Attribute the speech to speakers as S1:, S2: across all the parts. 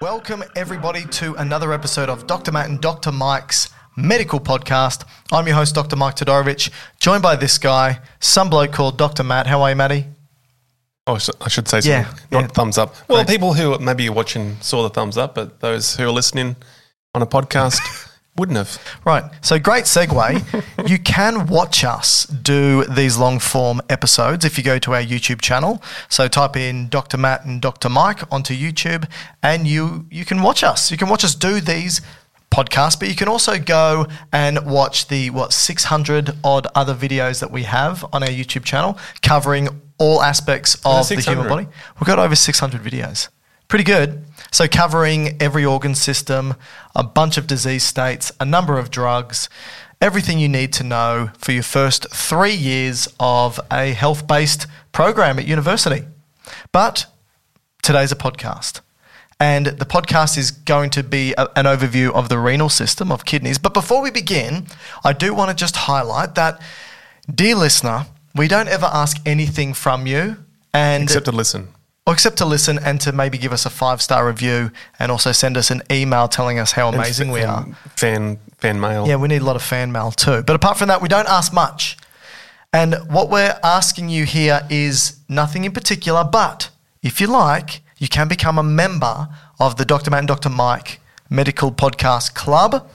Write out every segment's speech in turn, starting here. S1: Welcome, everybody, to another episode of Dr. Matt and Dr. Mike's medical podcast. I'm your host, Dr. Mike Todorovich, joined by this guy, some bloke called Dr. Matt. How are you, Matty?
S2: Oh, so- I should say
S1: Yeah,
S2: something. Not
S1: yeah.
S2: thumbs up. Well,
S1: Right.
S2: people who maybe are watching saw the thumbs up, but those who are listening on a podcast wouldn't have.
S1: Right. So great segue. you can watch us do these long form episodes if you go to our YouTube channel. So type in Dr. Matt and Dr. Mike onto YouTube and you you can watch us. You can watch us do these podcasts, but you can also go and watch the what 600 odd other videos that we have on our YouTube channel covering all aspects of the human
S2: 600?
S1: body. We've got over 600 videos. Pretty good. So, covering every organ system, a bunch of disease states, a number of drugs, everything you need to know for your first three years of a health based program at university. But today's a podcast. And the podcast is going to be a- an overview of the renal system, of kidneys. But before we begin, I do want to just highlight that, dear listener, we don't ever ask anything from you. And
S2: Except to listen.
S1: or except to listen and to maybe give us a five star review and also send us an email telling us how amazing we are.
S2: And Fan fan mail.
S1: Yeah, we need a lot of fan mail too. But apart from that, we don't ask much. And what we're asking you here is nothing in particular, but if you like, you can become a member of the Dr. Matt and Dr. Mike Medical Podcast Club.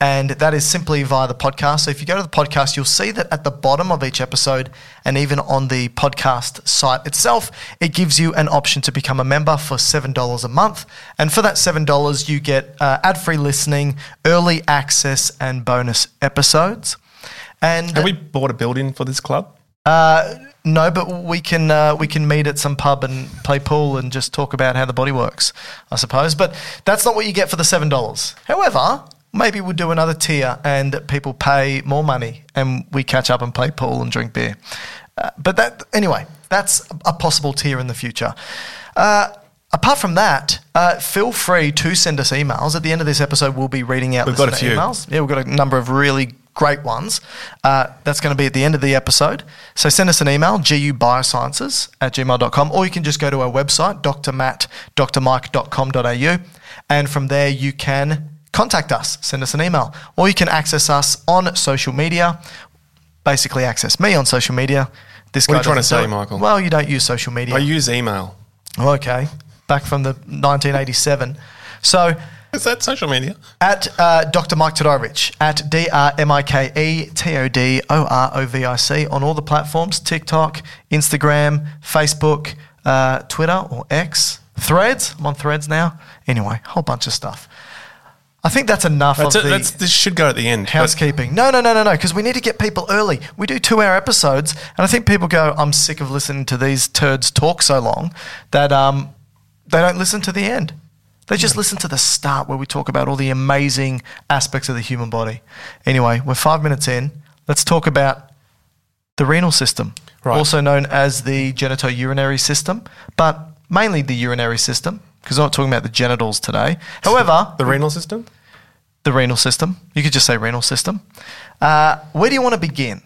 S1: And that is simply via the podcast. So if you go to the podcast, you'll see that at the bottom of each episode and even on the podcast site itself, it gives you an option to become a member for $7 a month. And for that $7, you get uh, ad free listening, early access, and bonus episodes. And
S2: Have we bought a building for this club?
S1: no, but we can uh, we can meet at some pub and play pool and just talk about how the body works, I suppose. But that's not what you get for the seven dollars. However, maybe we'll do another tier and people pay more money and we catch up and play pool and drink beer. Uh, but that anyway, that's a possible tier in the future. Uh, apart from that, uh, feel free to send us emails. At the end of this episode, we'll be reading out
S2: We've got a
S1: listener
S2: few.
S1: emails emails. Yeah, we've got a number of really great ones. Uh, that's going to be at the end of the episode. So send us an email, gubiosciences at gmail.com, or you can just go to our website, drmatt.drmike.com.au. And from there, you can contact us, send us an email, or you can access us on social media. Basically, access me on social media. This
S2: What are
S1: guy
S2: you trying to
S1: doesn't do
S2: say,
S1: it.
S2: Michael?
S1: Well, you don't use social media.
S2: I use email.
S1: okay, back from the 1987. So
S2: Is that social media?
S1: at uh, Dr. Mike Todorovic, at D R M I K E T O D O R O V I C on all the platforms TikTok, Instagram, Facebook, uh, Twitter, or X, Threads. I'm on Threads now. Anyway, whole bunch of stuff. I I think that's enough
S2: That's
S1: of
S2: it.
S1: the
S2: That's, this should go at the end. but-
S1: housekeeping. No, no, no, no, no, because we need to get people early. We do two hour episodes, and I think people go, I'm sick of listening to these turds talk so long that um, they don't listen to the end. They just listen to the start where we talk about all the amazing aspects of the human body. Anyway, we're five minutes in. Let's talk about the renal system,
S2: Right.
S1: also known as the genitourinary system, but mainly the urinary system. Because we're not talking about the genitals today. However,
S2: the renal system.
S1: the renal system. You could just say renal system. Uh, where do you want to begin?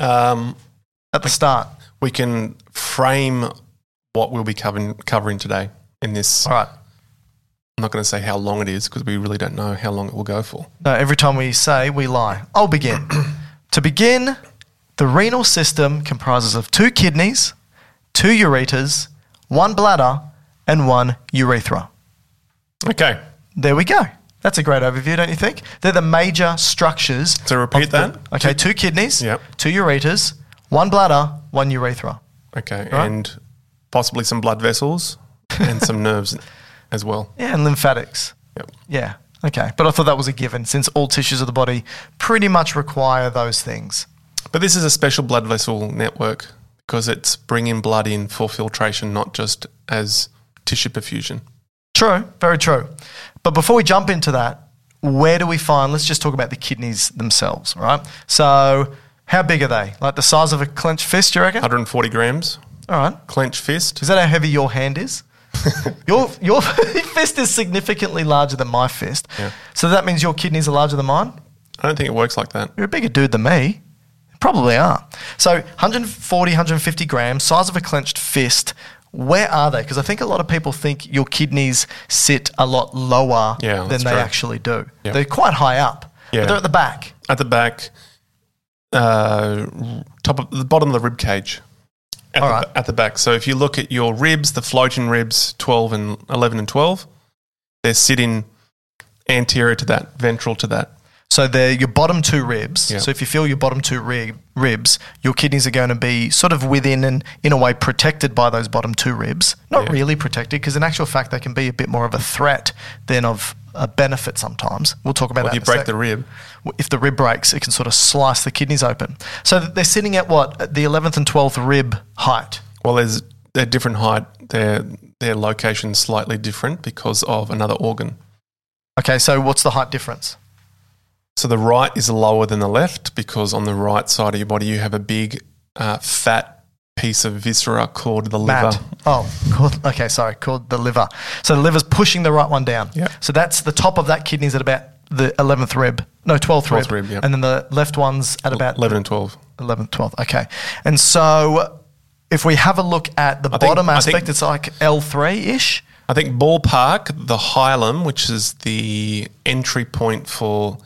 S2: Um,
S1: At the start.
S2: we can frame what we'll be covering, covering today in this.
S1: All right.
S2: I'm not going to say how long it is because we really don't know how long it will go for.
S1: No, every time we say, we lie. I'll begin. to begin, the renal system comprises of two kidneys, two ureters, one bladder, and one urethra.
S2: Okay.
S1: There we go. That's a great overview, don't you think? They're the major structures.
S2: So repeat
S1: of the-
S2: that.
S1: okay, two kidneys,
S2: Yep.
S1: two ureters, one bladder, one urethra.
S2: Okay.
S1: Right.
S2: And possibly some blood vessels and some nerves as well.
S1: Yeah, and lymphatics.
S2: Yep.
S1: Yeah. Okay. But I thought that was a given since all tissues of the body pretty much require those things.
S2: But this is a special blood vessel network because it's bringing blood in for filtration, not just as tissue perfusion.
S1: True. Very true. But before we jump into that, where do we find, let's just talk about the kidneys themselves, right? So, how big are they? Like the size of a clenched fist, you reckon? All
S2: 140 grams,
S1: right.
S2: clenched fist.
S1: Is that how heavy your hand is? your your fist is significantly larger than my fist.
S2: Yeah.
S1: So that means your kidneys are larger than mine?
S2: I don't think it works like that.
S1: You're a bigger dude than me. Probably are. So 140, 150 grams, size of a clenched fist. Where are they? Because I think a lot of people think your kidneys sit a lot lower
S2: Yeah,
S1: than
S2: that's
S1: they
S2: true.
S1: actually do.
S2: Yeah.
S1: They're quite high up.
S2: Yeah.
S1: But they're at the back.
S2: At the back, uh, top of the bottom of the rib cage. At,
S1: All
S2: the,
S1: right.
S2: at the back. So if you look at your ribs, the floating ribs 12 and 11 and 12, they're sitting anterior to that, ventral to that.
S1: So they're your bottom two ribs.
S2: Yeah.
S1: So if you feel your bottom two rib, ribs, your kidneys are going to be sort of within and in a way protected by those bottom two ribs. Not
S2: Yeah.
S1: really protected because in actual fact they can be a bit more of a threat than of a benefit sometimes. We'll talk about
S2: Well,
S1: that.
S2: if you
S1: in a sec.
S2: break the rib,
S1: if the rib breaks, it can sort of slice the kidneys open. So th- they're sitting at what? At the 11th and 12th rib height.
S2: well, there's, they're different height. Their, their location slightly different because of another organ.
S1: Okay, so what's the height difference?
S2: So the right is lower than the left because on the right side of your body you have a big uh, fat piece of viscera called the liver.
S1: Matt. Oh, called, okay, sorry, called the liver. So the liver's pushing the right one down.
S2: Yeah.
S1: So that's the top of that kidney's at about the 11th rib. No, 12th,
S2: 12th
S1: rib.
S2: rib, yeah.
S1: And then the left one's at about
S2: 11 and 12.
S1: 11th, 12th. Okay. And so if we have a look at the
S2: I think-
S1: bottom
S2: I think-
S1: aspect, it's like L3 ish.
S2: I think ballpark, the hilum, which is the entry point for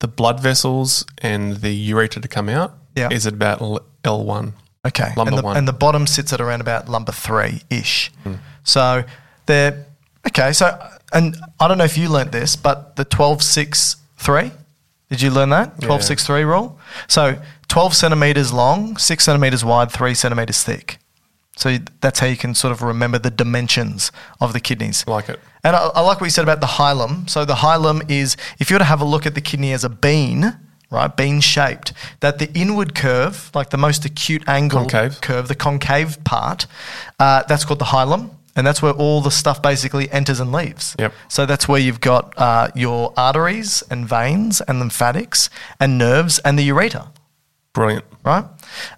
S2: the blood vessels and the ureter to come out,
S1: Yeah.
S2: is at about L- L1.
S1: Okay.
S2: Lumber
S1: and, the,
S2: one. Hmm.
S1: and the bottom sits at around about lumber three ish. So they're okay. So and I don't know if you learnt this, but the 12 6 3. Did you learn that? 12 6 3 rule? So 12 centimeters long, 6 centimeters wide, 3 centimeters thick. So that's how you can sort of remember the dimensions of the kidneys.
S2: Like it.
S1: And I, I like what you said about the hilum. So the hilum is, if you were to have a look at the kidney as a bean, right, bean shaped, that the inward curve, like the most acute angle
S2: Concave.
S1: curve, the concave part, uh, that's called the hilum. And that's where all the stuff basically enters and leaves.
S2: Yep.
S1: So that's where you've got uh, your arteries and veins and lymphatics and nerves and the ureter
S2: Brilliant.
S1: right?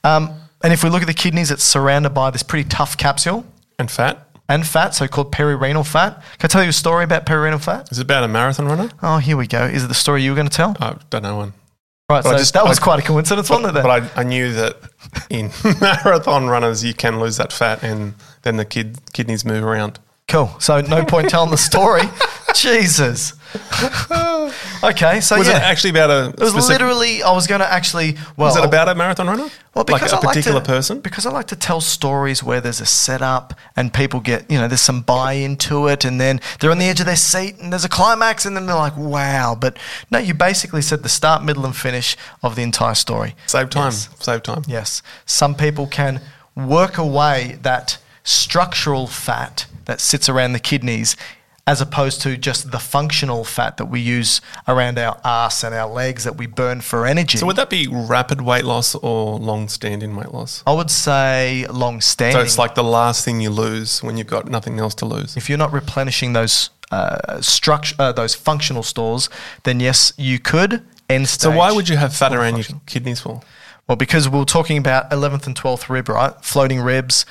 S1: Um, and if we look at the kidneys, it's surrounded by this pretty tough capsule
S2: And fat?
S1: and fat, so called perirenal fat. Can I tell you a story about perirenal fat?
S2: Is it about a marathon runner?
S1: Oh, here we go. Is it the story you were going to tell?
S2: I don't know one.
S1: Right,
S2: but I
S1: so
S2: just-
S1: that was
S2: I-
S1: quite a coincidence, wasn't it?
S2: But I, I knew that in marathon runners, you can lose that fat and then the kid, kidneys move around.
S1: cool. So no point telling the story. Jesus. okay, so
S2: Was
S1: yeah.
S2: it actually about a?
S1: it was
S2: specific-
S1: literally, I was going to actually. Well,
S2: Was it about a marathon runner?
S1: Well,
S2: like
S1: because
S2: a
S1: I like
S2: particular
S1: to,
S2: person?
S1: Because I like to tell stories where there's a setup and people get, you know, there's some buy into it and then they're on the edge of their seat and there's a climax and then they're like, wow. But no, you basically said the start, middle, and finish of the entire story.
S2: Save time. Save time.
S1: Yes. Some people can work away that structural fat that sits around the kidneys as opposed to just the functional fat that we use around our arse and our legs that we burn for energy.
S2: So would that be rapid weight loss or long standing weight loss?
S1: I would say long standing.
S2: So it's like the last thing you lose when you've got nothing else to lose.
S1: if you're not replenishing those uh, structure, uh, those functional stores, then yes, you could end
S2: So
S1: stage.
S2: why would you have fat around your kidneys for?
S1: Well, because we we're talking about 11th and 12th rib, right? Floating ribs.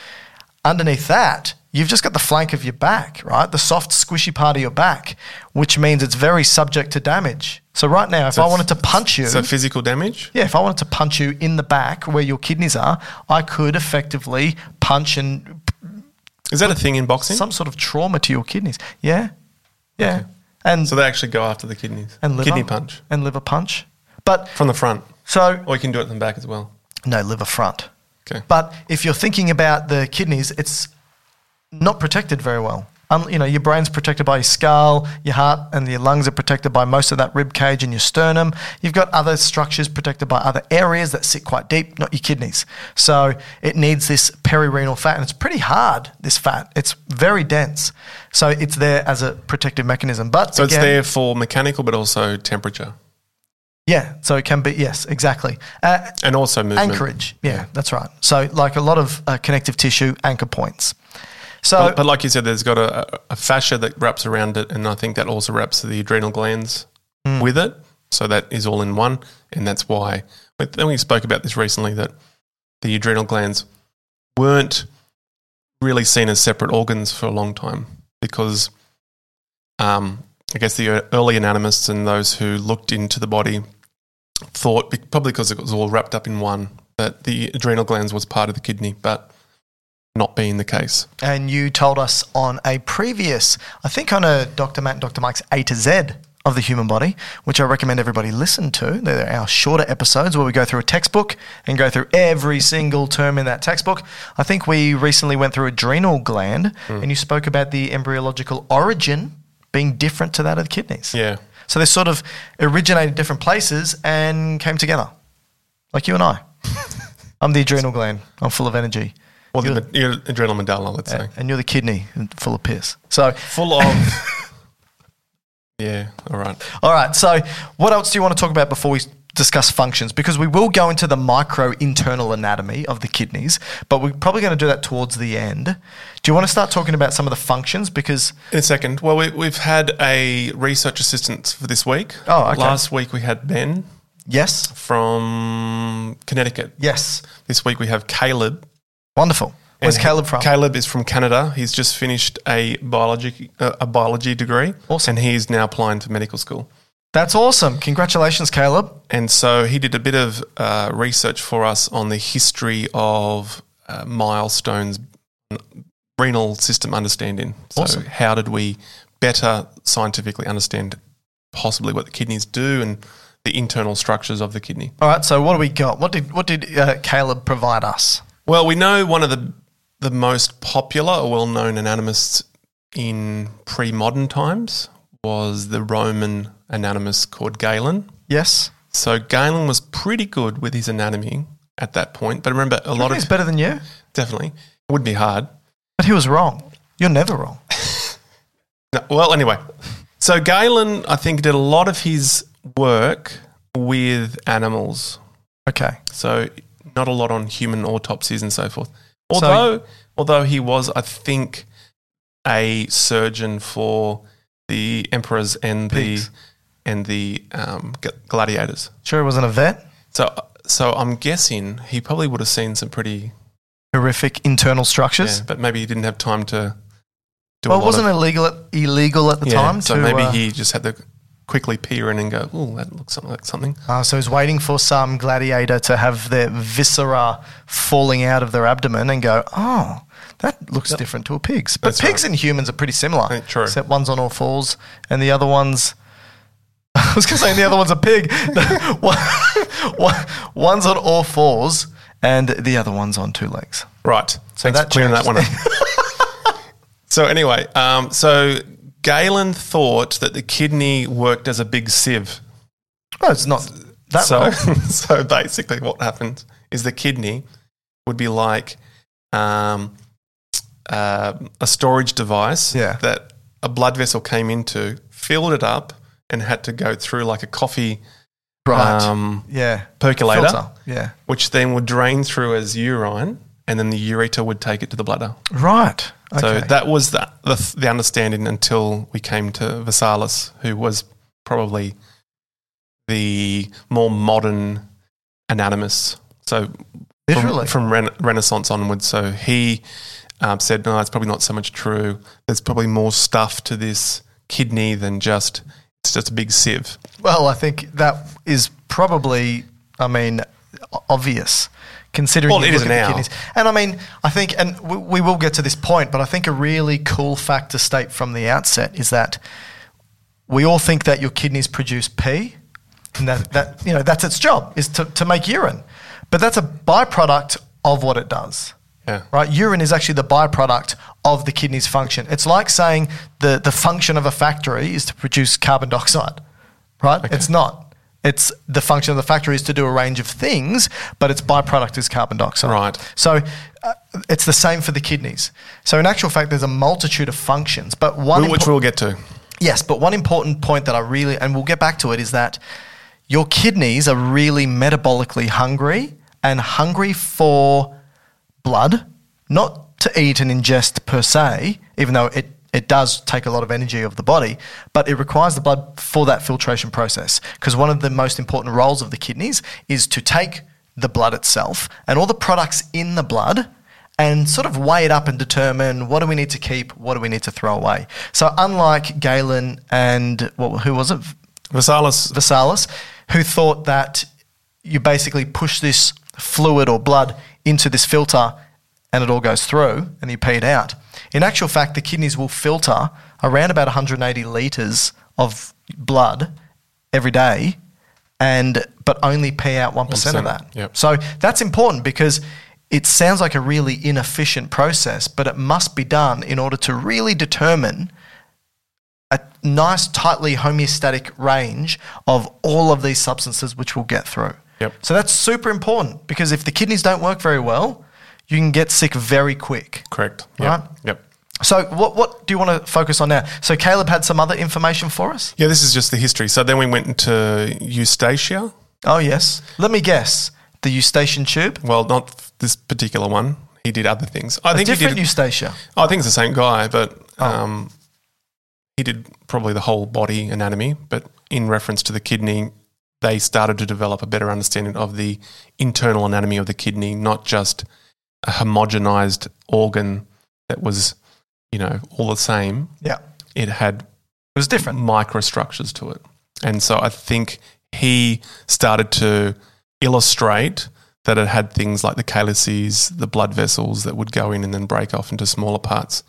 S1: Underneath that, you've just got the flank of your back, right? The soft, squishy part of your back, which means it's very subject to damage. So right now, if
S2: So
S1: I
S2: it's-
S1: wanted to punch you,
S2: So physical damage?
S1: yeah, if I wanted to punch you in the back where your kidneys are, I could effectively punch and
S2: Is that a thing in boxing?
S1: some sort of trauma to your kidneys. Yeah, yeah, and
S2: So they actually go after the kidneys.
S1: and liver
S2: Kidney punch
S1: and liver punch. But
S2: from the front.
S1: so
S2: Or you can do it from the back as well.
S1: no liver front.
S2: Okay.
S1: But if you're thinking about the kidneys, it's not protected very well. Um, you know, your brain's protected by your skull, your heart and your lungs are protected by most of that rib cage and your sternum. You've got other structures protected by other areas that sit quite deep, not your kidneys. So it needs this perirenal fat, and it's pretty hard. This fat, it's very dense, so it's there as a protective mechanism. But
S2: so it's
S1: again-
S2: there for mechanical but also temperature
S1: yeah. So it can be yes, exactly. Uh,
S2: and also movement.
S1: anchorage, yeah, that's right. So like a lot of uh, connective tissue anchor points. So
S2: But, but like you said, there's got a, a fascia that wraps around it, and I think that also wraps the adrenal glands with it. So that is all in one, and that's why. But then we spoke about this recently that the adrenal glands weren't really seen as separate organs for a long time because, um, I guess the early anatomists and those who looked into the body thought, probably because it was all wrapped up in one, that the adrenal glands was part of the kidney, but not being the case.
S1: and you told us on a previous, I think on a Dr. Matt and Dr. Mike's A to Z of the human body, which I recommend everybody listen to. They're our shorter episodes where we go through a textbook and go through every single term in that textbook. I think we recently went through adrenal gland and you spoke about the embryological origin being different to that of the kidneys.
S2: Yeah.
S1: So they sort of originated different places and came together, like you and I. I'm the adrenal gland. I'm full of energy.
S2: Well, the, your adrenal medulla, let's say.
S1: And you're the kidney, full of piss. So,
S2: Full of. yeah, all right.
S1: all right. So, what else do you want to talk about before we discuss functions? Because we will go into the micro internal anatomy of the kidneys, but we're probably going to do that towards the end. Do you want to start talking about some of the functions? Because
S2: In a second. Well, we, we've had a research assistant for this week.
S1: Oh, okay.
S2: Last week we had Ben
S1: yes,
S2: from Connecticut.
S1: yes,
S2: This week we have Caleb.
S1: wonderful. Where's
S2: And
S1: Caleb from?
S2: Caleb is from Canada. He's just finished a biology uh, a biology degree,
S1: Awesome.
S2: and he is now applying to medical school.
S1: That's awesome. Congratulations, Caleb.
S2: And so he did a bit of uh, research for us on the history of uh, milestones, renal system understanding. So,
S1: Awesome.
S2: how did we better scientifically understand possibly what the kidneys do and the internal structures of the kidney?
S1: All right. So, what do we got? What did what did uh, Caleb provide us?
S2: Well, we know one of the the most popular or well known anatomists in pre modern times was the Roman anatomist called Galen.
S1: Yes.
S2: So Galen was pretty good with his anatomy at that point, but remember a
S1: A lot
S2: lot of
S1: better than you,
S2: definitely it would be hard.
S1: but he was wrong. You're never wrong.
S2: No, well, anyway, so Galen I think did a lot of his work with animals,
S1: Okay.
S2: so not a lot on human autopsies and so forth. Although, although he was I think a surgeon for the emperors and
S1: Pigs.
S2: the and the um, g- gladiators.
S1: Sure, he wasn't a vet.
S2: So, so I'm guessing he probably would have seen some pretty
S1: Horrific internal structures.
S2: Yeah, but maybe he didn't have time to do
S1: well,
S2: a lot
S1: it wasn't
S2: of,
S1: illegal at, illegal at the
S2: Yeah,
S1: time.
S2: So
S1: to,
S2: maybe
S1: uh,
S2: he just had to quickly peer in and go, oh, that looks something like something.
S1: Ah, so he's waiting for some gladiator to have their viscera falling out of their abdomen and go, oh, that looks different to a pig's. But
S2: That's
S1: pigs
S2: right.
S1: and humans are pretty similar.
S2: Yeah, true.
S1: Except one's on all fours and the other one's. I was going to say the other one's a pig. No, one, one- one's on all fours and the other one's on two legs.
S2: Right. Thanks
S1: that
S2: for clearing that one up. so anyway, um, so Galen thought that the kidney worked as a big sieve.
S1: Well, it's not that
S2: so,
S1: wrong.
S2: so basically, what happens is the kidney would be like um, uh, a storage device
S1: Yeah.
S2: that a blood vessel came into, filled it up, and had to go through like a coffee
S1: Right.
S2: um,
S1: yeah.
S2: percolator,
S1: Filter. Yeah.
S2: which then would drain through as urine, and then the ureter would take it to the bladder.
S1: Right. Okay.
S2: So that was the, the the understanding until we came to Vesalius, who was probably the more modern anatomist. So from-
S1: Literally.
S2: from, Ren- Renaissance onwards. So he um, said, no, it's probably not so much true. There's probably more stuff to this kidney than just it's just a big sieve.
S1: well, I think that is probably, I mean, o- obvious. Considering
S2: Well,
S1: you
S2: it
S1: look
S2: is
S1: at the
S2: now.
S1: kidneys. And I mean, I think, and we, we will get to this point, but I think a really cool fact to state from the outset is that we all think that your kidneys produce pee, and that, that you know that's its job is to, to make urine, but that's a byproduct of what it does.
S2: Yeah.
S1: Right, urine is actually the byproduct of the kidney's function. It's like saying the, the function of a factory is to produce carbon dioxide. Right? It's not. It's the function of the factory is to do a range of things, but its byproduct is carbon dioxide.
S2: Right.
S1: So uh, it's the same for the kidneys. So in actual fact, there's a multitude of functions, but one
S2: Which
S1: impor-
S2: we'll get to.
S1: Yes, but one important point that I really, and we'll get back to it, is that your kidneys are really metabolically hungry and hungry for blood, not to eat and ingest per se, even though it, it does take a lot of energy of the body, but it requires the blood for that filtration process. Because one of the most important roles of the kidneys is to take the blood itself and all the products in the blood and sort of weigh it up and determine what do we need to keep, what do we need to throw away. So unlike Galen and what, who was it,
S2: Vesalius,
S1: Vesalius, who thought that you basically push this fluid or blood into this filter and it all goes through and you pee it out. In actual fact, the kidneys will filter around about 180 litres of blood every day and but only pee out 1% of
S2: 1%,
S1: that.
S2: yep.
S1: So that's important because it sounds like a really inefficient process, but it must be done in order to really determine a nice, tightly homeostatic range of all of these substances, which we'll get through.
S2: Yep.
S1: So that's super important because if the kidneys don't work very well, you can get sick very quick.
S2: correct.
S1: Right.
S2: Yep. Yep.
S1: So what what do you want to focus on now? So Caleb had some other information for us.
S2: Yeah, this is just the history. So then we went into Eustacia.
S1: Oh yes. Let me guess. The Eustachian tube.
S2: Well, not this particular one. He did other things. I
S1: A
S2: think
S1: different
S2: he did.
S1: Eustacia.
S2: Oh, I think it's the same guy, but um, he did probably the whole body anatomy. But in reference to the kidney, they started to develop a better understanding of the internal anatomy of the kidney, not just a homogenized organ that was, you know, all the same.
S1: Yeah.
S2: It had
S1: It was different.
S2: microstructures to it. And so I think he started to illustrate that it had things like the calyces, the blood vessels that would go in and then break off into smaller parts,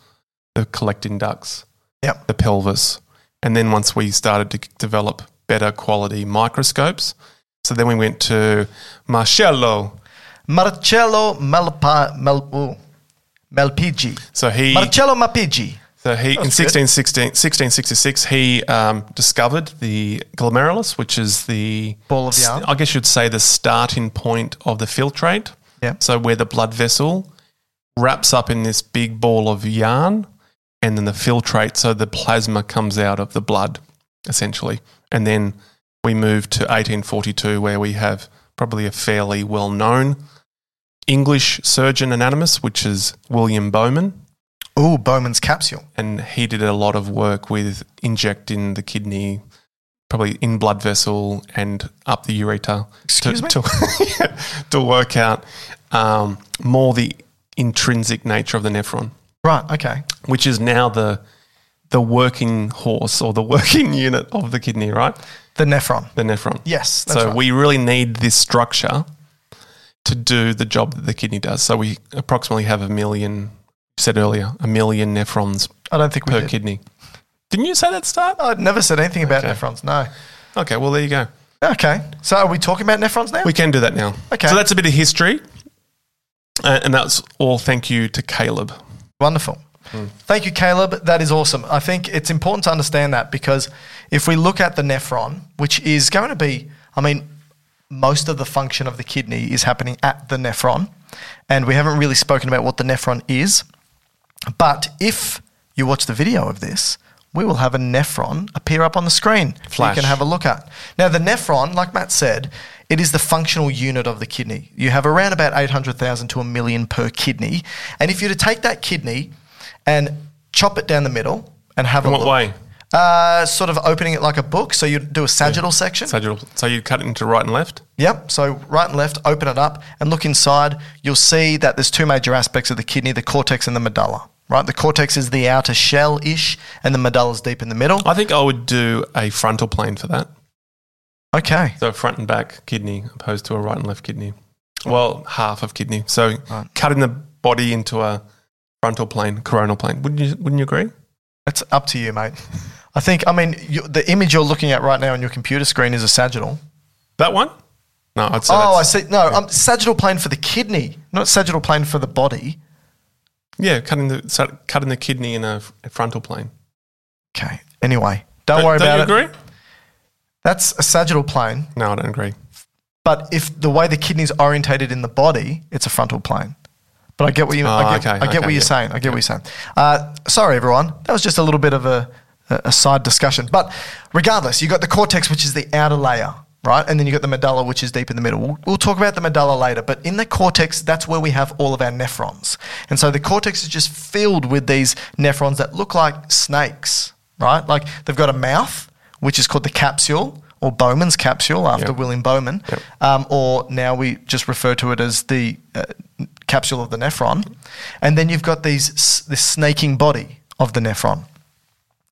S2: the collecting ducts,
S1: Yep.
S2: the pelvis. And then once we started to develop better quality microscopes, so then we went to Marcello.
S1: Marcello Malpa, Mal, oh, Malpigi.
S2: So he
S1: Marcello Malpigi.
S2: So he, in
S1: That's good.
S2: 1616 1666, he um, discovered the glomerulus, which is the
S1: Ball of yarn.
S2: I guess you'd say the starting point of the filtrate.
S1: Yeah.
S2: So where the blood vessel wraps up in this big ball of yarn, and then the filtrate, so the plasma comes out of the blood, essentially, and then we move to 1842, where we have probably a fairly well-known English surgeon anatomist, which is William Bowman
S1: Ooh, Bowman's capsule.
S2: and he did a lot of work with injecting the kidney, probably in blood vessel and up the ureter.
S1: Excuse
S2: to,
S1: me?
S2: To, to work out um, more the intrinsic nature of the nephron,
S1: Right. Okay.
S2: which is now the the working horse or the working unit of the kidney, right?
S1: The nephron.
S2: The nephron.
S1: Yes. That's
S2: So
S1: right.
S2: we really need this structure to do the job that the kidney does. So we approximately have a million. Said earlier, a million nephrons
S1: I don't think we
S2: per
S1: did.
S2: kidney. Didn't you say that start?
S1: I'd never said anything about
S2: Okay.
S1: nephrons. No.
S2: Okay, well there you go.
S1: Okay. So are we talking about nephrons now?
S2: We can do that now.
S1: Okay.
S2: So that's a bit of history, uh, and that's all. Thank you to Caleb.
S1: Wonderful.
S2: Hmm.
S1: Thank you, Caleb. That is awesome. I think it's important to understand that because if we look at the nephron, which is going to be, I mean, most of the function of the kidney is happening at the nephron, and we haven't really spoken about what the nephron is. But if you watch the video of this, we will have a nephron appear up on the screen.
S2: Flash.
S1: You can have a look at. Now, the nephron, like Matt said, it is the functional unit of the kidney. You have around about 800,000 to a million per kidney. And if you were to take that kidney and chop it down the middle and have
S2: In
S1: a
S2: what
S1: look,
S2: way?
S1: Uh, sort of opening it like a book. So you do a sagittal section.
S2: So, you'll- so you cut it into right and left?
S1: Yep. So right and left, open it up and look inside. You'll see that there's two major aspects of the kidney the cortex and the medulla. Right? The cortex is the outer shell ish, and the medulla's deep in the middle.
S2: I think I would do a frontal plane for that.
S1: Okay.
S2: So front and back kidney opposed to a right and left kidney. Well, half of kidney. So
S1: Right.
S2: cutting the body into a frontal plane, coronal plane. Wouldn't you, wouldn't you agree?
S1: That's up to you, mate. I think, I mean, you, the image you're looking at right now on your computer screen is a sagittal.
S2: That one? No, I'd say
S1: oh, I
S2: that's-
S1: see. No, um, sagittal plane for the kidney, not sagittal plane for the body.
S2: Yeah, cutting the, so cutting the kidney in a, f- a frontal plane.
S1: Okay. Anyway, don't,
S2: Don't-
S1: worry
S2: don't
S1: about
S2: you
S1: it.
S2: agree?
S1: That's a sagittal plane,
S2: No, I don't agree.
S1: but if the way the kidney's orientated in the body, it's a frontal plane. But I get what you.
S2: Oh,
S1: I get,
S2: okay,
S1: I get
S2: okay,
S1: what
S2: yeah.
S1: you're saying. I get what you're saying. Uh, sorry, everyone. That was just a little bit of a, a a side discussion. But regardless, you got the cortex, which is the outer layer, right? And then you got the medulla, which is deep in the middle. We'll, we'll talk about the medulla later. But in the cortex, that's where we have all of our nephrons. And so the cortex is just filled with these nephrons that look like snakes, right? Like they've got a mouth, which is called the capsule or Bowman's capsule after
S2: Yep.
S1: William Bowman,
S2: Yep.
S1: um, or now we just refer to it as the uh, capsule of the nephron. And then you've got these s- this snaking body of the nephron.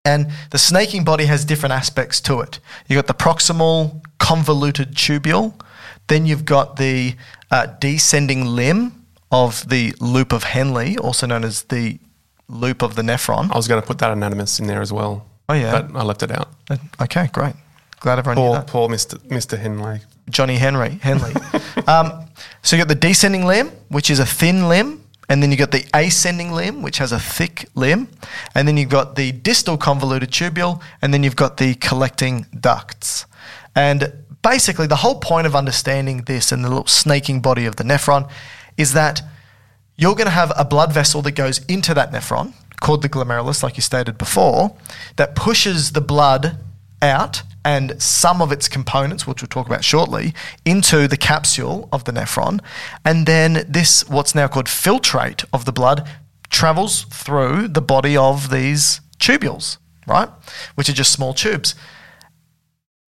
S1: And the snaking body has different aspects to it. You've got the proximal convoluted tubule, then you've got the uh, descending limb of the loop of Henle, also known as the loop of the nephron.
S2: I was going to put that anatomist in there as well.
S1: Oh, yeah.
S2: But I left it out.
S1: Uh, Okay, great. Glad everyone knew
S2: Poor,
S1: that.
S2: poor Mr. Mr. Henley.
S1: Johnny Henry, Henley. um, so you got the descending limb, which is a thin limb, and then you got the ascending limb, which has a thick limb, and then you've got the distal convoluted tubule, and then you've got the collecting ducts. And basically, the whole point of understanding this and the little snaking body of the nephron is that you're going to have a blood vessel that goes into that nephron called the glomerulus, like you stated before, that pushes the blood out and some of its components, which we'll talk about shortly, into the capsule of the nephron. And then this, what's now called filtrate of the blood, travels through the body of these tubules, right? Which are just small tubes.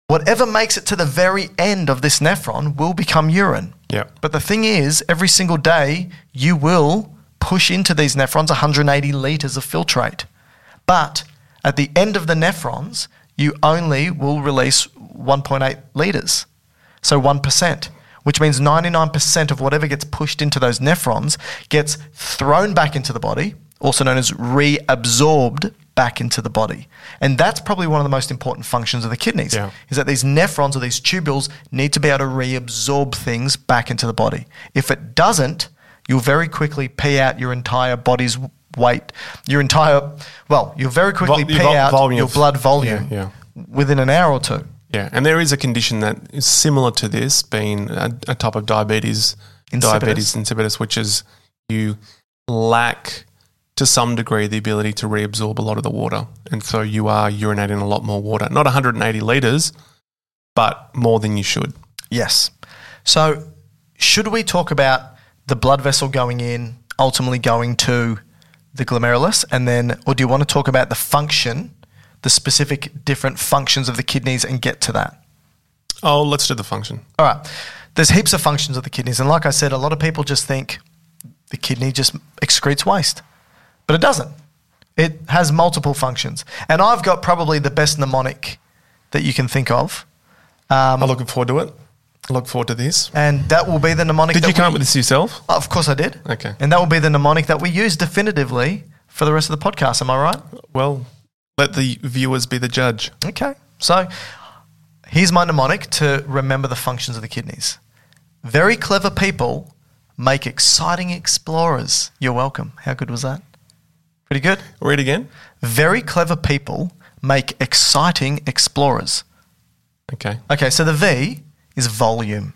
S1: Whatever makes it to the very end of this nephron will become urine.
S2: Yeah.
S1: But the thing is, every single day, you will push into these nephrons 180 litres of filtrate. But at the end of the nephrons, you only will release 1.8 litres. So 1%, which means 99% of whatever gets pushed into those nephrons gets thrown back into the body, also known as reabsorbed back into the body. And that's probably one of the most important functions of the kidneys
S2: Yeah.
S1: is that these nephrons or these tubules need to be able to reabsorb things back into the body. If it doesn't, you'll very quickly pee out your entire body's w- weight, your entire, well, you'll very quickly
S2: your
S1: pee
S2: vol-
S1: out
S2: volume
S1: your
S2: of-
S1: blood volume
S2: Yeah,
S1: within an hour or two.
S2: Yeah. And there is a condition that is similar to this, being a, a type of diabetes,
S1: Insipidus.
S2: diabetes insipidus, which is you lack to some degree the ability to reabsorb a lot of the water. And so you are urinating a lot more water, not 180 liters, but more than you should.
S1: Yes. So, should we talk about the blood vessel going in, ultimately going to the glomerulus, and then, or do you want to talk about the function, the specific different functions of the kidneys and get to that?
S2: Oh, let's do the function.
S1: All right. There's heaps of functions of the kidneys. And like I said, a lot of people just think the kidney just excretes waste, but it doesn't. It has multiple functions. And I've got probably the best mnemonic that you can think of. Um,
S2: I'm looking forward to it. I look forward to this.
S1: And that will be the mnemonic
S2: Did
S1: that
S2: you come
S1: we-
S2: up with this yourself?
S1: Of course I did.
S2: Okay.
S1: And that will be the mnemonic that we use definitively for the rest of the podcast. Am I right?
S2: Well, let the viewers be the judge.
S1: Okay. So here's my mnemonic to remember the functions of the kidneys. Very clever people make exciting explorers. You're welcome. How good was that? Pretty good.
S2: Read again.
S1: Very clever people make exciting explorers.
S2: Okay.
S1: Okay, so the V is volume,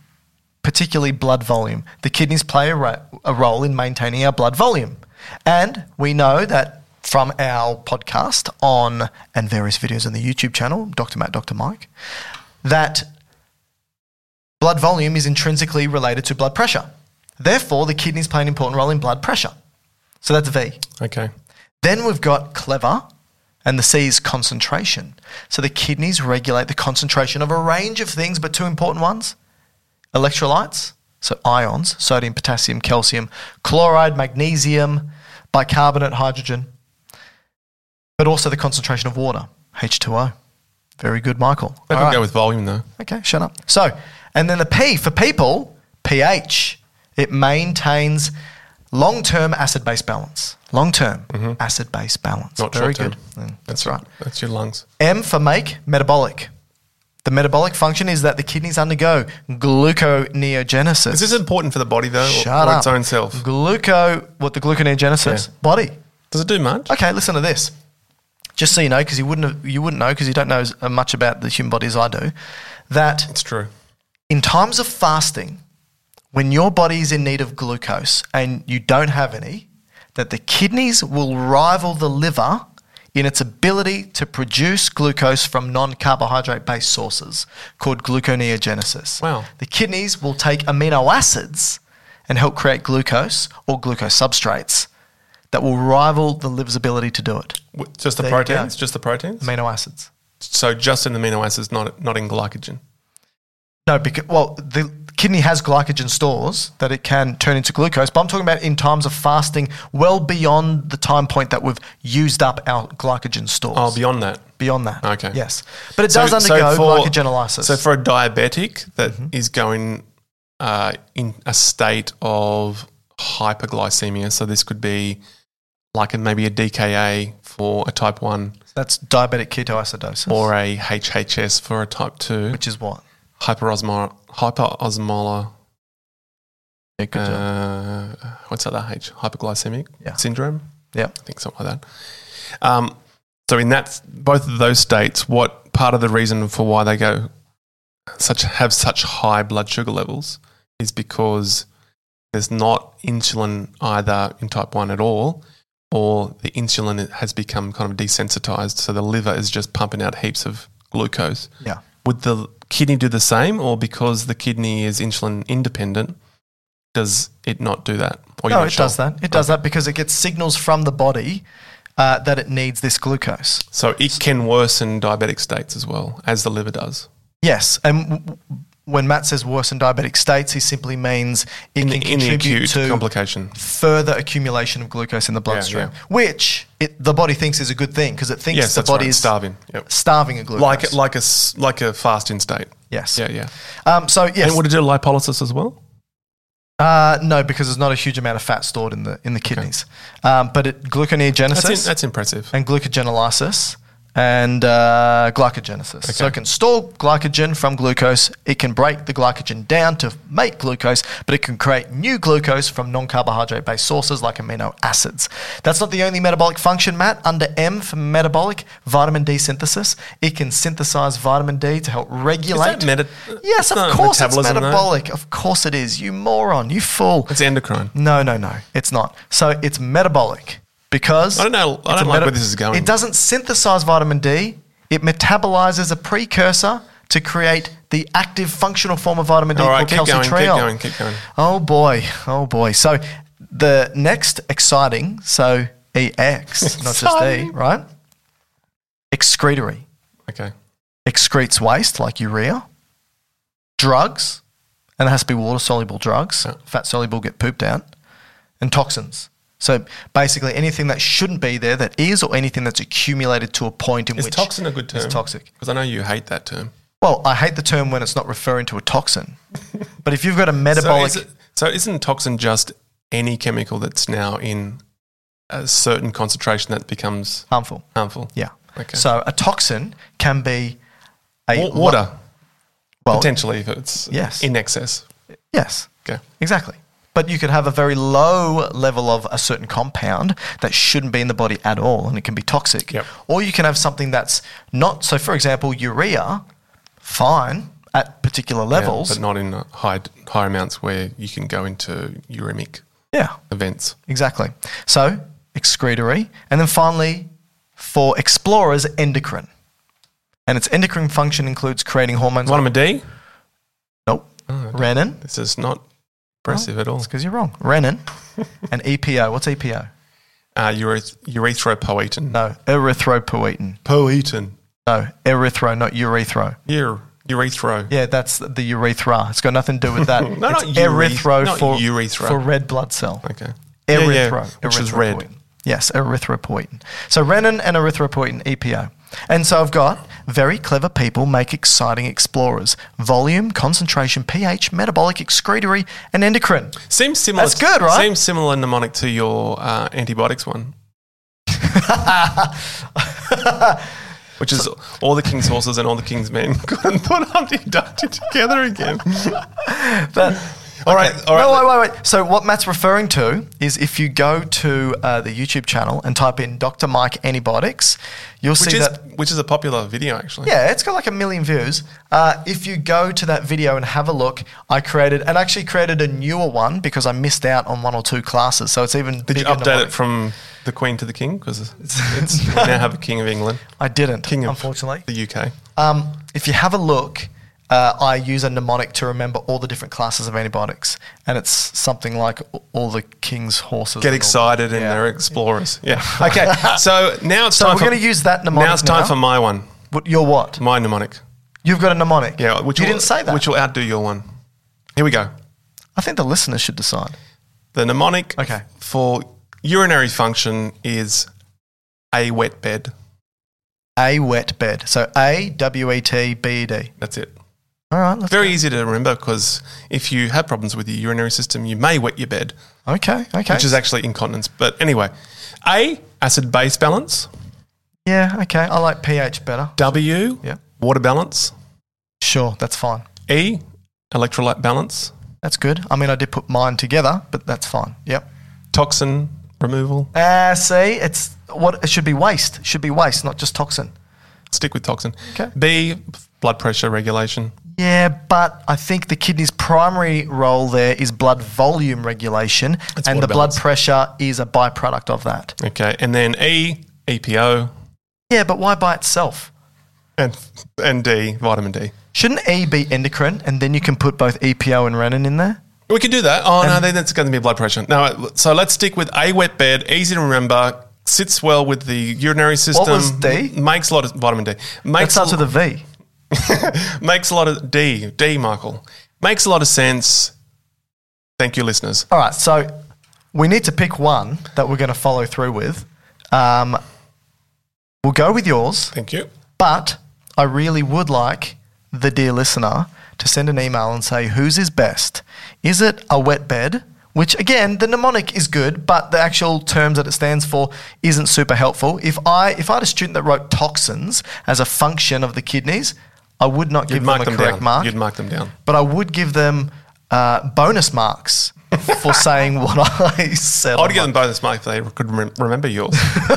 S1: particularly blood volume. The kidneys play a, ra- a role in maintaining our blood volume. And we know that from our podcast on and various videos on the YouTube channel, Dr. Matt, Dr. Mike, that blood volume is intrinsically related to blood pressure. Therefore, the kidneys play an important role in blood pressure. So that's V.
S2: Okay.
S1: Then we've got clever, and the C is concentration. So the kidneys regulate the concentration of a range of things, but two important ones electrolytes, so ions, sodium, potassium, calcium, chloride, magnesium, bicarbonate, hydrogen, but also the concentration of water, H2O. Very good, Michael.
S2: That
S1: All
S2: could
S1: right.
S2: go with volume though.
S1: Okay, shut up. So, and then the P for people, pH. It maintains long term acid base balance. Long term acid base balance.
S2: Mm-hmm. Not
S1: Very
S2: short-term.
S1: good. Mm, That's right.
S2: That's your lungs.
S1: M for make, metabolic. The metabolic function is that the kidneys undergo gluconeogenesis.
S2: Is this important for the body though, or-
S1: Shut
S2: or,
S1: up.
S2: its own self?
S1: Gluco, what the gluconeogenesis?
S2: Yeah.
S1: Body.
S2: Does it do much?
S1: Okay, listen to this. Just so you know, because you wouldn't have, you wouldn't know because you don't know as uh, much about the human body as I do, that
S2: It's true.
S1: in times of fasting, when your body is in need of glucose and you don't have any, that the kidneys will rival the liver in its ability to produce glucose from non carbohydrate based sources called gluconeogenesis.
S2: Wow.
S1: The kidneys will take amino acids and help create glucose or glucose substrates that will rival the liver's ability to do it.
S2: W- Just the
S1: There you go.
S2: proteins. Just the proteins.
S1: Amino acids.
S2: so just in amino acids, not not in glycogen.
S1: No, because well, the kidney has glycogen stores that it can turn into glucose. But I'm talking about in times of fasting, well beyond the time point that we've used up our glycogen stores.
S2: Oh, beyond that.
S1: Beyond that,
S2: Okay.
S1: yes, but it does undergo glycogenolysis. Mm-hmm.
S2: So for a diabetic that is going uh, in a state of hyperglycemia, so this could be like a, maybe a DKA for a type one
S1: that's diabetic ketoacidosis,
S2: or a HHS for a type two,
S1: which is what?
S2: hyperosmolar, hyperosmolar
S1: Yeah, good job.
S2: uh, what's that other H? Hyperglycemic
S1: Yeah.
S2: syndrome?
S1: Yeah.
S2: I think something like that. Um, so in that, both of those states, what part of the reason for why they go such have such high blood sugar levels is because there's not insulin either in type one at all, or the insulin has become kind of desensitized, so the liver is just pumping out heaps of glucose.
S1: Yeah.
S2: Would the kidney do the same, or because the kidney is insulin independent, does it not do that? Or you're
S1: No,
S2: not
S1: it
S2: sure?
S1: does that. It does that because it gets signals from the body uh, that it needs this glucose.
S2: So it can worsen diabetic states as well as the liver does.
S1: Yes, and w- w- when Matt says worse in diabetic states, he simply means it
S2: In,
S1: can
S2: the, in the
S1: contribute
S2: acute
S1: to
S2: complication,
S1: further accumulation of glucose in the bloodstream,
S2: yeah.
S1: which it, the body thinks is a good thing because it thinks
S2: yes,
S1: the
S2: that's
S1: body
S2: right.
S1: is
S2: starving. Yep.
S1: starving of glucose.
S2: Like like a s- like a fasting state.
S1: yes.
S2: Yeah, yeah.
S1: Um, so yes,
S2: And would it do lipolysis as well?
S1: uh, no, because there's not a huge amount of fat stored in the in the kidneys, um, but it gluconeogenesis
S2: That's, in, that's impressive.
S1: and glucogenolysis and uh, glycogenesis. So
S2: Okay.
S1: it can store glycogen from glucose. It can break the glycogen down to make glucose, but it can create new glucose from non carbohydrate based sources like amino acids. That's not the only metabolic function, Matt. Under M for metabolic, vitamin D synthesis, it can synthesize vitamin D to help regulate.
S2: meta-
S1: yes,
S2: it's
S1: of
S2: not
S1: course it's
S2: metabolism, though.
S1: metabolic. Of course it is. You moron. You fool.
S2: It's endocrine.
S1: No, no, no, it's not. So it's metabolic because
S2: I don't know- I
S1: it's
S2: don't
S1: a
S2: like where this is going.
S1: It doesn't synthesize vitamin D. It metabolizes a precursor to create the active functional form of vitamin D
S2: All right,
S1: called
S2: keep going, keep
S1: calcitriol.
S2: going, keep going.
S1: Oh boy, oh boy. So the next exciting, so EX, not just E,
S2: Exciting.
S1: right? Excretory
S2: Okay.
S1: excretes waste like urea, drugs, and it has to be water soluble drugs.
S2: Yeah.
S1: Fat soluble get pooped out, and toxins. So basically, anything that shouldn't be there that is, or anything that's accumulated to a point in
S2: Is
S1: which
S2: toxin a good term?
S1: It's toxic.
S2: Because I know you hate that term.
S1: Well, I hate the term when it's not referring to a toxin, but if you've got a metabolic,
S2: So, is it- so isn't toxin just any chemical that's now in a certain concentration that becomes
S1: harmful.
S2: harmful?
S1: Yeah.
S2: Okay.
S1: So a toxin can be a
S2: Wa-
S1: lo-
S2: water
S1: well,
S2: potentially if it's
S1: Yes.
S2: in excess.
S1: Yes.
S2: Okay.
S1: Exactly. But you could have a very low level of a certain compound that shouldn't be in the body at all and it can be toxic.
S2: Yep.
S1: Or you can have something that's not. So, for example, urea, fine at particular levels.
S2: Yeah, but not in high high amounts where you can go into uremic
S1: yeah
S2: events.
S1: exactly. So, excretory. And then finally, for explorers, endocrine. And its endocrine function includes creating hormones.
S2: Vitamin D?
S1: nope. Renin.
S2: This is not Oh, impressive at all.
S1: Oh, That's because you're wrong. Renin and EPO. What's EPO?
S2: Uh, ureth- urethropoietin.
S1: No, erythropoietin.
S2: Poietin.
S1: No, erythro, not urethro.
S2: Ure- urethro.
S1: Yeah, that's the urethra. It's got nothing to do with that.
S2: No,
S1: it's
S2: not ureth-
S1: erythro
S2: not
S1: for
S2: urethra.
S1: for red blood cell.
S2: Okay. Yeah,
S1: Erythro,
S2: yeah, which is red.
S1: erythropoietin. Yes, erythropoietin. So renin and erythropoietin, EPO. And so I've got very clever people make exciting explorers. Volume, concentration, pH, metabolic, excretory, and endocrine.
S2: Seems similar.
S1: That's good, right?
S2: Seems similar mnemonic to your uh, antibiotics one, which is all the king's horses and all the king's men. Good and put Humpty Dumpty together again.
S1: That-
S2: All right, all right.
S1: no, wait, wait, wait. So what Matt's referring to is if you go to uh, the YouTube channel and type in Dr. Mike antibiotics, you'll
S2: which
S1: see
S2: is
S1: that.
S2: which is a popular video actually.
S1: Yeah, it's got like a million views. Uh, if you go to that video and have a look, I created and actually created a newer one because I missed out on one or two classes, so it's even.
S2: Did
S1: bigger
S2: you
S1: than
S2: update
S1: what
S2: it from the Queen to the King? Because it's, we now have a King of England,
S1: I didn't,
S2: King of
S1: unfortunately.
S2: the UK.
S1: Um, if you have a look, uh, I use a mnemonic to remember all the different classes of antibiotics, and it's something like all the king's horses.
S2: Get
S1: and all
S2: excited and
S1: Yeah.
S2: they're explorers. Yeah. Okay. So now it's
S1: So
S2: time
S1: we're
S2: for-
S1: gonna use that mnemonic
S2: Now it's time
S1: now.
S2: for my one,
S1: What, your what?
S2: my mnemonic.
S1: You've got a mnemonic.
S2: Yeah, which
S1: you
S2: will-
S1: didn't say that.
S2: Which will outdo your one. Here we go.
S1: I think the listeners should decide.
S2: The mnemonic
S1: Okay.
S2: for urinary function is a wet bed.
S1: A wet bed. So A W E T B E D.
S2: That's it.
S1: All right. Let's
S2: Very easy to remember because if you have problems with your urinary system, you may wet your bed,
S1: Okay. Okay.
S2: which is actually incontinence. But anyway, A, acid base balance.
S1: yeah. Okay. I like pH better.
S2: W,
S1: Yeah.
S2: water balance.
S1: Sure. That's fine.
S2: E, electrolyte balance.
S1: That's good. I mean, I did put mine together, but that's fine. Yep.
S2: Toxin removal.
S1: Uh, see, it's what it should be waste. It should be waste, not just toxin.
S2: Stick with toxin.
S1: Okay.
S2: B, blood pressure regulation.
S1: Yeah, but I think the kidney's primary role there is blood volume regulation,
S2: It's
S1: and
S2: water
S1: the blood
S2: balance.
S1: pressure is a byproduct of that.
S2: Okay. And then E, EPO.
S1: Yeah, but why by itself?
S2: And, and D, vitamin D.
S1: Shouldn't E be endocrine, and then you can put both EPO and renin in there?
S2: We could do that. Oh, no, then that's going to be blood pressure. No, so let's stick with a wet bed, easy to remember, sits well with the urinary system.
S1: was D?
S2: Makes a lot of vitamin D.
S1: That
S2: Makes,
S1: starts
S2: a,
S1: with a V.
S2: makes a lot of D, D, Michael. Makes a lot of sense. Thank you, listeners.
S1: All right, so we need to pick one that we're going to follow through with. Um, we'll go with yours,
S2: Thank you.
S1: but I really would like the dear listener to send an email and say whose is best. Is it a wet bed? Which again, the mnemonic is good, but the actual terms that it stands for isn't super helpful. If I if I had a student that wrote toxins as a function of the kidneys, I would not
S2: You'd
S1: give them
S2: mark
S1: a
S2: them,
S1: correct
S2: down.
S1: mark
S2: You'd mark them down.
S1: but I would give them uh, bonus marks for saying what I said.
S2: I'd give them bonus mark if they could rem- remember yours.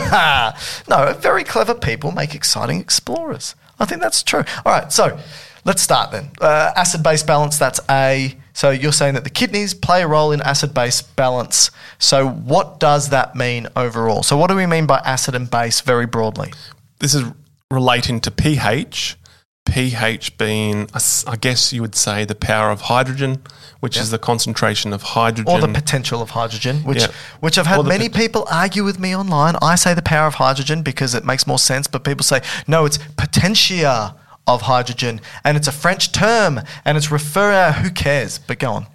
S1: no, very clever people make exciting explorers. I think that's true. All right, so let's start then. Uh, acid base balance, that's A. So you're saying that the kidneys play a role in acid base balance. So what does that mean overall? So what do we mean by acid and base very broadly?
S2: this is relating to pH. pH being, I s- I guess you would say, the power of hydrogen, which is the concentration of hydrogen.
S1: Or the potential of hydrogen, which
S2: Yeah.
S1: which I've
S2: Or
S1: had
S2: the
S1: many
S2: pot-
S1: people argue with me online. I say the power of hydrogen because it makes more sense, but people say no, it's potentia of hydrogen, and it's a French term, and it's refer. Who cares? But go on.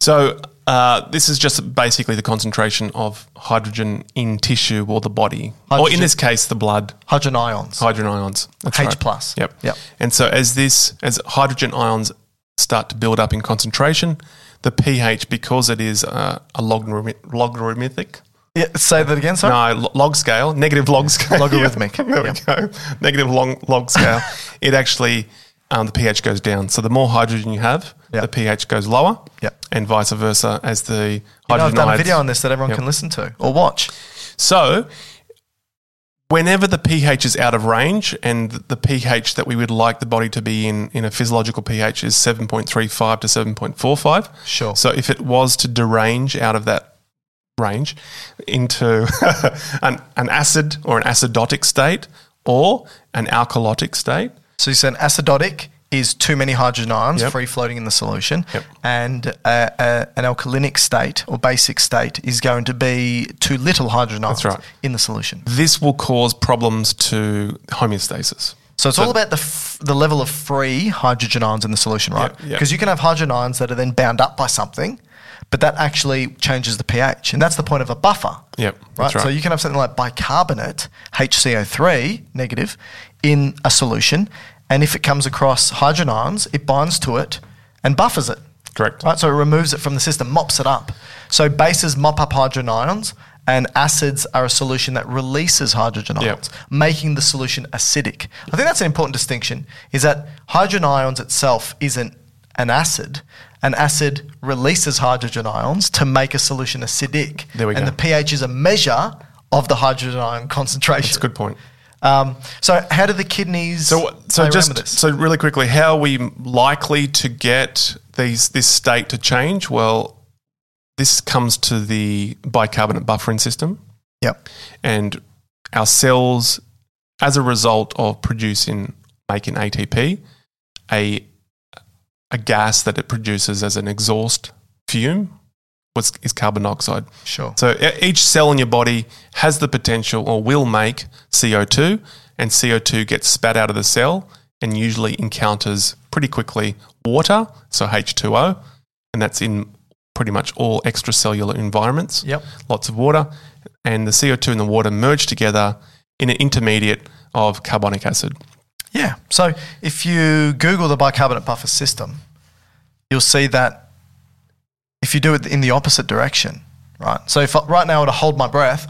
S2: so uh, this is just basically the concentration of hydrogen in tissue or the body, or in
S1: Hydrogen-
S2: this case, the blood.
S1: Hydrogen ions.
S2: Hydrogen ions. That's
S1: H
S2: right.
S1: plus.
S2: Yep.
S1: Yep.
S2: And so as this as hydrogen ions start to build up in concentration, the pH because it is uh, a logarithmic, logarithmic
S1: yeah, say that again. Sorry.
S2: No, lo- log scale, negative log scale.
S1: Logarithmic.
S2: there
S1: Yeah.
S2: we go. Negative long, log scale. it actually, um, the pH goes down. So the more hydrogen you have,
S1: Yeah.
S2: the pH goes lower.
S1: Yeah.
S2: And vice versa as the
S1: You know, I've
S2: hydrogen
S1: done a
S2: ions-
S1: video on this that everyone
S2: Yep.
S1: can listen to or watch.
S2: So whenever the pH is out of range and th- the pH that we would like the body to be in in a physiological pH is 7.35 to 7.45.
S1: Sure.
S2: So if it was to derange out of that range into an, an acid or an acidotic state or an alkalotic state.
S1: So you said acidotic is too many hydrogen ions
S2: Yep.
S1: free floating in the solution,
S2: Yep.
S1: and uh, uh, an alkalinic state or basic state is going to be too little hydrogen ions
S2: That's right.
S1: in the solution.
S2: This will cause problems to homeostasis.
S1: So it's all about the f- the level of free hydrogen ions in the solution, right? Because
S2: yeah.
S1: you can have hydrogen ions that are then bound up by something, but that actually changes the pH, and that's the point of a buffer.
S2: Yep,
S1: Right?
S2: that's right.
S1: So you can have something like bicarbonate, HCO3 negative, in a solution, and if it comes across hydrogen ions, it binds to it and buffers it.
S2: Correct.
S1: Right? So it removes it from the system, mops it up. So bases mop up hydrogen ions, and acids are a solution that releases hydrogen
S2: Yeah.
S1: ions, making the solution acidic. I think that's an important distinction is that hydrogen ions itself isn't an acid. An acid releases hydrogen ions to make a solution acidic.
S2: There we
S1: and
S2: go.
S1: the pH is a measure of the hydrogen ion concentration.
S2: That's a good point.
S1: Um, so how do the kidneys
S2: So, what- so
S1: play around
S2: just
S1: with this?
S2: so really quickly, how are we likely to get these this state to change? Well, this comes to the bicarbonate buffering system,
S1: Yep.
S2: and our cells, as a result of producing making ATP, a a gas that it produces as an exhaust fume, was is carbon dioxide.
S1: Sure.
S2: So e- each cell in your body has the potential or will make CO2, and CO2 gets spat out of the cell and usually encounters pretty quickly water, so H2O, and that's in pretty much all extracellular environments.
S1: Yep.
S2: Lots of water, and the CO2 and the water merge together in an intermediate of carbonic acid.
S1: Yeah. So if you Google the bicarbonate buffer system, you'll see that if you do it in the opposite direction, right? So if I, right now I were to hold my breath,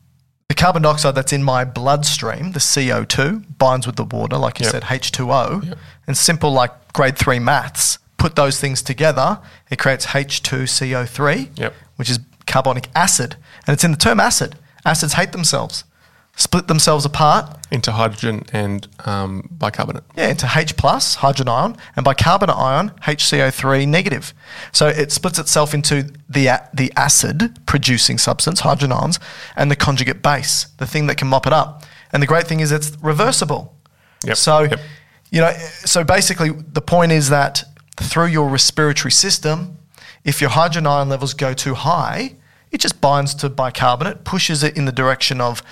S1: the carbon dioxide that's in my bloodstream, the CO2, binds with the water, like you
S2: Yep.
S1: said, H2O, and simple like grade three maths, put those things together, it creates H2CO3,
S2: Yep.
S1: which is carbonic acid. And it's in the term acid. Acids hate themselves, split themselves apart,
S2: Into hydrogen and um, bicarbonate.
S1: yeah, into H plus hydrogen ion and bicarbonate ion HCO3 negative. So it splits itself into the a- the acid producing substance hydrogen ions and the conjugate base, the thing that can mop it up. And the great thing is it's reversible.
S2: Yep,
S1: So
S2: yep.
S1: you know, so basically the point is that through your respiratory system, if your hydrogen ion levels go too high, it just binds to bicarbonate, pushes it in the direction of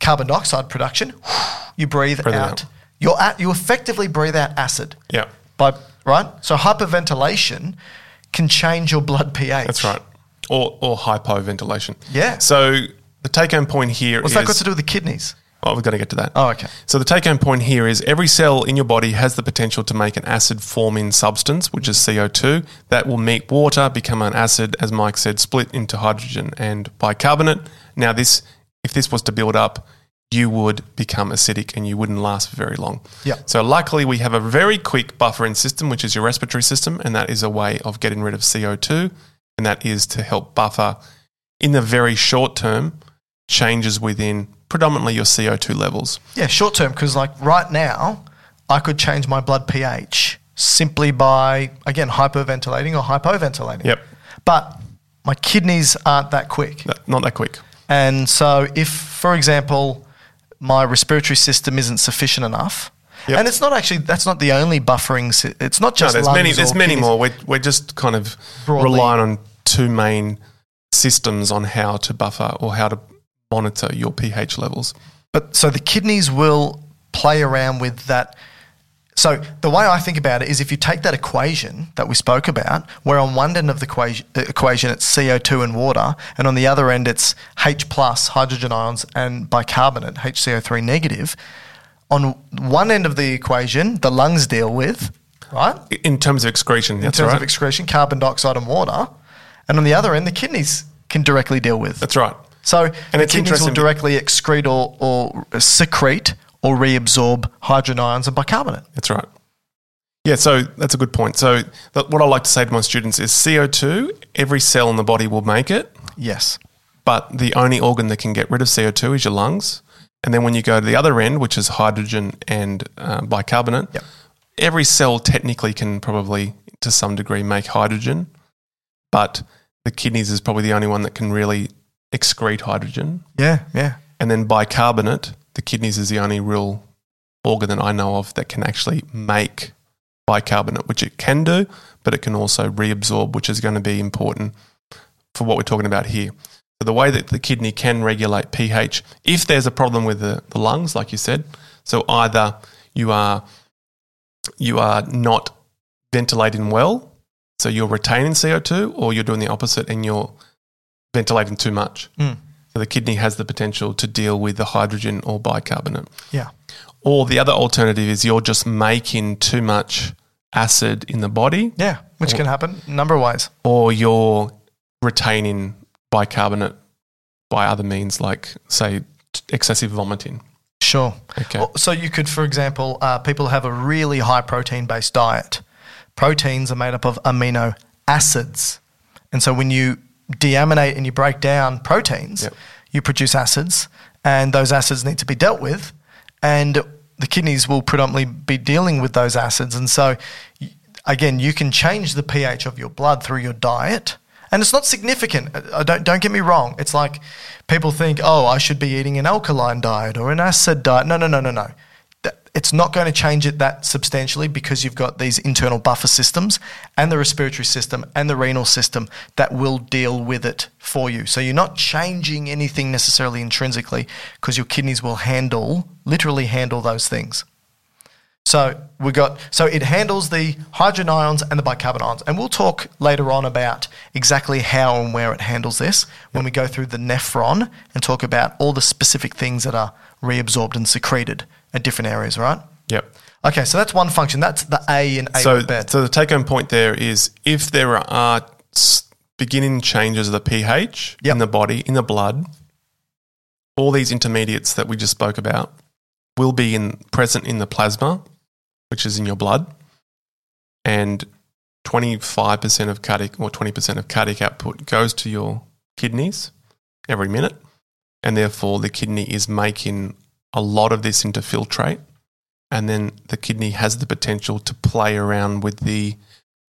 S1: carbon dioxide production. You breathe,
S2: Breathe it
S1: out.
S2: out.
S1: You're at, you effectively breathe out acid.
S2: Yeah.
S1: By right? So hyperventilation can change your blood pH.
S2: That's right. Or, or hypoventilation.
S1: Yeah.
S2: So the take home point here
S1: What's that got to do with the kidneys?
S2: Oh, we've got to get to that.
S1: Oh, okay.
S2: So the take home point here is every cell in your body has the potential to make an acid forming substance, which is CO2, that will meet water, become an acid, as Mike said, split into hydrogen and bicarbonate. Now this if this was to build up, you would become acidic and you wouldn't last for very long.
S1: Yeah.
S2: So luckily we have a very quick buffering system, which is your respiratory system, and that is a way of getting rid of CO2, and that is to help buffer in the very short term changes within predominantly your CO2 levels.
S1: Yeah, short term, because like right now, I could change my blood pH simply by again hyperventilating or hypoventilating.
S2: Yep.
S1: But my kidneys aren't that quick.
S2: That- Not that quick.
S1: And so, if, for example, my respiratory system isn't sufficient enough,
S2: Yep.
S1: and it's not actually, that's not the only buffering, si- it's not
S2: No,
S1: just
S2: there's
S1: lungs
S2: many. There's
S1: or
S2: many
S1: kidneys.
S2: more. We're, we're just kind of
S1: Broadly.
S2: relying on two main systems on how to buffer or how to monitor your pH levels.
S1: But so the kidneys will play around with that. So the way I think about it is if you take that equation that we spoke about, where on one end of the equation, the equation it's CO2 and water, and on the other end it's H plus hydrogen ions and bicarbonate, HCO3 negative. On one end of the equation, the lungs deal with, right?
S2: In terms of excretion,
S1: In
S2: that's
S1: terms
S2: right.
S1: of excretion, carbon dioxide and water. And on the other end, the kidneys can directly deal with.
S2: that's right.
S1: So the kidneys
S2: it's
S1: will
S2: interesting-
S1: directly excrete or, or secrete or reabsorb hydrogen ions and bicarbonate.
S2: That's right. Yeah, so that's a good point. So that, what I like to say to my students is CO2. Every cell in the body will make it.
S1: Yes.
S2: but the only organ that can get rid of CO2 is your lungs. And then when you go to the other end, which is hydrogen and uh, bicarbonate,
S1: Yep.
S2: every cell technically can probably, to some degree, make hydrogen, but the kidneys is probably the only one that can really excrete hydrogen.
S1: Yeah, yeah.
S2: And then bicarbonate, the kidneys is the only real organ that I know of that can actually make bicarbonate, which it can do, but it can also reabsorb, which is going to be important for what we're talking about here. So the way that the kidney can regulate pH, if there's a problem with the, the lungs, like you said, so either you are you are not ventilating well, so you're retaining CO2, or you're doing the opposite and you're ventilating too much.
S1: Mm.
S2: So the kidney has the potential to deal with the hydrogen or bicarbonate.
S1: Yeah.
S2: Or the other alternative is you're just making too much acid in the body,
S1: Yeah, which can happen a number of ways.
S2: or you're retaining bicarbonate by other means, like, say, t- excessive vomiting.
S1: Sure.
S2: Okay.
S1: Well, So you could, for example, uh, people have a really high protein based diet. Proteins are made up of amino acids. And so when you deaminate and you break down proteins,
S2: Yep.
S1: you produce acids, and those acids need to be dealt with. And the kidneys will predominantly be dealing with those acids. And so, y- again, you can change the pH of your blood through your diet. And it's not significant. Uh, uh, Don't, don't get me wrong. It's like people think, oh, I should be eating an alkaline diet or an acid diet. No, no, no, no, no. That- It's not going to change it that substantially because you've got these internal buffer systems and the respiratory system and the renal system that will deal with it for you. So you're not changing anything necessarily intrinsically because your kidneys will handle, literally handle those things. So we got so it handles the hydrogen ions and the bicarbonate ions, and we'll talk later on about exactly how and where it handles this when we go through the nephron and talk about all the specific things that are reabsorbed and secreted at different areas, right?
S2: Yep.
S1: Okay, so that's one function. That's the A and A
S2: so,
S1: bed.
S2: so the take home point there is if there are s- beginning changes of the pH
S1: Yep.
S2: in the body, in the blood, all these intermediates that we just spoke about will be in, present in the plasma, which is in your blood. And 25% of cardiac or 20% of cardiac output goes to your kidneys every minute. And therefore, the kidney is making a lot of this into filtrate and then the kidney has the potential to play around with the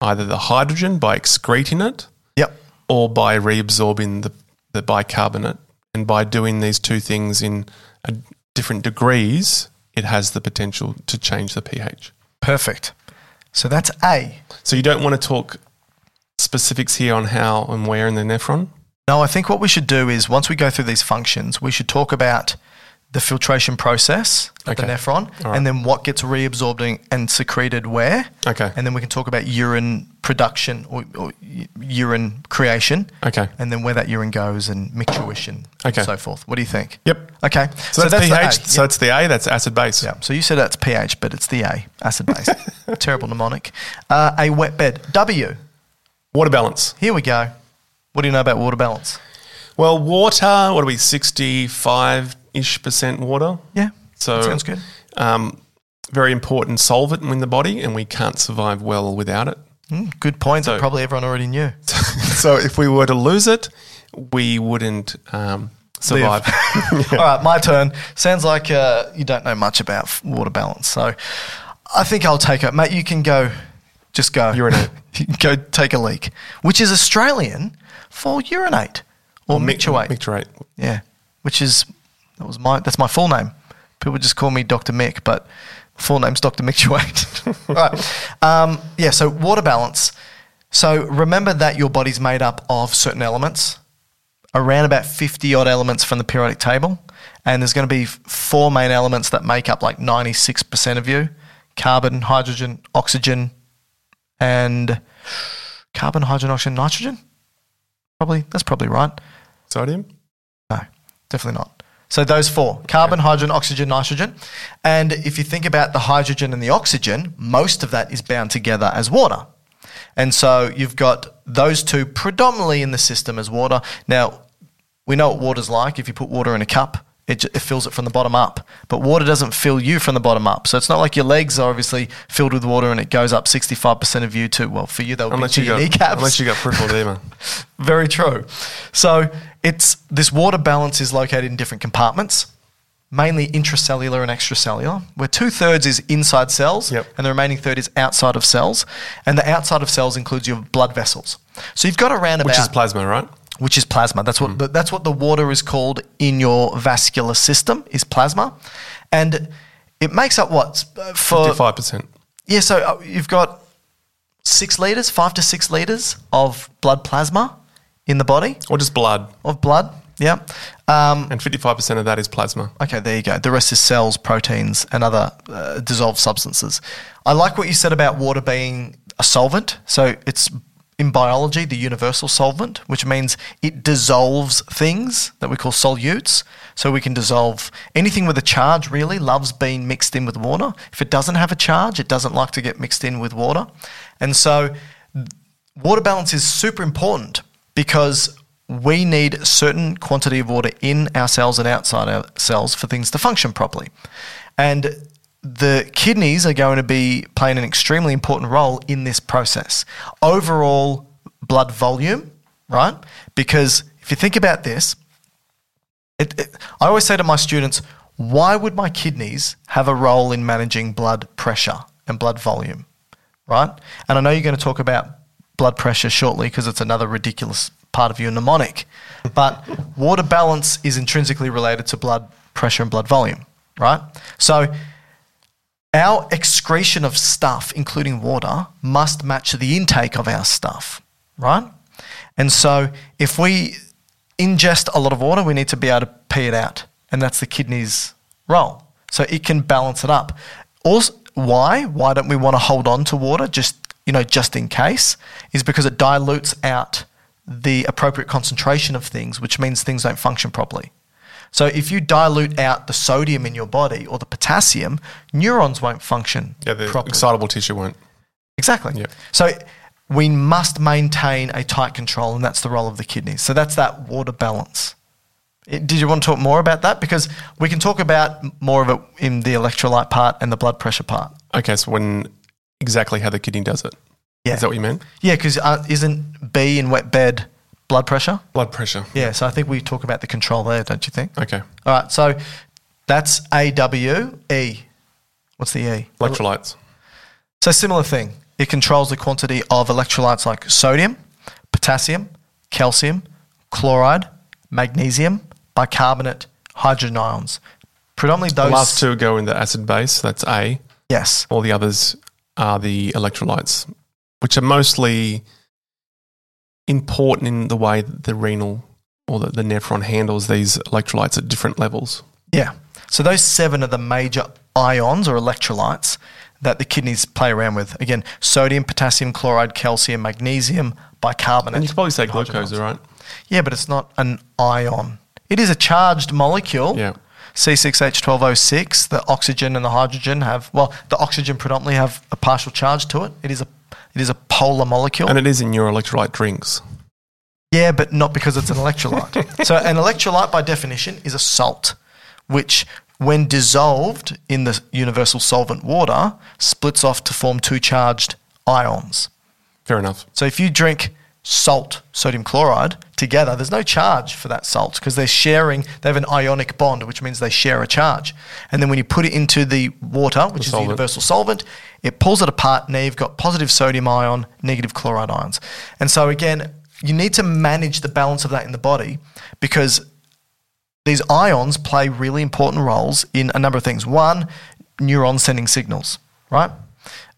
S2: either the hydrogen by excreting it
S1: yep.
S2: or by reabsorbing the, the bicarbonate and by doing these two things in a different degrees it has the potential to change the ph
S1: Perfect. So that's A.
S2: so you don't want to talk specifics here on how and where in the nephron
S1: No, I think what we should do is once we go through these functions, we should talk about the filtration process of the
S2: Okay.
S1: nephron
S2: All right.
S1: and then what gets reabsorbed and- and secreted where.
S2: okay
S1: And then we can talk about urine production or, or u- urine creation
S2: okay
S1: and then where that urine goes and mictuition
S2: Okay.
S1: and so forth. What do you think?
S2: yep
S1: Okay.
S2: so, that's,
S1: the
S2: ph
S1: A.
S2: so it's the a that's acid base
S1: Yeah. So you said that's pH, but it's the A, acid base. Terrible mnemonic. Uh, a wet bed. W.
S2: water balance
S1: Here we go. What do you know about water balance?
S2: well water what are we 65 ish percent water
S1: Yeah.
S2: So
S1: That sounds good.
S2: Um, very important solvent in the body, and we can't survive well without it.
S1: Mm, good point
S2: So-
S1: that probably everyone already knew.
S2: so if we were to lose it, we wouldn't um, survive.
S1: All right, my turn. Sounds like uh, you don't know much about f- water balance, so I think I'll take it, mate. You can go, just go
S2: Urinate.
S1: You can go take a leak, which is Australian for urinate or
S2: Mi-
S1: mictuate.
S2: Micturate.
S1: yeah, which is that was my that's my full name. People just call me Doctor Mick, but full name's Doctor Mictuate. All right. Um, yeah. So water balance. So remember that your body's made up of certain elements around about 50 odd elements from the periodic table. And there's going to be f- four main elements that make up like 96% of you carbon, hydrogen, oxygen, and carbon, hydrogen, oxygen, nitrogen. Probably, that's probably right.
S2: Sodium.
S1: No, definitely not. So those four carbon, hydrogen, oxygen, nitrogen. And if you think about the hydrogen and the oxygen, most of that is bound together as water. And so you've got those two predominantly in the system as water. Now, we know what water's like. If you put water in a cup, it, ju- it fills it from the bottom up. But water doesn't fill you from the bottom up. So it's not like your legs are obviously filled with water and it goes up 65% of you to, well, for you, that would
S2: Unless
S1: be
S2: you
S1: to your
S2: got
S1: kneecaps.
S2: unless you got peripheral edema.
S1: Very true. So it's this water balance is located in different compartments. mainly intracellular and extracellular, where two thirds is inside cells
S2: Yep.
S1: and the remaining third is outside of cells. And the outside of cells includes your blood vessels. So you've got around about
S2: which is Hmm. plasma, right?
S1: which is plasma. That's what the, that's what the water is called in your vascular system is plasma, and it makes up what uh, for
S2: Fifty-five percent.
S1: yeah. So uh, you've got six liters, five to six liters of blood plasma in the body
S2: Or just blood,
S1: of blood. Yeah. Um,
S2: and fifty-five percent of that is plasma.
S1: Okay, there you go. The rest is cells, proteins, and other uh, dissolved substances. I like what you said about water being a solvent. So it's in biology the universal solvent, which means it dissolves things that we call solutes. So we can dissolve anything with a charge, really, loves being mixed in with water. If it doesn't have a charge, it doesn't like to get mixed in with water. And so water balance is super important because we need a certain quantity of water in our cells and outside our cells for things to function properly. And the kidneys are going to be playing an extremely important role in this process. Overall blood volume, right? Because if you think about this, it, it, I always say to my students, why would my kidneys have a role in managing blood pressure and blood volume? Right? And I know you're going to talk about blood pressure shortly because it's another ridiculous part of your mnemonic. But water balance is intrinsically related to blood pressure and blood volume, right? So our excretion of stuff, including water, must match the intake of our stuff, right? And so if we ingest a lot of water, we need to be able to pee it out. And that's the kidney's role. So it can balance it up. Also, why? Why don't we want to hold on to water just, you know, just in case? Is because it dilutes out the appropriate concentration of things, which means things don't function properly. So if you dilute out the sodium in your body or the potassium, neurons won't function
S2: Yeah, the
S1: properly.
S2: excitable tissue won't.
S1: Exactly.
S2: Yep.
S1: So we must maintain a tight control, and that's the role of the kidneys. So that's that water balance. It- did you want to talk more about that? Because we can talk about m- more of it in the electrolyte part and the blood pressure part.
S2: Okay, so when exactly how the kidney does it? Is
S1: Yeah.
S2: that what you meant?
S1: yeah, because uh, isn't B in wet bed blood pressure?
S2: Blood pressure.
S1: Yeah, so I think we talk about the control there, don't you think?
S2: Okay,
S1: All right, so that's AWE. What's the E?
S2: electrolytes.
S1: So similar thing. It controls the quantity of electrolytes like sodium, potassium, calcium, chloride, magnesium, bicarbonate, hydrogen ions. Predominantly
S2: The
S1: those.
S2: last two go in the acid base. That's A.
S1: Yes.
S2: All the others are the electrolytes, which are mostly important in the way that the renal or the, the nephron handles these electrolytes at different levels.
S1: Yeah. So those seven are the major ions or electrolytes that the kidneys play around with. Again, sodium, potassium, chloride, calcium, magnesium, bicarbonate.
S2: And you could probably say
S1: hydrogen
S2: glucose,
S1: ions.
S2: right?
S1: Yeah, but it's not an ion. It is a charged molecule.
S2: Yeah.
S1: C6H12O6, the oxygen and the hydrogen have, well, the oxygen predominantly have a partial charge to it. It is a, it is a polar molecule.
S2: And it is in your electrolyte drinks.
S1: yeah, but not because it's an electrolyte. so, an electrolyte by definition is a salt, which, when dissolved in the universal solvent water, splits off to form two charged ions.
S2: Fair enough.
S1: So if you drink salt, sodium chloride, together, there's no charge for that salt because they're sharing, they have an ionic bond, which means they share a charge. And then when you put it into the water, which is the
S2: solvent.
S1: universal solvent, it pulls it apart. Now you've got positive sodium ion, negative chloride ions. And so again, you need to manage the balance of that in the body because these ions play really important roles in a number of things. One, neurons sending signals, right?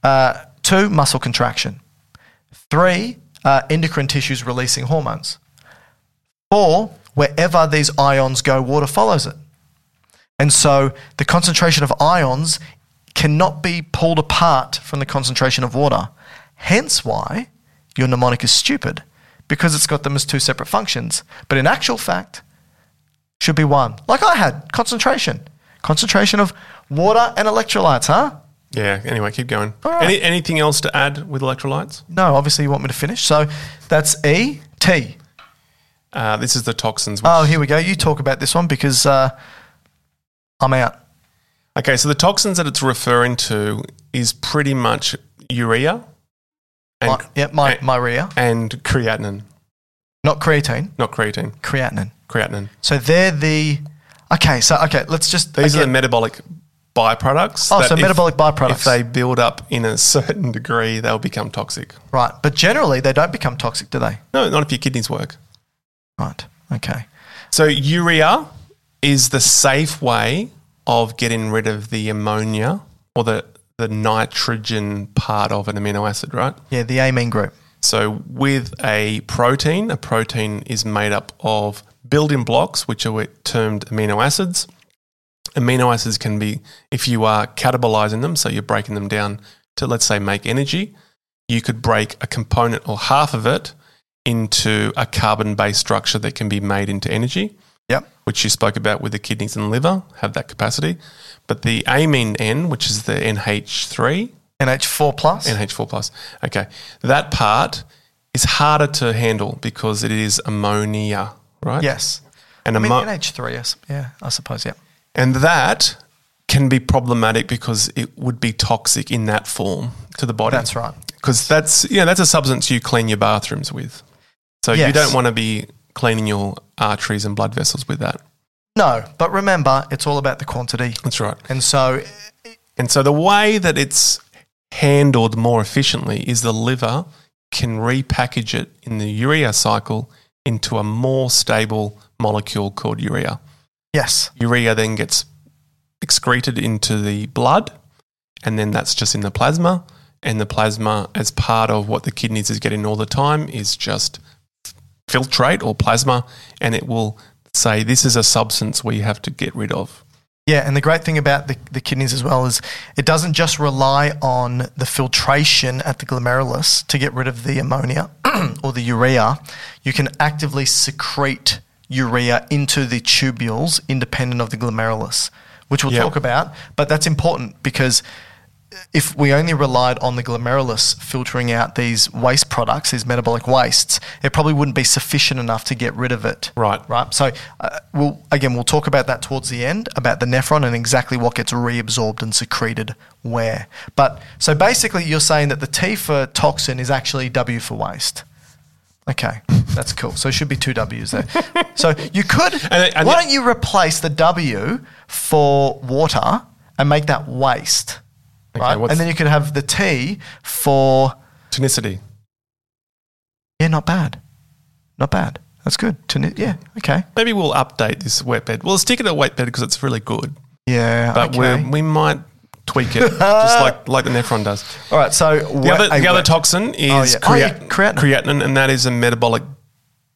S1: Uh, two, muscle contraction. Three, uh, endocrine tissues releasing hormones. Four, wherever these ions go, water follows it. And so the concentration of ions cannot be pulled apart from the concentration of water. Hence why your mnemonic is stupid, because it's got them as two separate functions. But in actual fact, should be one. Like I had, concentration. Concentration of water and electrolytes, huh?
S2: Yeah. Anyway, keep going.
S1: All right.
S2: Any, anything else to add with electrolytes?
S1: No, obviously you want me to finish. So that's E, T.
S2: Uh, this is the toxins. Which,
S1: Oh, here we go. You talk about this one because uh, I'm out.
S2: Okay, so the toxins that it's referring to is pretty much urea and,
S1: My, yeah, my,
S2: and-
S1: my rear.
S2: and creatinine,
S1: Not creatine,
S2: not creatine,
S1: creatinine.
S2: creatinine.
S1: So they're the Okay, so okay, let's just
S2: These are the
S1: again-
S2: metabolic byproducts.
S1: Oh,
S2: that
S1: so metabolic byproducts.
S2: If they build up in a certain degree, they'll become toxic.
S1: right, but generally they don't become toxic, do they?
S2: No, not if your kidneys work.
S1: Right. Okay.
S2: So urea is the safe way of getting rid of the ammonia or the the nitrogen part of an amino acid, right?
S1: Yeah, the amine group.
S2: So with a protein, a protein is made up of building blocks, which are termed amino acids. Amino acids can be, if you are catabolizing them, so you're breaking them down to, let's say, make energy, you could break a component or half of it into a carbon based structure that can be made into energy,
S1: Yep.
S2: which you spoke about with the kidneys and liver, have that capacity. But the amine N, which is the NH3,
S1: NH4 plus.
S2: NH4 plus. Okay, that part is harder to handle because it is ammonia, right?
S1: Yes.
S2: and
S1: I mean,
S2: ammo-
S1: NH3, yes. Yeah, I suppose, yeah.
S2: and that can be problematic because it would be toxic in that form to the body.
S1: That's right.
S2: Because that's yeah, that's a substance you clean your bathrooms with. So you
S1: Yes.
S2: don't want to be cleaning your arteries and blood vessels with that.
S1: No, but remember, it's all about the quantity.
S2: That's right.
S1: And so,
S2: And so the way that it's handled more efficiently is the liver can repackage it in the urea cycle into a more stable molecule called urea.
S1: yes.
S2: Urea then gets excreted into the blood, and then that's just in the plasma. And the plasma, as part of what the kidneys is getting all the time, is just filtrate or plasma, and it will say, This is a substance we have to get rid of.
S1: Yeah, and the great thing about the, the kidneys as well is it doesn't just rely on the filtration at the glomerulus to get rid of the ammonia or the urea. You can actively secrete urea into the tubules independent of the glomerulus, which we'll
S2: Yeah.
S1: talk about. But that's important because if we only relied on the glomerulus filtering out these waste products, these metabolic wastes, it probably wouldn't be sufficient enough to get rid of it
S2: Right.
S1: right? So, uh, we'll again we'll talk about that towards the end about the nephron and exactly what gets reabsorbed and secreted where. But so basically, you're saying that the T for toxin is actually W for waste. Okay, that's cool. So it should be two W's there. so you could
S2: And- and-
S1: why don't you replace the W for water and make that waste,
S2: Okay,
S1: right?
S2: what's-
S1: And then you could have the T for
S2: Tonicity.
S1: yeah, not bad, not bad. That's good. Tuni- yeah, okay.
S2: Maybe we'll update this wetbed. We'll stick it at wetbed because it's really good,
S1: Yeah,
S2: but
S1: okay.
S2: we're, we might tweak it just like, like the nephron does.
S1: All right, so
S2: The other, the other toxin is
S1: yeah. Oh, yeah,
S2: creat-
S1: creatinine.
S2: creatinine. and that is a metabolic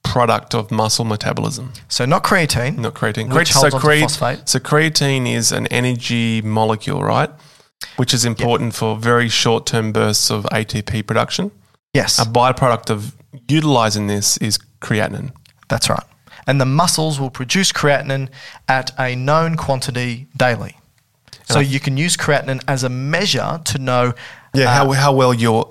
S2: product of muscle metabolism,
S1: so not creatine,
S2: not creatine.
S1: Which
S2: Creat-
S1: holds
S2: so,
S1: onto
S2: creat-
S1: phosphate.
S2: so creatine is an energy molecule, right? Which is important for very short-term bursts of ATP production.
S1: Yes,
S2: A byproduct of utilizing this is creatinine.
S1: that's right. And the muscles will produce creatinine at a known quantity daily. So you can use creatinine as a measure to know.
S2: Yeah,
S1: uh,
S2: how, how well you're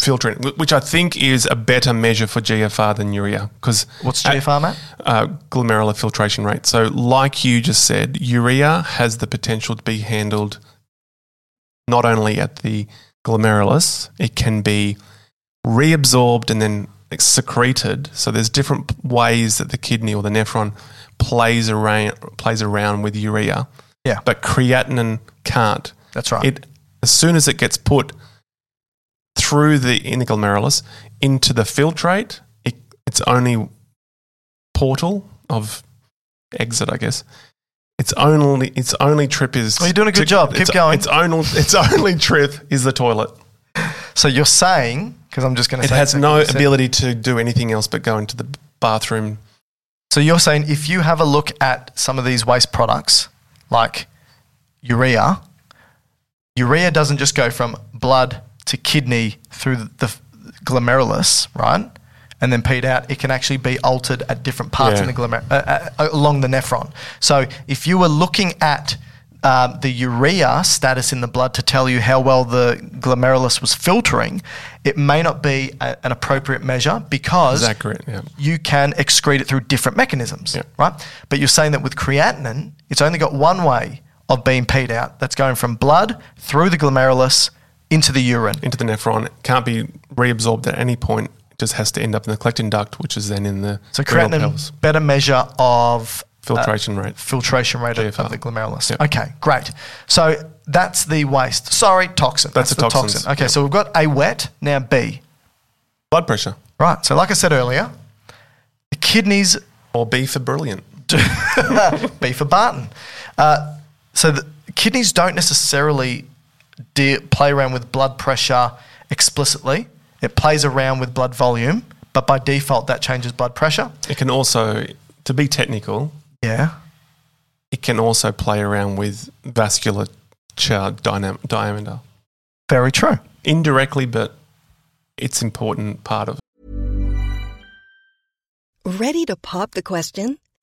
S2: filtering, wh- which I think is a better measure for GFR than urea. Because
S1: what's GFR, Matt?
S2: Uh, glomerular filtration rate. So, like you just said, urea has the potential to be handled not only at the glomerulus, it can be reabsorbed and then secreted. So, there's different ways that the kidney or the nephron plays around, plays around with urea,
S1: Yeah,
S2: but creatinine can't
S1: that's right.
S2: it as soon as it gets put through the in the glomerulus into the filtrate, it, its only portal of exit, I guess. Its only its only trip is.
S1: Well, you're doing a good job. Keep
S2: its,
S1: going.
S2: Its only its only trip is the toilet.
S1: so you're saying because I'm just going to
S2: It
S1: say
S2: has
S1: exactly
S2: no
S1: what you said.
S2: ability to do anything else but go into the bathroom.
S1: So you're saying if you have a look at some of these waste products like urea, urea doesn't just go from blood to kidney through the f- glomerulus, right? And then peed out. It can actually be altered at different parts in
S2: Yeah.
S1: the glomer- uh, uh, along the nephron. So if you were looking at um, the urea status in the blood to tell you how well the glomerulus was filtering, it may not be a, an appropriate measure because
S2: Is that correct? Yeah.
S1: you can excrete it through different mechanisms,
S2: Yeah.
S1: right? But you're saying that with creatinine, it's only got one way of being peed out. That's going from blood through the glomerulus into the urine.
S2: Into the nephron, it can't be reabsorbed at any point. It just has to end up in the collecting duct, which is then in the
S1: So
S2: renal
S1: creatinine,
S2: pelvis.
S1: better measure of uh,
S2: Filtration rate.
S1: filtration rate of-
S2: GFR.
S1: of the glomerulus.
S2: Yep.
S1: Okay, great. So that's the waste. Sorry, toxin.
S2: That's the
S1: the
S2: toxins.
S1: toxin. Okay, so we've got A wet, now B.
S2: Blood pressure.
S1: Right, so like I said earlier, the kidneys,
S2: Or B for brilliant.
S1: B for Barton. Uh, so the kidneys don't necessarily de- play around with blood pressure explicitly. It plays around with blood volume, but by default, that changes blood pressure.
S2: It can also, to be technical,
S1: Yeah.
S2: it can also play around with vascular char dynam- diameter.
S1: Very true.
S2: Indirectly, but it's important part of it.
S3: Ready to pop the question?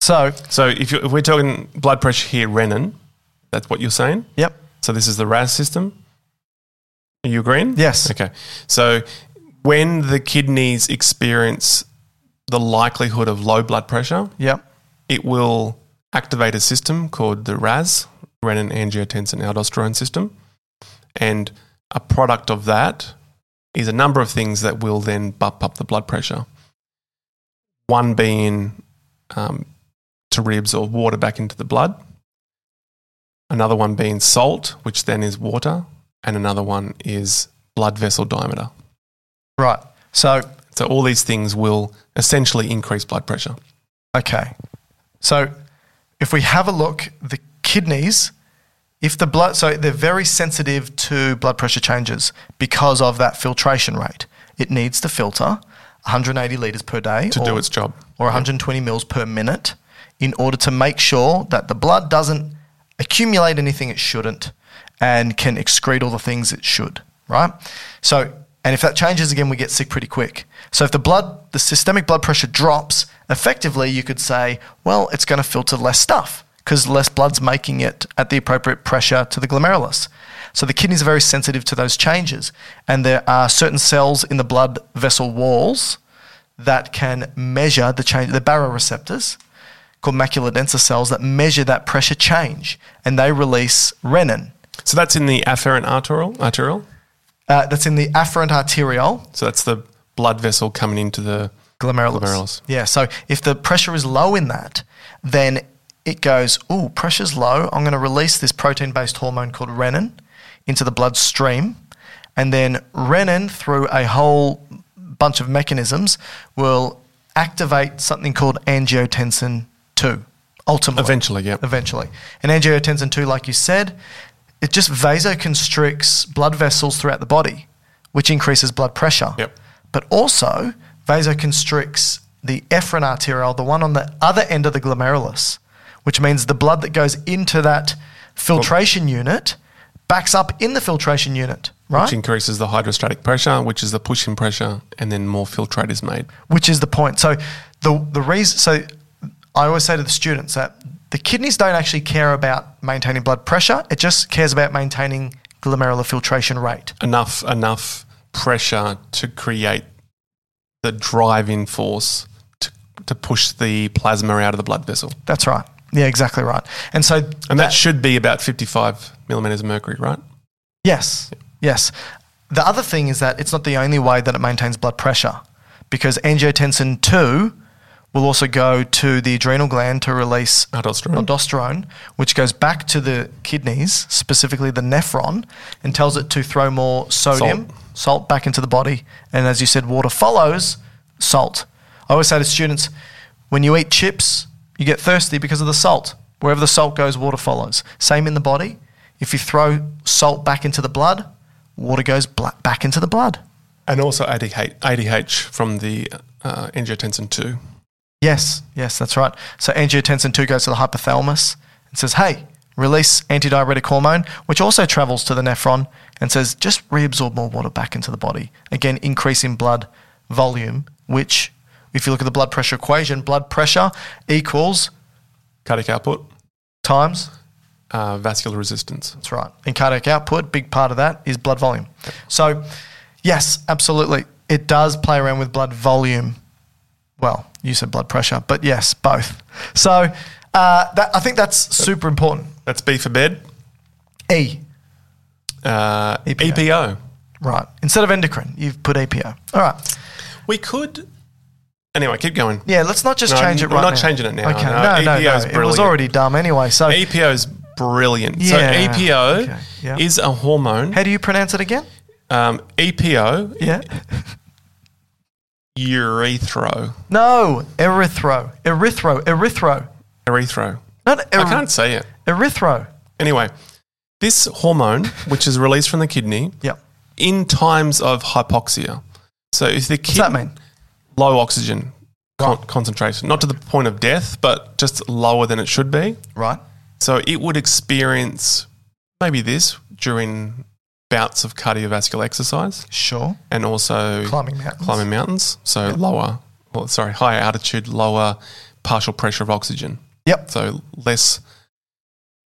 S1: So,
S2: So if, you, if we're talking blood pressure here, renin, that's what you're saying?
S1: yep.
S2: So this is the RAS system. Are you agreeing?
S1: Yes.
S2: Okay. So when the kidneys experience the likelihood of low blood pressure,
S1: Yep.
S2: it will activate a system called the RAS, renin angiotensin aldosterone system. And a product of that is a number of things that will then bump up the blood pressure. One being um, to reabsorb water back into the blood, another one being salt, which then is water, and another one is blood vessel diameter.
S1: Right. So,
S2: So all these things will essentially increase blood pressure.
S1: Okay. So if we have a look, the kidneys, if the blood, so they're very sensitive to blood pressure changes because of that filtration rate. It needs to filter 180 litres per day
S2: To do its job.
S1: or 120 mils per minute in order to make sure that the blood doesn't accumulate anything it shouldn't and can excrete all the things it should, right? So, and if that changes again, we get sick pretty quick. So, if the blood, the systemic blood pressure drops, effectively you could say, well, it's going to filter less stuff because less blood's making it at the appropriate pressure to the glomerulus. So the kidneys are very sensitive to those changes, and there are certain cells in the blood vessel walls that can measure the change, the baroreceptors called macular denser cells that measure that pressure change, and they release renin.
S2: So that's in the afferent arterial. Arterial.
S1: Uh, that's in the afferent arteriole
S2: So that's the blood vessel coming into the
S1: glomerulus.
S2: Glomerulus.
S1: Yeah. So if the pressure is low in that, then it goes, ooh, pressure's low. I'm going to release this protein-based hormone called renin into the bloodstream, and then renin through a whole bunch of mechanisms will activate something called angiotensin two. Ultimately,
S2: Eventually, yeah.
S1: eventually. And angiotensin 2, like you said, it just vasoconstricts blood vessels throughout the body, which increases blood pressure.
S2: Yep.
S1: But also vasoconstricts the efferent arteriole, the one on the other end of the glomerulus, which means the blood that goes into that filtration unit backs up in the filtration unit, right?
S2: Which increases the hydrostatic pressure, which is the push in pressure, and then more filtrate is made.
S1: which is the point. So the the reason so I always say to the students that the kidneys don't actually care about maintaining blood pressure. It just cares about maintaining glomerular filtration rate.
S2: Enough, enough pressure to create the driving force to, to push the plasma out of the blood vessel.
S1: That's right. Yeah, exactly right. And so
S2: And that should be about 55 millimeters of mercury, right?
S1: Yes. Yes. The other thing is that it's not the only way that it maintains blood pressure because angiotensin 2 will also go to the adrenal gland to release
S2: Aldosterone.
S1: aldosterone, which goes back to the kidneys, specifically the nephron, and tells it to throw more sodium, salt, back into the body. And as you said, water follows salt. I always say to students, When you eat chips, you get thirsty because of the salt. Wherever the salt goes, water follows. Same in the body. If you throw salt back into the blood, water goes bla- back into the blood.
S2: And also ADH, ADH from the uh, angiotensin 2.
S1: Yes, yes, that's right. So angiotensin 2 goes to the hypothalamus and says, hey, release antidiuretic hormone, which also travels to the nephron and says, just reabsorb more water back into the body. Again, increasing blood volume, which, if you look at the blood pressure equation, blood pressure equals
S2: Cardiac output,
S1: times
S2: uh, vascular resistance.
S1: That's right. And cardiac output, big part of that is blood volume. So, yes, absolutely. It does play around with blood volume. Well, you said blood pressure, but yes, both. So, uh, that, I think that's super important.
S2: That's B for bed.
S1: E,
S2: Uh,
S1: EPO.
S2: EPO.
S1: right. Instead of endocrine, you've put EPO. All right.
S2: We could. Anyway, keep going.
S1: Yeah, let's not just
S2: No,
S1: change it
S2: we're
S1: right
S2: not
S1: now.
S2: changing it now.
S1: Okay.
S2: No,
S1: No, no,
S2: EPO
S1: no.
S2: is
S1: It was
S2: brilliant. E
S1: already dumb anyway. So,
S2: EPO is brilliant.
S1: Yeah.
S2: So EPO
S1: Okay, yeah.
S2: is a hormone.
S1: how do you pronounce it again?
S2: Um, EPO,
S1: Yeah.
S2: urethro.
S1: No, erythro. Erythro. Erythro.
S2: Urethro.
S1: Not
S2: I
S1: er-
S2: can't say it.
S1: erythro.
S2: Anyway, this hormone, which is released from the kidney
S1: Yep.
S2: in times of hypoxia. So if the
S1: What's that
S2: kidney
S1: mean?
S2: low oxygen con- concentration, not to the point of death, but just lower than it should be.
S1: Right.
S2: So it would experience maybe this during bouts of cardiovascular exercise
S1: Sure.
S2: and also
S1: Climbing mountains.
S2: climbing mountains. So lower, well, sorry, higher altitude, lower partial pressure of oxygen.
S1: Yep.
S2: So less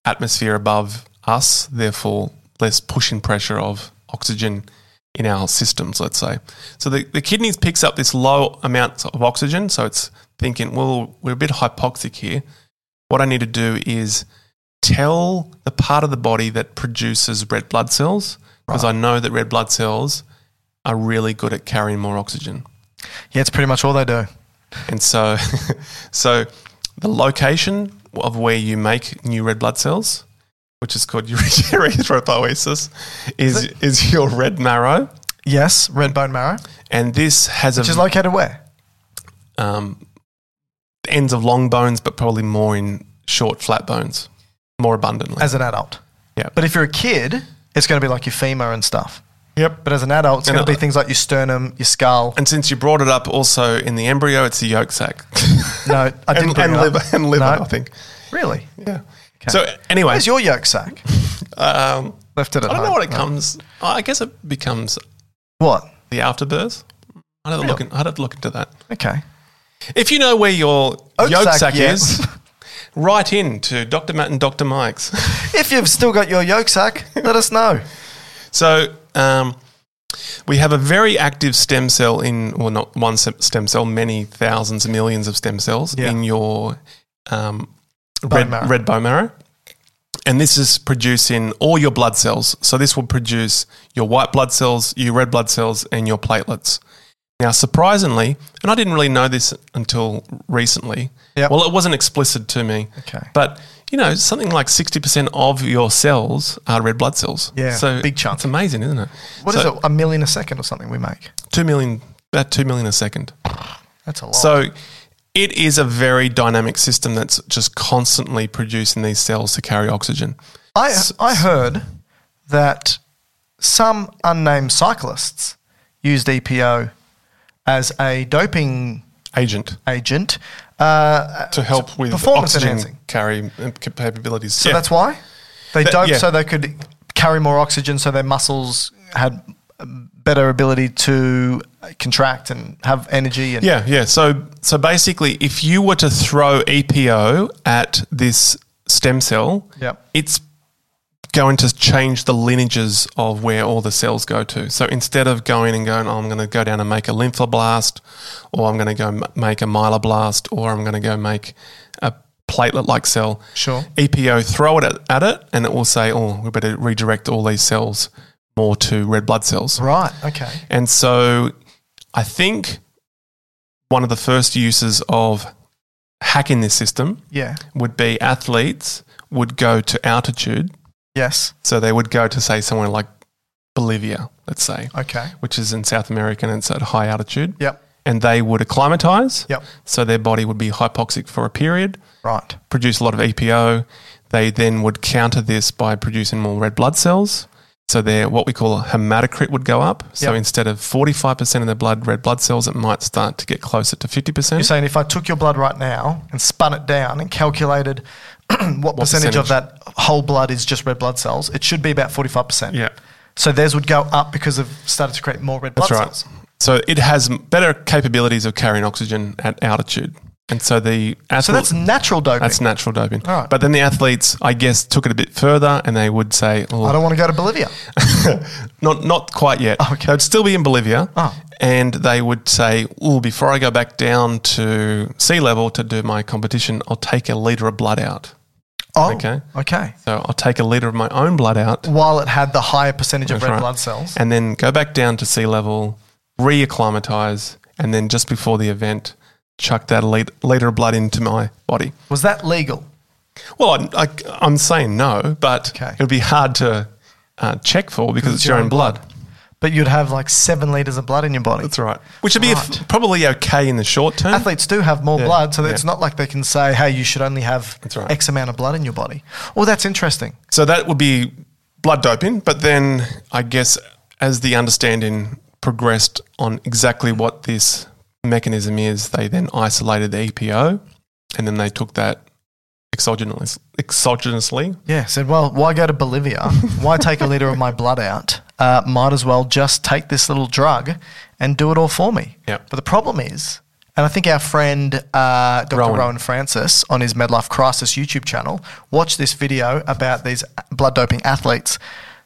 S2: atmosphere above us, therefore less pushing pressure of oxygen in our systems, let's say. So the, the kidneys picks up this low amount of oxygen. So it's thinking, well, we're a bit hypoxic here. What I need to do is tell the part of the body that produces red blood cells, because I know that red blood cells are really good at carrying more oxygen.
S1: Yeah, it's pretty much all they do.
S2: And so, so the location of where you make new red blood cells, which is called ure- erythropoiesis, is is your red marrow,
S1: Yes, red bone marrow,
S2: and this has
S1: which
S2: a
S1: is located where?
S2: um, ends of long bones, but probably more in short flat bones, more abundantly.
S1: As an adult.
S2: Yeah.
S1: But if you're a kid, it's going to be like your femur and stuff.
S2: yep.
S1: But as an adult, it's
S2: And
S1: going to
S2: I-
S1: be things like your sternum, your skull.
S2: And since you brought it up, also in the embryo, it's the yolk sac.
S1: No, I didn't
S2: and,
S1: bring
S2: and
S1: it up.
S2: liver and liver,
S1: No.
S2: I think.
S1: Really?
S2: Yeah. So anyway,
S1: Where's your yolk sac?
S2: um,
S1: Left it
S2: I
S1: at
S2: don't know
S1: home.
S2: what it
S1: No.
S2: comes. I guess it becomes
S1: What?
S2: the afterbirth. I'd have, to look
S1: Really?
S2: in, I'd have to look into that.
S1: Okay.
S2: If you know where your
S1: Oat
S2: yolk
S1: sac,
S2: sac
S1: yeah.
S2: is, write in to Dr. Matt and Dr. Mike's.
S1: If you've still got your yolk sac, let us know.
S2: So um, we have a very active stem cell in, well, not one se- stem cell, many thousands, millions of stem cells
S1: Yeah.
S2: in your um,
S1: Bone
S2: red,
S1: marrow.
S2: red bone marrow. And this is producing all your blood cells. So this will produce your white blood cells, your red blood cells, and your platelets. Now, surprisingly, and I didn't really know this until recently.
S1: Yep.
S2: Well, it wasn't explicit to me.
S1: Okay.
S2: But you know, something like sixty percent of your cells are red blood cells.
S1: Yeah,
S2: So
S1: big chunk.
S2: It's amazing, isn't it?
S1: What is it? A million a second or something we make?
S2: Two million, about two million a second.
S1: That's a lot.
S2: So it is a very dynamic system that's just constantly producing these cells to carry oxygen.
S1: I, I heard that some unnamed cyclists used EPO as a doping
S2: Agent
S1: agent. Uh,
S2: to help with
S1: performance
S2: oxygen
S1: enhancing.
S2: carry uh, capabilities.
S1: so
S2: Yeah.
S1: that's why they
S2: That-
S1: doped
S2: yeah.
S1: so they could carry more oxygen, so their muscles had better ability to contract and have energy. And
S2: Yeah, yeah. So so basically, if you were to throw EPO at this stem cell,
S1: Yep.
S2: it's going to change the lineages of where all the cells go to. So instead of going and going, oh, I'm going to go down and make a lymphoblast, or I'm going to go m- make a myeloblast, or I'm going to go make a platelet-like cell.
S1: Sure.
S2: EPO, throw it at, at it, and it will say, oh, we better redirect all these cells more to red blood cells.
S1: Right. Okay.
S2: And so I think one of the first uses of hacking this system
S1: Yeah.
S2: would be athletes would go to altitude.
S1: Yes.
S2: So they would go to, say, somewhere like Bolivia, let's say,
S1: Okay.
S2: which is in South America and it's at high altitude.
S1: Yep.
S2: and they would acclimatize.
S1: Yep.
S2: So their body would be hypoxic for a period,
S1: Right.
S2: produce a lot of EPO. They then would counter this by producing more red blood cells. So their what we call a hematocrit would go up. So
S1: Yep.
S2: instead of 45% of their blood red blood cells, it might start to get closer to 50%.
S1: You're saying if I took your blood right now and spun it down and calculated what, percentage, of
S2: percentage?
S1: that whole blood is just red blood cells, it should be about 45%.
S2: yeah.
S1: So theirs would go up because they've started to create more red blood
S2: That's right.
S1: cells.
S2: So it has m- better capabilities of carrying oxygen at altitude. And so the
S1: So that's natural doping.
S2: That's natural doping.
S1: All right.
S2: But then the athletes, I guess, took it a bit further and they would say,
S1: I
S2: oh,
S1: don't want to go to Bolivia.
S2: not, not quite yet.
S1: Okay.
S2: They'd still be in Bolivia.
S1: Oh.
S2: And they would say, oh, before I go back down to sea level to do my competition, I'll take a litre of blood out.
S1: Oh,
S2: Okay.
S1: Okay.
S2: So I'll take a litre of my own blood out.
S1: While it had the higher percentage of
S2: That's
S1: red
S2: right.
S1: blood cells.
S2: And then go back down to sea level, reacclimatise, and then just before the event, chuck that lit- litre of blood into my body.
S1: Was that legal?
S2: Well, I, I, am saying no, but
S1: Okay.
S2: it would be hard to uh, check for because it's your own blood.
S1: But you'd have like seven liters of blood in your body.
S2: That's right. Which would be f-
S1: Right.
S2: probably okay in the short term.
S1: Athletes do have more
S2: Yeah,
S1: blood, so it's
S2: yeah.
S1: not like they can say, hey, you should only have
S2: That's right.
S1: X amount of blood in your body. Well, that's interesting.
S2: So that would be blood doping. But then I guess as the understanding progressed on exactly what this mechanism is, they then isolated the EPO and then they took that exogenous, exogenously.
S1: Yeah, said, well, why go to Bolivia? why take a liter of my blood out? Uh, might as well just take this little drug and do it all for me.
S2: Yep.
S1: But the problem is, and I think our friend uh, Dr. Rowan.
S2: Rowan.
S1: Francis on his Medlife Crisis YouTube channel watched this video about these blood doping athletes.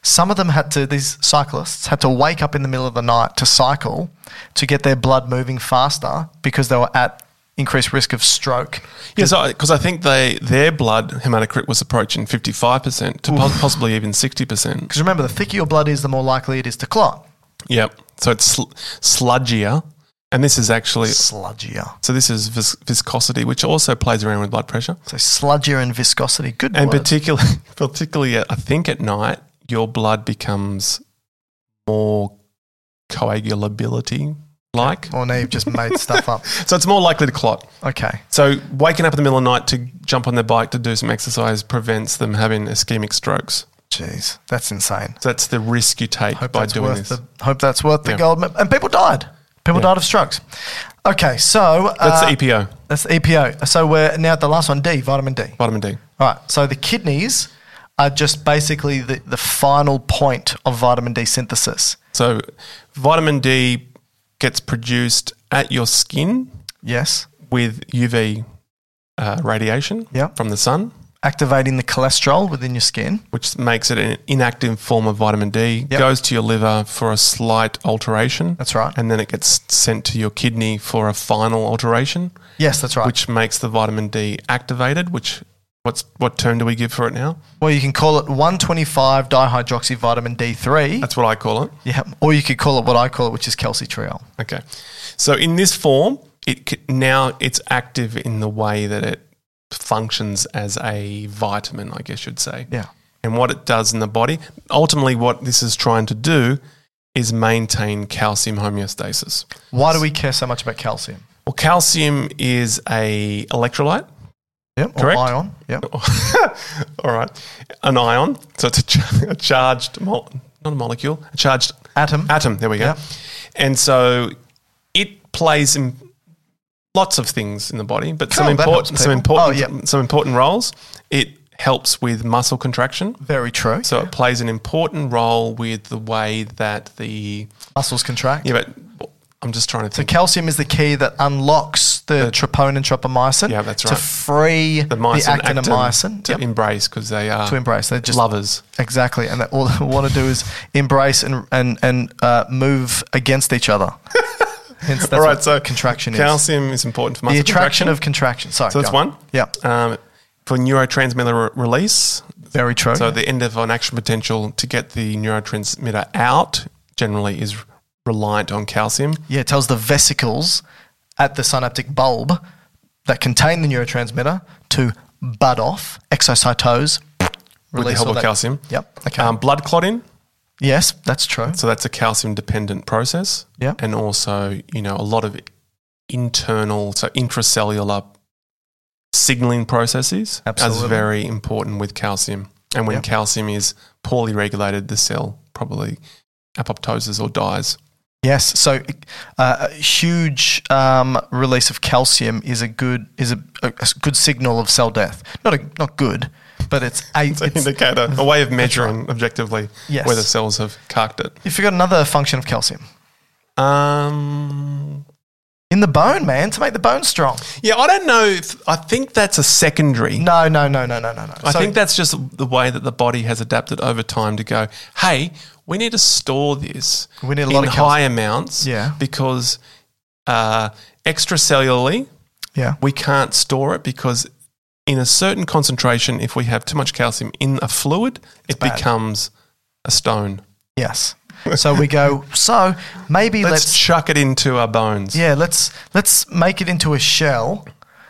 S1: Some of them had to, these cyclists had to wake up in the middle of the night to cycle to get their blood moving faster because they were at increased risk of stroke.
S2: Yes, because I think they their blood hematocrit was approaching 55% to pos- possibly even 60%.
S1: Because remember, the thicker your blood is, the more likely it is to clot.
S2: Yep. So it's sl- sludgier, and this is actually
S1: Sludgier.
S2: so this is vis- viscosity, which also plays around with blood pressure,
S1: So sludgier and viscosity. Good and
S2: and particularly particularly uh, I think at night your blood becomes more coagulability like,
S1: Or now you've just made stuff up.
S2: so it's more likely to clot.
S1: Okay.
S2: So waking up in the middle of the night to jump on their bike to do some exercise prevents them having ischemic strokes.
S1: Jeez, that's insane.
S2: So that's the risk you take
S1: Hope
S2: by
S1: that's
S2: doing
S1: worth
S2: this.
S1: the hope that's worth the
S2: Yeah.
S1: gold. me- And people died. People
S2: Yeah.
S1: died of strokes. Okay, so
S2: that's
S1: uh,
S2: the E EPO,
S1: that's the EPO. So we're now at the last one, D, vitamin D.
S2: vitamin D.
S1: All right. So the kidneys are just basically the, the final point of vitamin D synthesis.
S2: So vitamin D gets produced at your skin
S1: Yes.
S2: with UV uh, radiation
S1: Yeah.
S2: from the sun,
S1: Activating the cholesterol within your skin.
S2: which makes it an inactive form of vitamin D,
S1: Yep.
S2: goes to your liver for a slight alteration.
S1: That's right.
S2: And then it gets sent to your kidney for a final alteration,
S1: Yes, that's right.
S2: which makes the vitamin D activated, which what's what term do we give for it now?
S1: well, you can call it 125 dihydroxyvitamin D3.
S2: That's what I call it.
S1: Yeah, or you could call it what I call it, which is calcitriol.
S2: Okay. So in this form, it c- now it's active in the way that it functions as a vitamin, I guess you'd say.
S1: Yeah.
S2: And what it does in the body, ultimately what this is trying to do is maintain calcium homeostasis.
S1: Why do we care so much about calcium?
S2: Well, calcium is a electrolyte.
S1: Yep. Or
S2: Correct.
S1: ion. Yep.
S2: All right. An ion. So it's a, ch- a charged mol- not a molecule, a charged
S1: Atom.
S2: Atom, there we go.
S1: Yep.
S2: And so it plays in lots of things in the body, but some
S1: Cool, Oh, that
S2: important
S1: helps
S2: some
S1: people.
S2: important
S1: Oh, yeah.
S2: some important roles. It helps with muscle contraction.
S1: Very true.
S2: So it plays an important role with the way that the
S1: muscles contract.
S2: Yeah, but I'm just trying to
S1: So
S2: think.
S1: calcium is the key that unlocks the
S2: The-
S1: troponin and tropomyosin
S2: Yeah, that's
S1: to
S2: right.
S1: free the,
S2: the mice and
S1: actin and
S2: actin
S1: myosin
S2: to
S1: Yep.
S2: embrace because they are
S1: to embrace. They're just
S2: lovers.
S1: Exactly, and that all they want to do is embrace and and and uh, move against each other. Hence, that's
S2: All right,
S1: what
S2: so
S1: contraction is
S2: calcium is important for muscle
S1: the attraction
S2: contraction.
S1: of contraction. Sorry,
S2: so that's
S1: go on.
S2: one.
S1: Yep,
S2: Um, for neurotransmitter re- release,
S1: very true.
S2: So the end of an action potential to get the neurotransmitter out generally is reliant on calcium.
S1: Yeah, it tells the vesicles at the synaptic bulb that contain the neurotransmitter to bud off, exocytose,
S2: With the
S1: release
S2: help
S1: all
S2: of
S1: that-
S2: calcium.
S1: Yep. Okay.
S2: Um, blood clotting,
S1: yes, that's true.
S2: so that's a calcium dependent process.
S1: Yep.
S2: And also, you know, a lot of internal, so intracellular signaling processes
S1: Absolutely.
S2: as very important with calcium. And when
S1: Yep.
S2: calcium is poorly regulated, the cell probably apoptoses or dies.
S1: Yes, so uh, a huge um, release of calcium is a good is a, a good signal of cell death. Not a, not good, but it's a.
S2: It's an
S1: it's-
S2: indicator, a way of measuring objectively
S1: Yes.
S2: whether cells have carked it.
S1: you forgot another function of calcium
S2: Um,
S1: in the bone, man, to make the bone strong.
S2: yeah, I don't know. If, I think that's a secondary.
S1: No, no, no, no, no, no, no.
S2: I
S1: So-
S2: think that's just the way that the body has adapted over time to go, hey, we need to store this
S1: We need a
S2: in
S1: lot of calcium."
S2: high amounts
S1: Yeah.
S2: because uh, extracellularly
S1: yeah,
S2: we can't store it because in a certain concentration, if we have too much calcium in a fluid, it
S1: bad.
S2: becomes a stone.
S1: yes. So we go. So maybe
S2: Let's,
S1: let's,
S2: chuck it into our bones.
S1: yeah, let's let's make it into a shell,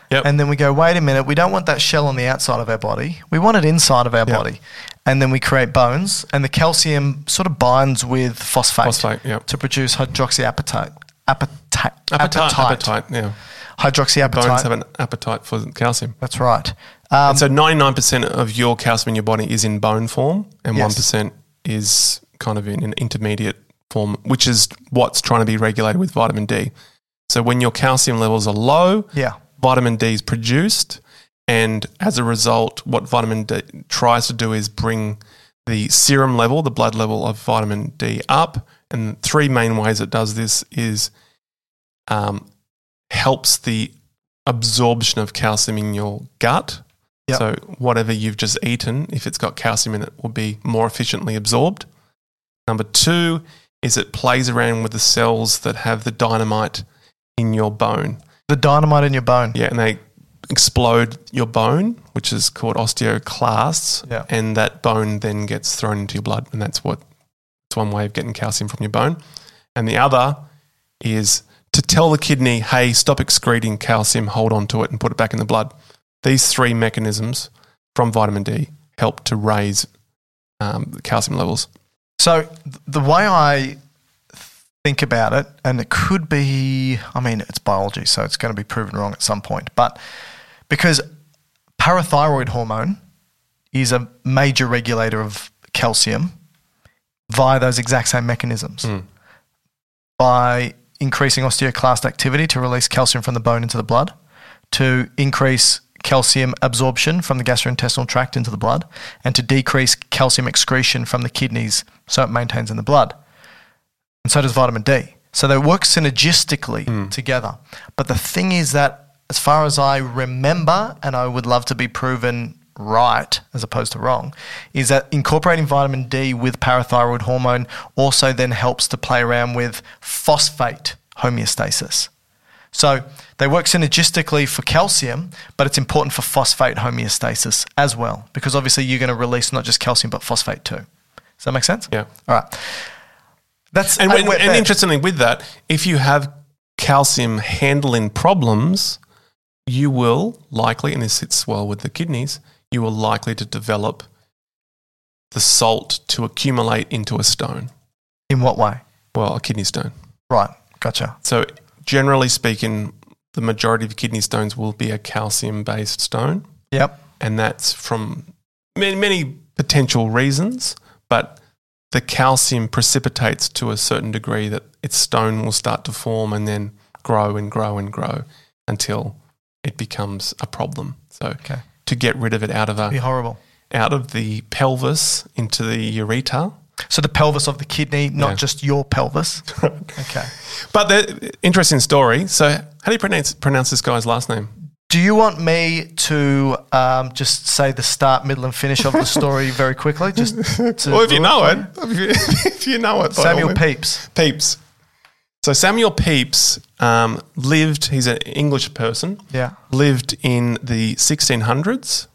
S2: Yep.
S1: and then we go. Wait a minute, we don't want that shell on the outside of our body. We want it inside of our body, and then we create bones, and the calcium sort of binds with phosphate,
S2: Phosphate, yep.
S1: to produce hydroxyapatite. Appetite,
S2: appetite, appetite. Yeah, bones
S1: hydroxyapatite.
S2: have an appetite for calcium.
S1: That's right. Um,
S2: And so 99% of your calcium in your body is in bone form, and
S1: Yes.
S2: 1% is kind of in an intermediate form, which is what's trying to be regulated with vitamin D. So when your calcium levels are low,
S1: yeah,
S2: vitamin D is produced. And as a result, what vitamin D tries to do is bring the serum level, the blood level of vitamin D up. And three main ways it does this is um, helps the absorption of calcium in your gut.
S1: Yep.
S2: So whatever you've just eaten, if it's got calcium in it, will be more efficiently absorbed. Number two is it plays around with the cells that have the dynamite in your bone.
S1: the dynamite in your bone.
S2: Yeah, and they explode your bone, which is called osteoclasts.
S1: Yeah.
S2: And that bone then gets thrown into your blood. And that's what it's one way of getting calcium from your bone. And the other is to tell the kidney, hey, stop excreting calcium, hold on to it and put it back in the blood. These three mechanisms from vitamin D help to raise um, the calcium levels.
S1: So th- the way I think about it, and it could be, I mean, it's biology, so it's going to be proven wrong at some point, but because parathyroid hormone is a major regulator of calcium via those exact same mechanisms.
S2: Mm.
S1: By increasing osteoclast activity to release calcium from the bone into the blood, to increase calcium absorption from the gastrointestinal tract into the blood, and to decrease calcium excretion from the kidneys so it maintains in the blood. And so does vitamin D. So they work synergistically together. But the thing is that, as far as I remember, and I would love to be proven right as opposed to wrong, is that incorporating vitamin D with parathyroid hormone also then helps to play around with phosphate homeostasis. So they work synergistically for calcium, but it's important for phosphate homeostasis as well, because obviously you're going to release not just calcium, but phosphate too. Does that make sense?
S2: Yeah.
S1: All right. That's uh,
S2: And,
S1: I
S2: when,
S1: went
S2: and
S1: there.
S2: interestingly, with that, if you have calcium handling problems, you will likely, and this sits well with the kidneys, you will likely to develop the salt to accumulate into a stone,
S1: In what way?
S2: well, a kidney stone.
S1: Right. Gotcha.
S2: So, generally speaking, the majority of kidney stones will be a calcium based stone,
S1: Yep.
S2: and that's from many, many potential reasons, but the calcium precipitates to a certain degree that its stone will start to form and then grow and grow and grow until it becomes a problem. So
S1: Okay.
S2: to get rid of it out of
S1: Be
S2: a,
S1: horrible.
S2: out of the pelvis into the ureter.
S1: So the pelvis of the kidney, not
S2: Yeah.
S1: just your pelvis. Okay.
S2: But the interesting story. So how do you pronounce pronounce this guy's last name?
S1: Do you want me to um, just say the start, middle, and finish of the story very quickly? Just to
S2: Well, if you know it, if you, if you know it, by all
S1: Samuel
S2: means.
S1: Pepys.
S2: Pepys. So Samuel Pepys um, lived. He's an English person.
S1: Yeah.
S2: Lived in the 1600s.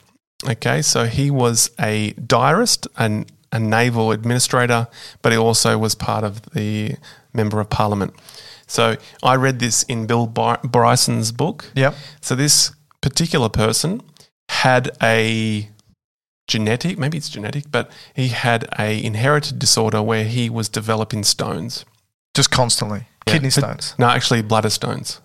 S2: Okay, so he was a diarist and a naval administrator, but he also was part of the member of parliament. So I read this in Bill Bry- Bryson's book.
S1: Yep.
S2: So this particular person had a genetic, maybe it's genetic, but he had a inherited disorder where he was developing stones.
S1: Just constantly. Kidney
S2: Yeah.
S1: stones.
S2: No, actually bladder stones.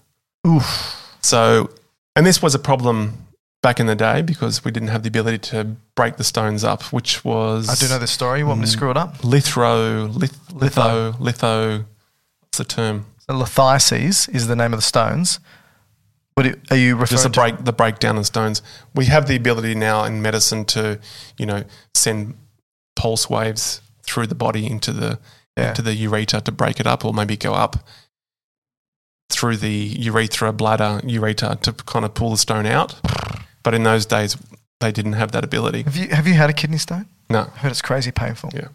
S1: Oof.
S2: So, and this was a problem back in the day because we didn't have the ability to break the stones up, which was
S1: I do know this story. You want me to screw it up?
S2: Lithro, lith, litho, litho. What's the term?
S1: So lithices is the name of the stones. What do- are you referring
S2: Just the
S1: to?
S2: break, the breakdown of stones. We have the ability now in medicine to, you know, send pulse waves through the body into the
S1: Yeah.
S2: into the ureter to break it up, or maybe go up through the urethra, bladder, ureter to kind of pull the stone out. But in those days, they didn't have that ability.
S1: Have you have you had a kidney stone?
S2: No.
S1: I heard it's crazy painful.
S2: Yeah.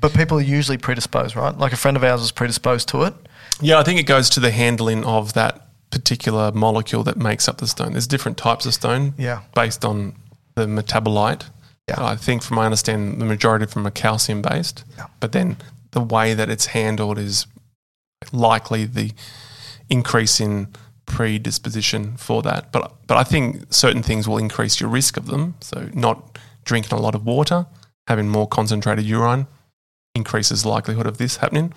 S1: But people are usually predisposed, right? Like a friend of ours was predisposed to it.
S2: Yeah, I think it goes to the handling of that particular molecule that makes up the stone. There's different types of stone
S1: Yeah.
S2: based on the metabolite.
S1: Yeah.
S2: I think, from my understanding, the majority from a calcium based.
S1: Yeah.
S2: But then the way that it's handled is likely the increase in predisposition for that. But but I think certain things will increase your risk of them. So not drinking a lot of water, having more concentrated urine increases likelihood of this happening.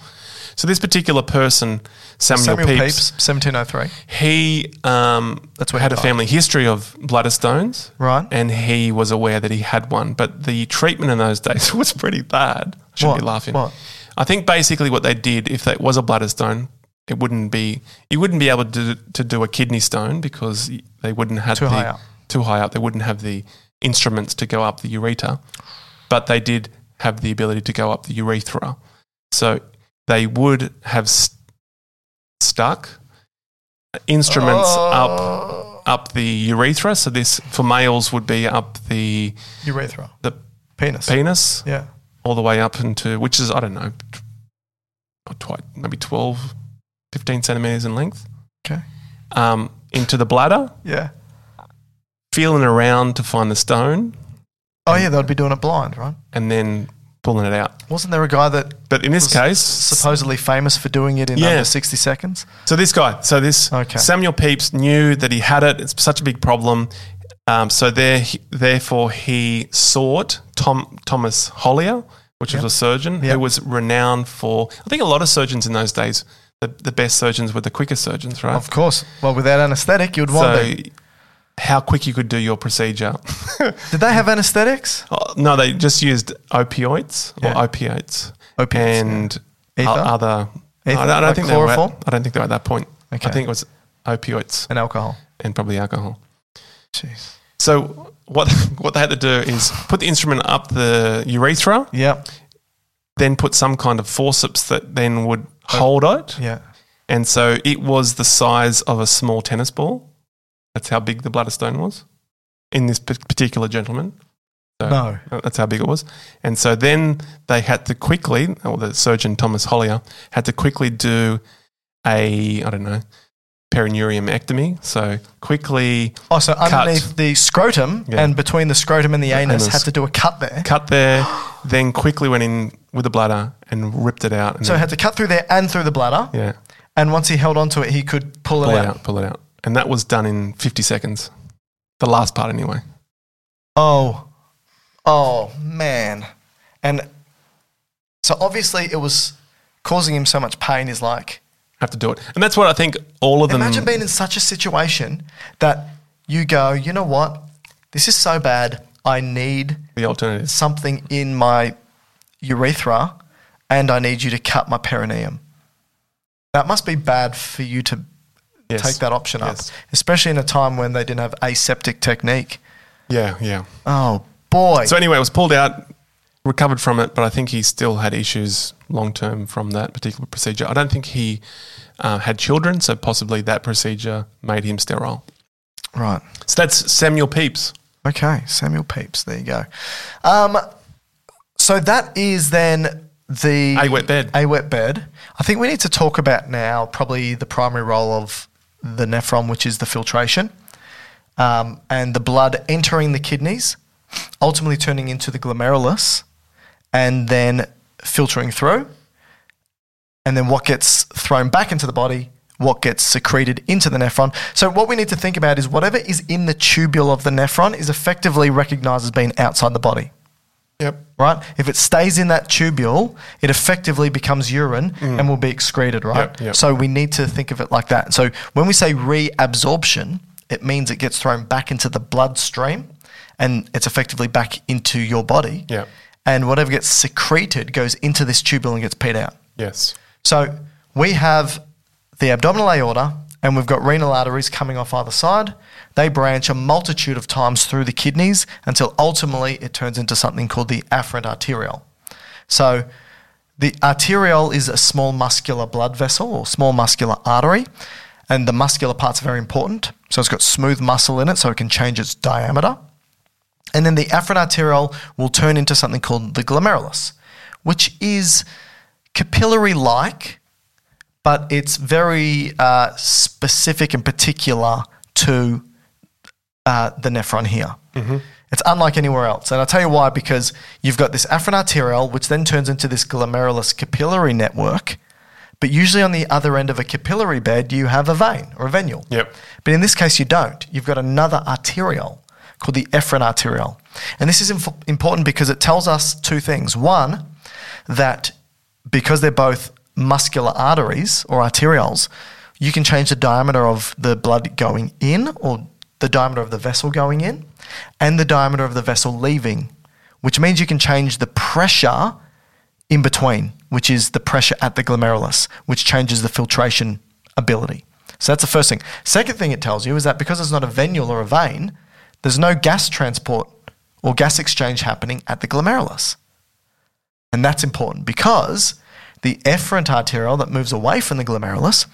S2: So this particular person, Samuel, Pepys,
S1: 1703.
S2: he um,
S1: That's where
S2: had
S1: he
S2: a
S1: died.
S2: family history of bladder stones,
S1: Right.
S2: and he was aware that he had one. But the treatment in those days was pretty bad. I should
S1: What?
S2: be laughing.
S1: What?
S2: I think basically what they did, if that was a bladder stone, it wouldn't be you wouldn't be able to to do a kidney stone because they wouldn't have
S1: Too
S2: the,
S1: high up.
S2: Too high up, they wouldn't have the instruments to go up the ureter, but they did have the ability to go up the urethra. So they would have st- stuck instruments
S1: Oh.
S2: up up the urethra. So this for males would be up the
S1: Urethra.
S2: the
S1: Penis.
S2: penis
S1: yeah.
S2: all the way up into which is I don't know, tw- not twi- maybe 12, 15 centimeters in length.
S1: Okay.
S2: Um, into the bladder,
S1: Yeah.
S2: feeling around to find the stone,
S1: Oh yeah, they'd be doing it blind, right?
S2: and then pulling it out.
S1: Wasn't there a guy that
S2: But in this
S1: was
S2: case,
S1: supposedly famous for doing it in
S2: Yeah.
S1: under 60 seconds?
S2: So this guy, so this
S1: Okay.
S2: Samuel Pepys knew that he had it. It's such a big problem. Um, so there, therefore, he sought Tom Thomas Hollier, which was a surgeon
S1: Yep.
S2: who was renowned for. I think a lot of surgeons in those days, the, the best surgeons were the quickest surgeons, right?
S1: Of course. Well, without anesthetic, you'd want
S2: So
S1: to.
S2: how quick you could do your procedure?
S1: Did they have anesthetics?
S2: Oh, no, they just used opioids
S1: Yeah.
S2: or opiates,
S1: Opiates,
S2: and
S1: yeah.
S2: o-
S1: Ether?
S2: other.
S1: Ether,
S2: I don't, I don't
S1: like
S2: think they were. At,
S1: chloroform?
S2: I don't think they were at that point.
S1: Okay.
S2: I think it was opioids
S1: And alcohol.
S2: and probably alcohol.
S1: Jeez.
S2: So what what they had to do is put the instrument up the urethra,
S1: Yep.
S2: then put some kind of forceps that then would hold it.
S1: Yeah.
S2: And so it was the size of a small tennis ball. That's how big the bladder stone was in this pa- particular gentleman. So
S1: No.
S2: That's how big it was. And so then they had to quickly, or the surgeon Thomas Hollier had to quickly do a, I don't know, perineuriumectomy. So quickly
S1: Oh, so
S2: Cut.
S1: underneath the scrotum
S2: Yeah.
S1: and between the scrotum and the anus,
S2: anus.
S1: had to do a cut there.
S2: cut there, then quickly went in with the bladder and ripped it out. And
S1: So
S2: then-
S1: had to cut through there and through the bladder.
S2: yeah,
S1: And once he held onto it, he could pull,
S2: pull
S1: it
S2: it
S1: out.
S2: out, pull it out, and that was done in fifty seconds. The last part, anyway.
S1: Oh, oh man! And so obviously it was causing him so much pain. Is like
S2: Have to do it, and that's what I think. All of them.
S1: imagine being in such a situation that you go, you know what? This is so bad. I need
S2: the alternatives.
S1: something in my urethra, and I need you to cut my perineum. That must be bad for you to
S2: Yes.
S1: take that option
S2: Yes.
S1: up, especially in a time when they didn't have aseptic technique.
S2: Yeah, yeah.
S1: Oh boy!
S2: So anyway, it was pulled out, recovered from it, but I think he still had issues long term from that particular procedure. I don't think he uh, had children, so possibly that procedure made him sterile.
S1: right.
S2: So that's Samuel Pepys.
S1: Okay, Samuel Pepys. There you go. Um, so that is then the
S2: A wet bed.
S1: A wet bed. I think we need to talk about now probably the primary role of the nephron, which is the filtration, um, and the blood entering the kidneys, ultimately turning into the glomerulus, and then filtering through. And then what gets thrown back into the body, what gets secreted into the nephron. So, what we need to think about is whatever is in the tubule of the nephron is effectively recognized as being outside the body.
S2: Yep.
S1: right? If it stays in that tubule, it effectively becomes urine and will be excreted, right?
S2: Mm. Yep, yep.
S1: So we need to think of it like that. So when we say reabsorption, it means it gets thrown back into the bloodstream and it's effectively back into your body.
S2: Yep.
S1: And whatever gets secreted goes into this tubule and gets peed out.
S2: Yes.
S1: So we have the abdominal aorta and we've got renal arteries coming off either side. They branch a multitude of times through the kidneys until ultimately it turns into something called the afferent arteriole. So the arteriole is a small muscular blood vessel or small muscular artery, and the muscular part's very important. So it's got smooth muscle in it so it can change its diameter. And then the afferent arteriole will turn into something called the glomerulus, which is capillary like, but it's very uh, specific and particular to uh, the nephron here. It's unlike anywhere else. And I'll tell you why because you've got this afferent arteriole, which then turns into this glomerulus capillary network. But usually on the other end of a capillary bed, you have a vein or a venule.
S2: Yep.
S1: But in this case, you don't. You've got another arteriole called the efferent arteriole. And this is inf- important because it tells us two things. One, that because they're both muscular arteries or arterioles, you can change the diameter of the blood going in or the diameter of the vessel going in and the diameter of the vessel leaving, which means you can change the pressure in between, which is the pressure at the glomerulus, which changes the filtration ability. So that's the first thing. Second thing it tells you is that because it's not a venule or a vein, there's no gas transport or gas exchange happening at the glomerulus. And that's important because the efferent arteriole that moves away from the glomerulus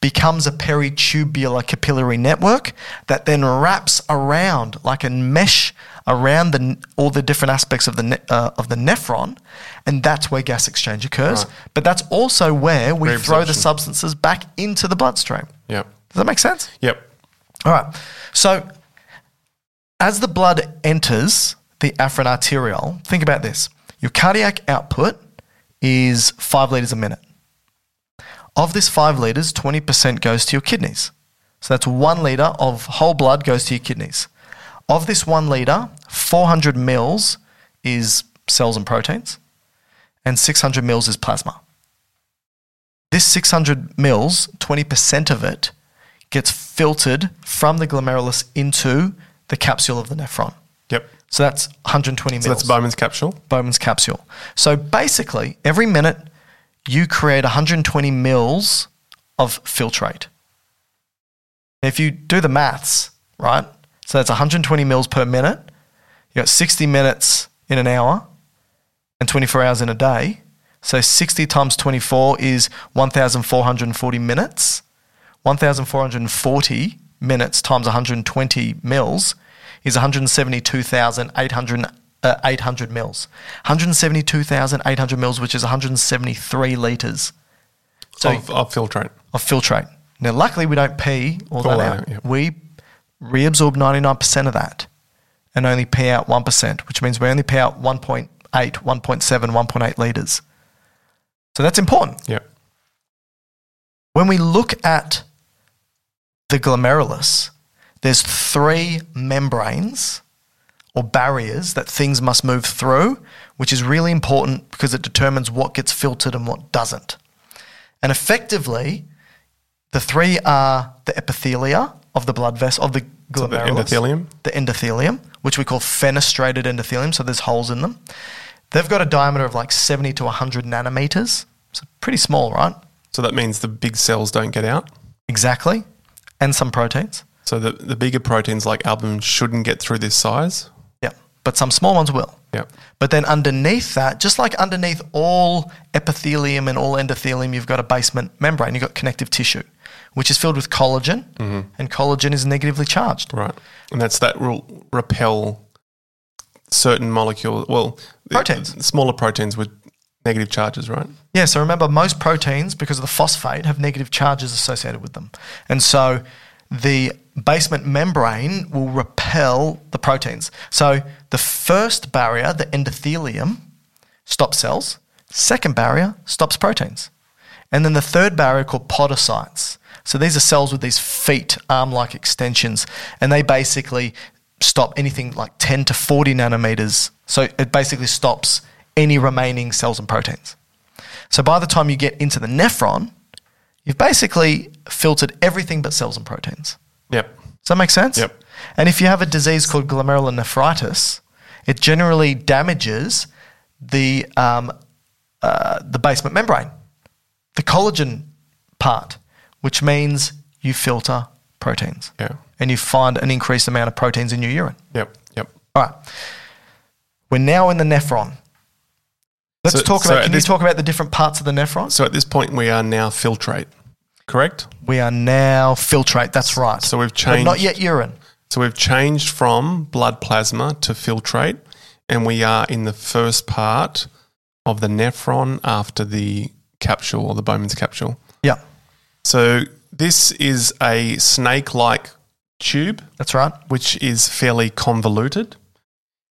S1: becomes a peritubular capillary network that then wraps around like a mesh around the, all the different aspects of the, ne- uh, of the nephron. And that's where gas exchange occurs.
S2: Right.
S1: But that's also where we throw the
S2: Reabsorption.
S1: substances back into the bloodstream.
S2: Yep.
S1: Does that make sense?
S2: Yep.
S1: All right. So, as the blood enters the afferent arteriole, think about this your cardiac output is five liters a minute. Of this five liters, 20% goes to your kidneys. So, that's one liter of whole blood goes to your kidneys. Of this one liter, 400 mils is cells and proteins, and 600 mils is plasma this 600 mils, 20% of it gets filtered from the glomerulus into the capsule of the nephron.
S2: Yep.
S1: So that's 120 mils.
S2: So that's Bowman's capsule.
S1: Bowman's capsule. So basically, every minute you create 120 mils of filtrate. And if you do the maths, right? So that's 120 mils per minute. You got 60 minutes in an hour and 24 hours in a day. So 60 times 24 is 1,440 minutes. 1,440 minutes times 120 mils is 172,800 uh, 800 mils. 172,800 mils, which is 173 litres So-
S2: of, of filtrate.
S1: of filtrate. Now, luckily, we don't pee all
S2: All
S1: that
S2: that,
S1: out.
S2: yeah.
S1: We reabsorb 99% of that and only pee out 1%, which means we only pee out 1.8, 1.7, 1.8 litres. So that's important
S2: Yep.
S1: when we look at the glomerulus, there's three membranes or barriers that things must move through, which is really important because it determines what gets filtered and what doesn't. And effectively, the three are the epithelia of the blood vessel of the
S2: So the
S1: glomerulus,
S2: endothelium.
S1: the endothelium, which we call fenestrated endothelium, so there's holes in them. They've got a diameter of like 70 to 100 nanometers, so pretty small, right?
S2: So that means the big cells don't get out.
S1: Exactly. And some proteins.
S2: So the, the bigger proteins like albumin shouldn't get through this size.
S1: Yeah. But some small ones will.
S2: Yep.
S1: But then underneath that, just like underneath all epithelium and all endothelium, you've got a basement membrane, you've got connective tissue, which is filled with collagen, and collagen is negatively charged.
S2: Right. And that's that will repel certain molecules. Well, the-
S1: Proteins.
S2: the smaller proteins with negative charges, right?
S1: Yeah, so remember, most proteins, because of the phosphate, have negative charges associated with them. And so the basement membrane will repel the proteins. So the first barrier, the endothelium, stops cells. Second barrier stops proteins. And then the third barrier called podocytes. So these are cells with these feet, arm like extensions, and they basically stop anything like 10 to 40 nanometers. So it basically stops any remaining cells and proteins. So by the time you get into the nephron, you've basically filtered everything but cells and proteins.
S2: Yep.
S1: Does that make sense?
S2: Yep.
S1: And if you have a disease called glomerulonephritis, it generally damages the um, uh, the basement membrane, the collagen part, which means you filter proteins.
S2: Yeah.
S1: And you find an increased amount of proteins in your urine.
S2: Yep. Yep.
S1: All right. We're now in the nephron. Let's
S2: So-
S1: talk
S2: so
S1: about.
S2: at
S1: can
S2: this-
S1: you talk about the different parts of the nephron?
S2: So at this point, we are now filtrate, correct?
S1: we are now filtrate. That's right.
S2: So we've
S1: But not
S2: changed-
S1: yet urine.
S2: So we've changed from blood plasma to filtrate, and we are in the first part of the nephron after the capsule or the Bowman's capsule.
S1: Yeah,
S2: So this is a snake like tube,
S1: that's right.
S2: which is fairly convoluted.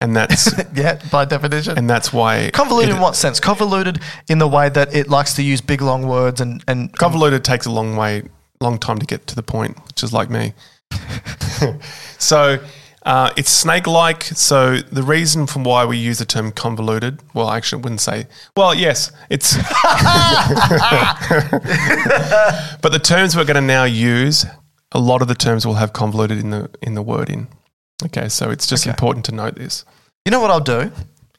S2: And that's
S1: yeah, by definition.
S2: and that's why
S1: convoluted
S2: it-
S1: in what sense? Convoluted in the way that it likes to use big long words and and
S2: convoluted takes a long way, long time to get to the point, which is like me. so uh, it's snake-like. So the reason for why we use the term convoluted, well, I actually wouldn't say. Well, yes, it's. but the terms we're going to now use, a lot of the terms will have convoluted in the in the word in. Okay, so it's just important to note this.
S1: You know what I'll do?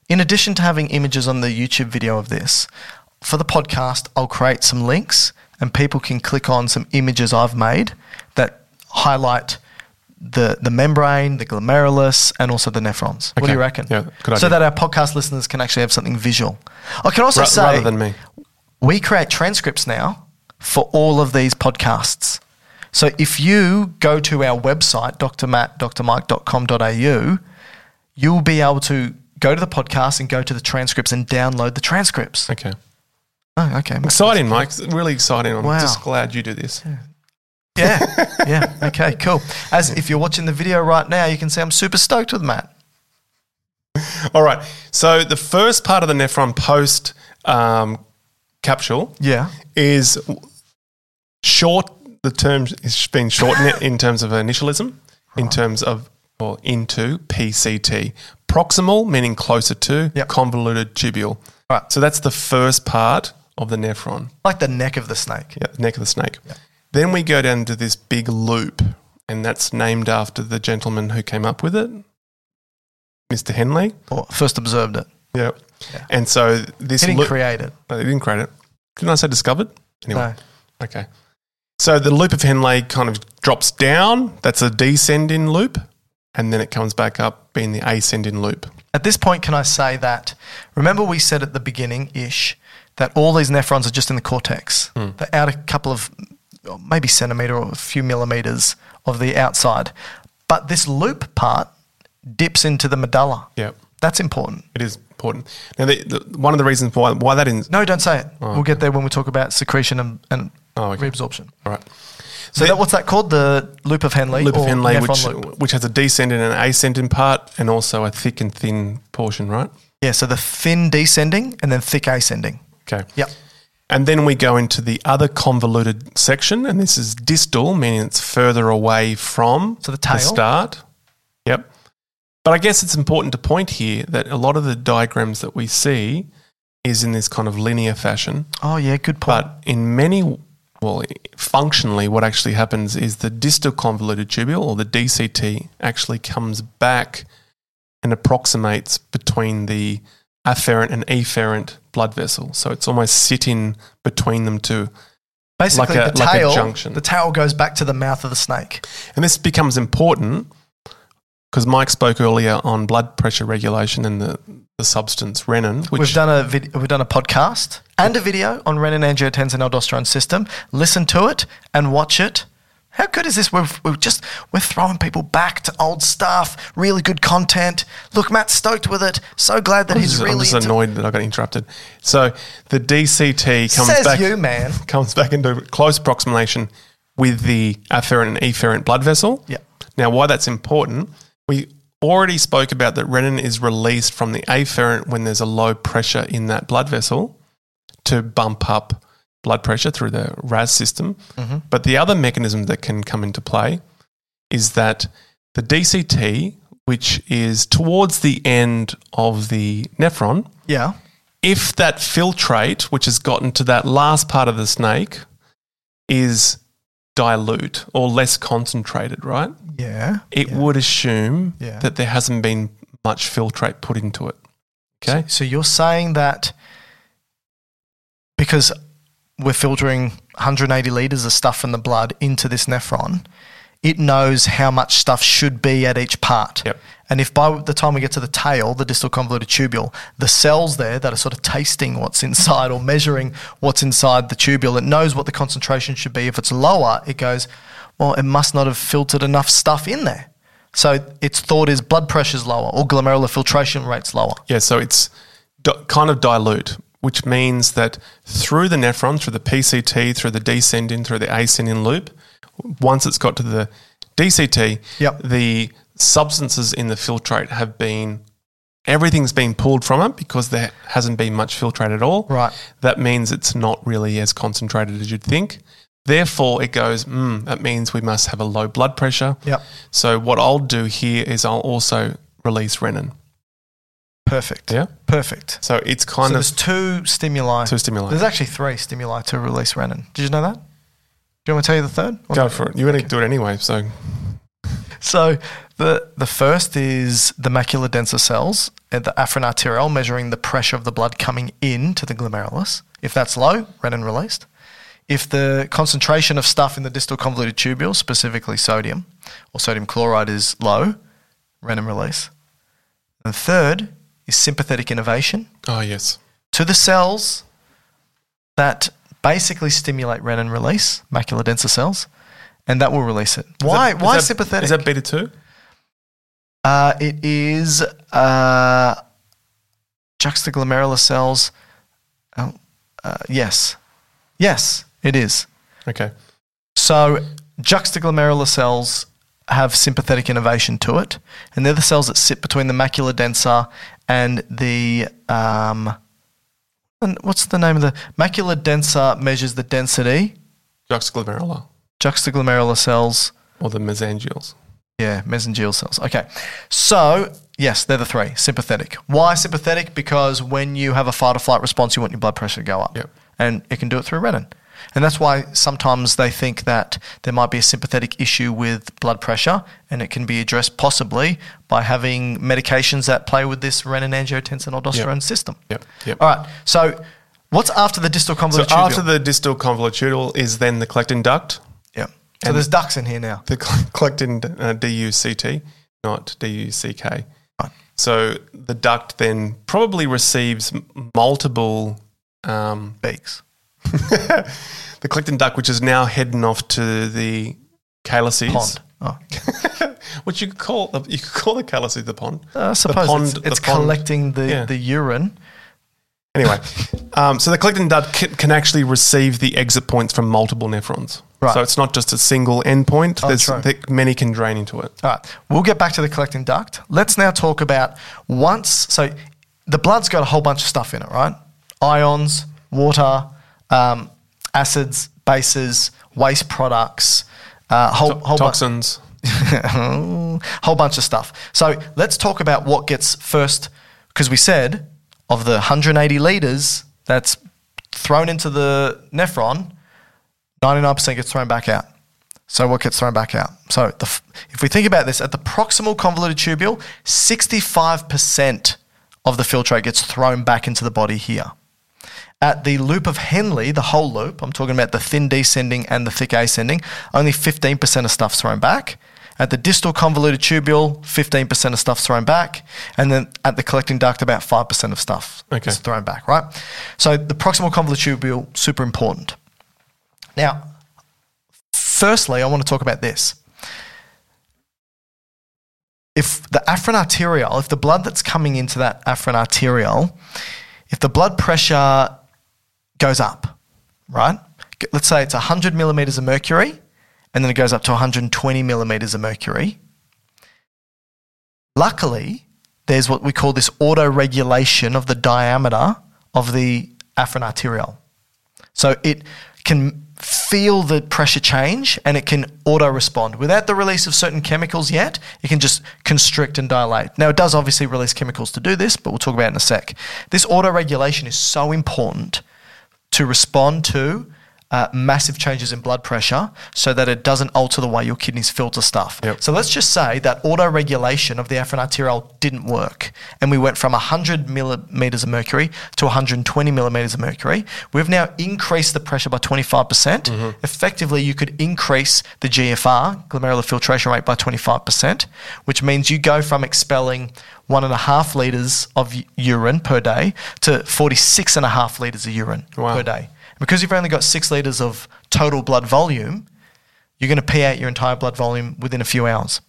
S1: In addition to having images on the YouTube video of this, for the podcast, I'll create some links and people can click on some images I've made that highlight the, the membrane, the glomerulus, and also the nephrons. What do
S2: Okay.
S1: you reckon?
S2: Yeah, good
S1: So
S2: idea.
S1: that our podcast listeners can actually have something visual. I can also
S2: Ra-
S1: say
S2: rather than me,
S1: we create transcripts now for all of these podcasts. So if you go to our website, drmatt.drmike.com.au, you'll be able to go to the podcast and go to the transcripts and download the transcripts.
S2: okay.
S1: Oh, okay.
S2: Exciting, Mike. It's Really exciting. I'm
S1: Wow.
S2: just glad you do this.
S1: Yeah. Yeah. Okay, cool. As if you're watching the video right now, you can see I'm super stoked with Matt.
S2: All right. So the first part of the nephron post um, capsule
S1: Yeah.
S2: is short. The term has been shortened it in terms of initialism, in terms of or into PCT, proximal meaning closer to,
S1: Yep.
S2: convoluted tubule.
S1: All right.
S2: So that's the first part of the nephron,
S1: Like the neck of the snake.
S2: yeah, the neck of the snake. Then we go down to this big loop, and that's named after the gentleman who came up with it, Mr. Henley.
S1: Or first observed it.
S2: Yeah. And so this
S1: He didn't
S2: loop-
S1: create it.
S2: No, they didn't create it. Didn't I say discovered? Anyway.
S1: No.
S2: Okay. So the loop of Henley kind of drops down. That's a descending loop. And then it comes back up being the ascending loop.
S1: At this point, can I say that? Remember, we said at the beginning ish that all these nephrons are just in the cortex,
S2: Hmm.
S1: the outer couple of or maybe centimeter or a few millimeters of the outside. But this loop part dips into the medulla.
S2: Yeah.
S1: That's important.
S2: It is important. Now, the, the, one of the reasons why, why that is.
S1: No, don't say it.
S2: Oh,
S1: we'll get there when we talk about secretion and, and
S2: Oh, okay.
S1: reabsorption.
S2: All right.
S1: So,
S2: The-
S1: that, what's that called? The loop of Henley?
S2: Loop of
S1: or
S2: Henley,
S1: nephron
S2: which,
S1: loop?
S2: which has a descending and ascending part and also a thick and thin portion, right?
S1: Yeah, so the thin descending and then thick ascending.
S2: Okay.
S1: Yep.
S2: And then we go into the other convoluted section, and this is distal, meaning it's further away from
S1: So the tail.
S2: start. Yep. But I guess it's important to point here that a lot of the diagrams that we see is in this kind of linear fashion.
S1: Oh, yeah, good point.
S2: But in many, well, functionally, what actually happens is the distal convoluted tubule or the DCT actually comes back and approximates between the afferent and efferent blood vessel. So it's almost sitting between them two.
S1: Basically,
S2: Like a-
S1: the
S2: like a
S1: tail,
S2: junction.
S1: The tail goes back to the mouth of the snake.
S2: And this becomes important because Mike spoke earlier on blood pressure regulation and the, the substance renin, which
S1: we've done a vid- we've done a podcast and a video on renin angiotensin aldosterone system. Listen to it and watch it. How good is this? We've, we've just we're throwing people back to old stuff. Really good content. Look, Matt's stoked with it. So glad that
S2: I'm
S1: he's
S2: just,
S1: really
S2: I'm just
S1: into-
S2: annoyed that I got interrupted. So the DCT comes
S1: Says
S2: back.
S1: you, man.
S2: comes back into close approximation with the afferent and efferent blood vessel.
S1: Yep.
S2: Now, why that's important, we already spoke about that renin is released from the afferent when there's a low pressure in that blood vessel to bump up blood pressure through the RAS system. But the other mechanism that can come into play is that the DCT which is towards the end of the nephron,
S1: Yeah.
S2: if that filtrate, which has gotten to that last part of the snake, is dilute or less concentrated, right?
S1: Yeah.
S2: It
S1: yeah.
S2: would assume
S1: Yeah.
S2: that there hasn't been much filtrate put into it. Okay.
S1: So you're saying that because we're filtering 180 liters of stuff in the blood into this nephron, it knows how much stuff should be at each part.
S2: Yep.
S1: And if by the time we get to the tail, the distal convoluted tubule, the cells there that are sort of tasting what's inside or measuring what's inside the tubule, it knows what the concentration should be. If it's lower, it goes, well, it must not have filtered enough stuff in there. So its thought is blood pressure's lower or glomerular filtration rate's lower.
S2: Yeah, so it's di- kind of dilute, which means that through the nephron, through the PCT, through the descending, through the ascending loop, once it's got to the DCT,
S1: Yep.
S2: the substances in the filtrate have been everything's been pulled from it because there hasn't been much filtrate at all.
S1: Right.
S2: That means it's not really as concentrated as you'd think. Therefore, it goes, mm, that means we must have a low blood pressure.
S1: Yep.
S2: So, what I'll do here is I'll also release renin.
S1: Perfect.
S2: Yeah.
S1: Perfect.
S2: So, it's
S1: so
S2: kind of.
S1: there's two stimuli.
S2: Two stimuli.
S1: There's actually three stimuli to release renin. Did you know that? Do you want me to tell you the third? Or-
S2: Go for it. You're going to do it anyway. So,
S1: So the the first is the macula denser cells at the afferent arteriole measuring the pressure of the blood coming in to the glomerulus. If that's low, renin released. If the concentration of stuff in the distal convoluted tubule, specifically sodium or sodium chloride, is low, renin release. And the third is sympathetic innervation.
S2: oh, yes.
S1: to the cells that basically stimulate renin release, macular denser cells, and that will release it. Why?
S2: Is that-
S1: why
S2: is that-
S1: sympathetic?
S2: Is that beta 2?
S1: uh, it is uh, juxtaglomerular cells. Oh, uh, yes, yes, it is.
S2: Okay.
S1: So juxtaglomerular cells have sympathetic innervation to it, and they're the cells that sit between the macula densa and the um, and what's the name of the macula densa measures the density
S2: Juxtaglomerula
S1: juxtaglomerular cells.
S2: or the mesangials.
S1: Yeah, mesangial cells. Okay. So, yes, they're the three sympathetic. Why sympathetic? Because when you have a fight or flight response, you want your blood pressure to go up.
S2: Yep.
S1: And it can do it through renin. And that's why sometimes they think that there might be a sympathetic issue with blood pressure, and it can be addressed possibly by having medications that play with this renin angiotensin aldosterone system.
S2: Yep. Yep.
S1: All right. So, what's after the distal
S2: So,
S1: convoluted tubule?
S2: after the distal convolutional is then the collectin duct,
S1: yeah. So, there's ducks in here now.
S2: the cl- collectin uh, DUCT, not DUCK.
S1: Right.
S2: So, the duct then probably receives m- multiple. Um,
S1: Beaks.
S2: the collectin duct, which is now heading off to the calyces,
S1: Pond. Oh.
S2: which you could call uh, you could call the calyces the pond.
S1: Uh, I suppose it's,
S2: pond-
S1: it's
S2: the pond.
S1: collecting the,
S2: Yeah.
S1: the urine.
S2: Anyway, um, so the collectin duct can, can actually receive the exit points from multiple nephrons.
S1: Right.
S2: So it's not just a single endpoint.
S1: Oh,
S2: There's
S1: true.
S2: there- many can drain into it.
S1: All right, we'll get back to the collecting duct. Let's now talk about once. So the blood's got a whole bunch of stuff in it, right? Ions, water, um, acids, bases, waste products, uh, whole,
S2: To-
S1: whole bu-
S2: toxins.
S1: whole bunch of stuff. So let's talk about what gets first, because we said of the 180 liters that's thrown into the nephron, 99% gets thrown back out. So what gets thrown back out? So the, f- if we think about this, at the proximal convoluted tubule, 65% of the filtrate gets thrown back into the body here. At the loop of Henley, the whole loop, I'm talking about the thin descending and the thick ascending, only 15% of stuff's thrown back. At the distal convoluted tubule, 15% of stuff's thrown back. And then at the collecting duct, about 5% of stuff
S2: Okay.
S1: is thrown back, right? So the proximal convoluted tubule, super important. Now, firstly, I want to talk about this. If the afferent arteriole, if the blood that's coming into that afferent arteriole, if the blood pressure goes up, right? G- Let's say it's 100 millimeters of mercury and then it goes up to 120 millimeters of mercury. Luckily, there's what we call this autoregulation of the diameter of the afferent arteriole. So it can feel the pressure change and it can auto respond. Without the release of certain chemicals yet, it can just constrict and dilate. Now, it does obviously release chemicals to do this, but we'll talk about it in a sec. This auto regulation is so important to respond to. Uh, massive changes in blood pressure so that it doesn't alter the way your kidneys filter stuff.
S2: Yep.
S1: So let's just say that auto regulation of the afferent arteriole didn't work and we went from 100 millimeters of mercury to 120 millimeters of mercury. We've now increased the pressure by 25%. percent Effectively, you could increase the GFR, glomerular filtration rate, by 25%, which means you go from expelling one and a half liters of u- urine per day to 46 and a half liters of urine
S2: Wow.
S1: per day. Because you've only got six litres of total blood volume, you're going to pee out your entire blood volume within a few hours.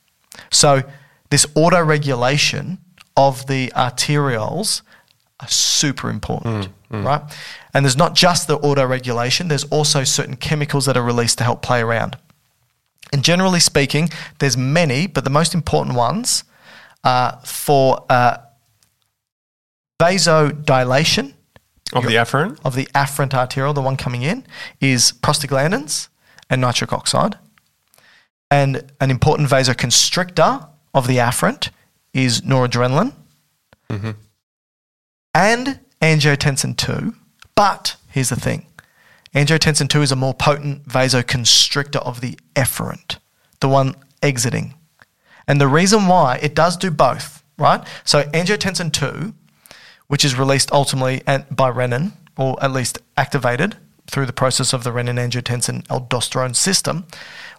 S1: So, this auto regulation of the arterioles are super important, right? And there's not just the auto regulation, there's also certain chemicals that are released to help play around. And generally speaking, there's many, but the most important ones are for uh, vasodilation
S2: Of the afferent?
S1: of the afferent arteriole, the one coming in, is prostaglandins and nitric oxide. And an important vasoconstrictor of the afferent is noradrenaline
S2: Mhm.
S1: and angiotensin 2. But here's the thing angiotensin 2 is a more potent vasoconstrictor of the efferent, the one exiting. And the reason why it does do both, right? So angiotensin 2 which is released ultimately at, by renin, or at least activated through the process of the renin angiotensin aldosterone system,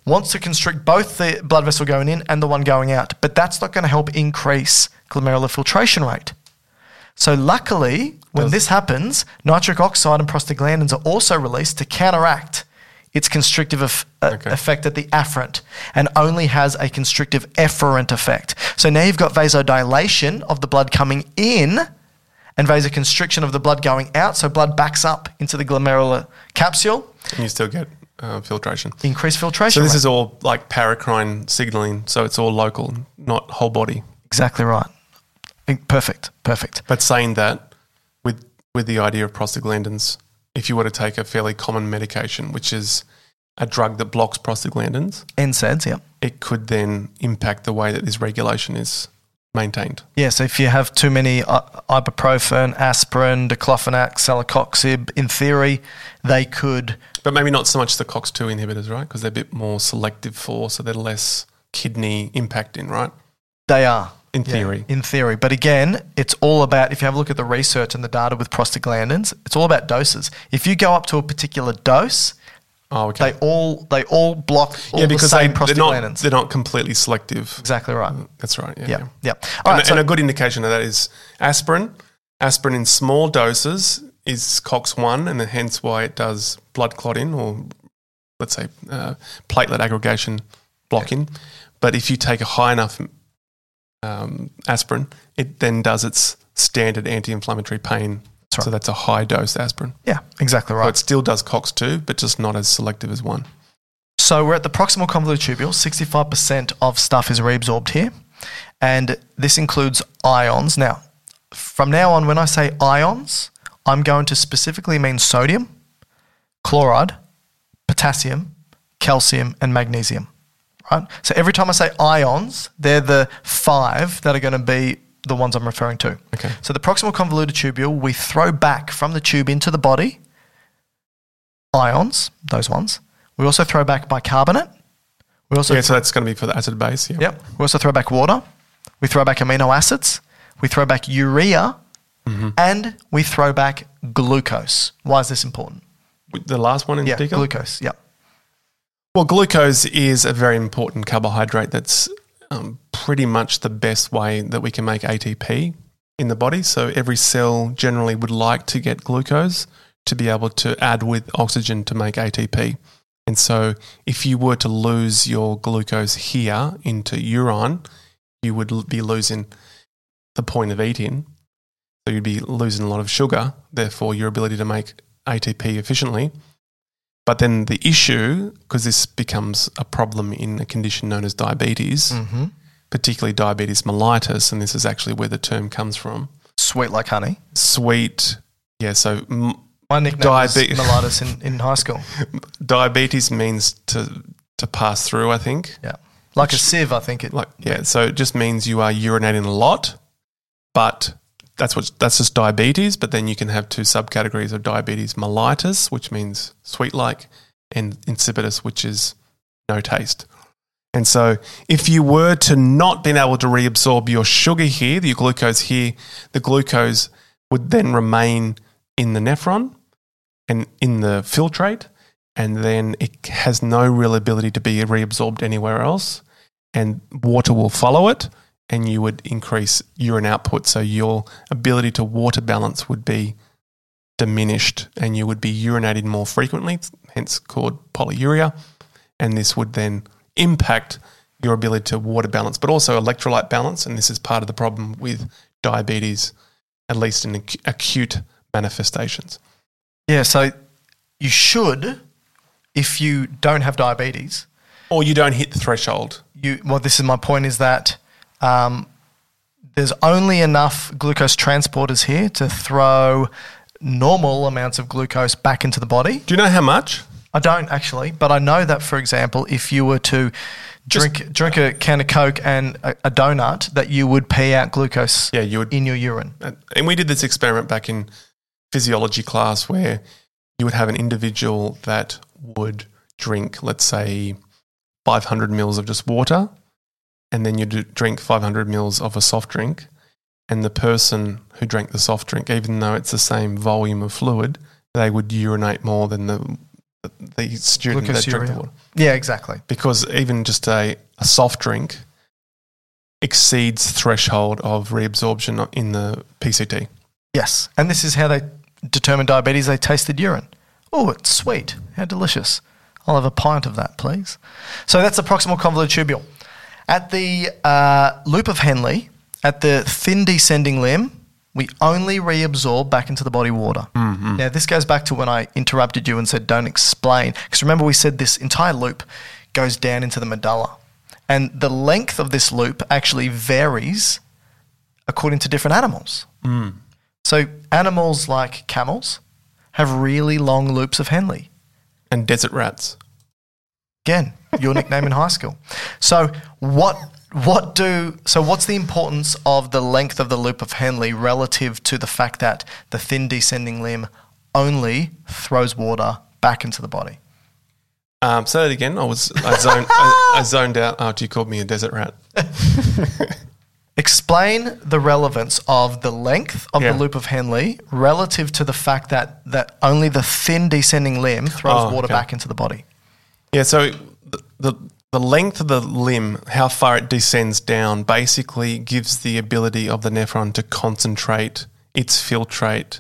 S1: wants to constrict both the blood vessel going in and the one going out. But that's not going to help increase glomerular filtration rate. So, luckily, when this happens, nitric oxide and prostaglandins are also released to counteract its constrictive eff- uh, effect at the afferent and only has a constrictive efferent effect. So now you've got vasodilation of the blood coming in and vasoconstriction of the blood going out. So blood backs up into the glomerular capsule,
S2: And you still get uh, filtration.
S1: increased filtration.
S2: So this
S1: rate.
S2: is all like paracrine signaling. So it's all local, not whole body.
S1: exactly right. Eh, Perfect, perfect.
S2: But saying that, with with the idea of prostaglandins, if you were to take a fairly common medication, which is a drug that blocks prostaglandins,
S1: NSAIDs, yeah.
S2: it could then impact the way that this regulation is maintained.
S1: Yeah, so if you have too many uh, ibuprofen, aspirin, diclofenac, celecoxib, in theory, they could.
S2: But maybe not so much the COX2 inhibitors, right? Because they're a bit more selective for, so they're less kidney impacting, right?
S1: They are.
S2: In
S1: Yeah,
S2: theory.
S1: in theory. But again, it's all about, if you have a look at the research and the data with prostaglandins, it's all about doses. If you go up to a particular dose,
S2: Oh, okay.
S1: they all they all block all
S2: yeah, because
S1: the same
S2: they, are not,
S1: prostaglandins.
S2: they're not completely selective. Um,
S1: exactly right.
S2: That's right. Yeah.
S1: Yeah,
S2: yeah.
S1: yeah. All
S2: and,
S1: right,
S2: a-
S1: so-
S2: and a good indication of that is aspirin. Aspirin in small doses is COX1, and hence why it does blood clotting or, let's say, uh, platelet aggregation blocking. But if you take a high enough um, aspirin, it then does its standard anti inflammatory pain.
S1: That's right.
S2: So that's a high dose aspirin.
S1: Yeah, exactly
S2: So
S1: right.
S2: it still does COX2, but just not as selective as one.
S1: So we're at the proximal convoluted tubule. 65% of stuff is reabsorbed here. And this includes ions. Now, from now on, when I say ions, I'm going to specifically mean sodium, chloride, potassium, calcium, and magnesium. Right? So every time I say ions, they're the five that are going to be the ones I'm referring to.
S2: Okay.
S1: So the proximal convoluted tubule, we throw back from the tube into the body ions, those ones. We also throw back bicarbonate. We also
S2: yeah, so that's going to be for the acid base. Yeah.
S1: Yep. We also throw back water. We throw back amino acids. We throw back urea,
S2: Mm-hmm.
S1: and we throw back glucose. Why is this important?
S2: The last one in
S1: Yeah,
S2: particular?
S1: glucose. Yep.
S2: Well, glucose is a very important carbohydrate that's um, pretty much the best way that we can make ATP in the body. So, every cell generally would like to get glucose to be able to add with oxygen to make ATP. And so, if you were to lose your glucose here into urine, you would l- be losing the point of eating. So, you'd be losing a lot of sugar, therefore, your ability to make ATP efficiently. But then the issue, because this becomes a problem in a condition known as diabetes,
S1: Mm-hmm.
S2: particularly diabetes mellitus, and this is actually where the term comes from.
S1: Sweet like honey.
S2: Sweet, yeah. So m-
S1: My nickname was
S2: Diabe-
S1: mellitus in, in high school.
S2: Diabetes means to to pass through. I think.
S1: Yeah. Like a sieve, I think it.
S2: Like yeah, so it just means you are urinating a lot, but that's what that's just diabetes. But then you can have two subcategories of diabetes: mellitus, which means sweet-like, and insipidus, which is no taste. And so, if you were to not been able to reabsorb your sugar here, your glucose here, the glucose would then remain in the nephron and in the filtrate, and then it has no real ability to be reabsorbed anywhere else and water will follow it and you would increase urine output so your ability to water balance would be diminished and you would be urinated more frequently hence called polyuria and this would then impact your ability to water balance but also electrolyte balance and this is part of the problem with diabetes at least in ac- acute manifestations
S1: Yeah, so you should, if you don't have diabetes,
S2: or you don't hit the threshold
S1: you well this is my point is that um, there's only enough glucose transporters here to throw normal amounts of glucose back into the body
S2: do you know how much
S1: i don't actually but i know that for example if you were to drink drink a can of coke and a, a donut that you would pee out glucose
S2: yeah you would
S1: in your urine
S2: And and we did this experiment back in physiology class where you would have an individual that would drink, let's say, 500 mils of just water, and then you'd drink 500 mils of a soft drink. And the person who drank the soft drink, even though it's the same volume of fluid, they would urinate more than the, the student that drank the
S1: Glucosuria.
S2: water
S1: yeah exactly
S2: because even just a, a soft drink exceeds threshold of reabsorption in the PCT.
S1: yes and this is how they determine diabetes they tasted urine oh it's sweet how delicious i'll have a pint of that please So that's the proximal convoluted tubule. At the uh, loop of Henle, at the thin descending limb, we only reabsorb back into the body water. Now, this goes back to when I interrupted you and said, don't explain. Because remember, we said this entire loop goes down into the medulla. And the length of this loop actually varies according to different animals. So, animals like camels have really long loops of Henle.
S2: And desert rats.
S1: Again, your nickname in high school. So what what do so what's the importance of the length of the loop of Henley relative to the fact that the thin descending limb only throws water back into the body?
S2: Um, say that again. I was I zoned I, I zoned out after you called me a desert rat.
S1: Explain the relevance of the length of
S2: Yeah.
S1: the loop of Henley relative to the fact that, that only the thin descending limb throws
S2: Oh,
S1: water
S2: okay.
S1: back into the body.
S2: Yeah. So the, the the length of the limb, how far it descends down, basically gives the ability of the nephron to concentrate its filtrate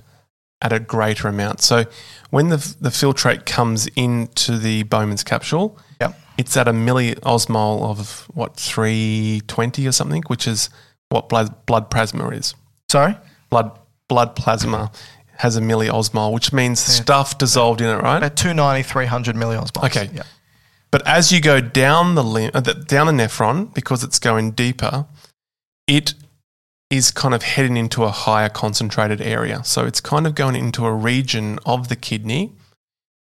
S2: at a greater amount. So when the the filtrate comes into the Bowman's capsule,
S1: Yep.
S2: it's at a milliosmol of what 320 or something, which is what blood, blood plasma is.
S1: Sorry?
S2: Blood blood plasma has a milliosmol, which means stuff dissolved in it, right?
S1: About 290, 300 milliosmoles.
S2: Okay.
S1: Yep.
S2: But as you go down the limb, uh, the- down the nephron, because it's going deeper, it is kind of heading into a higher concentrated area. So it's kind of going into a region of the kidney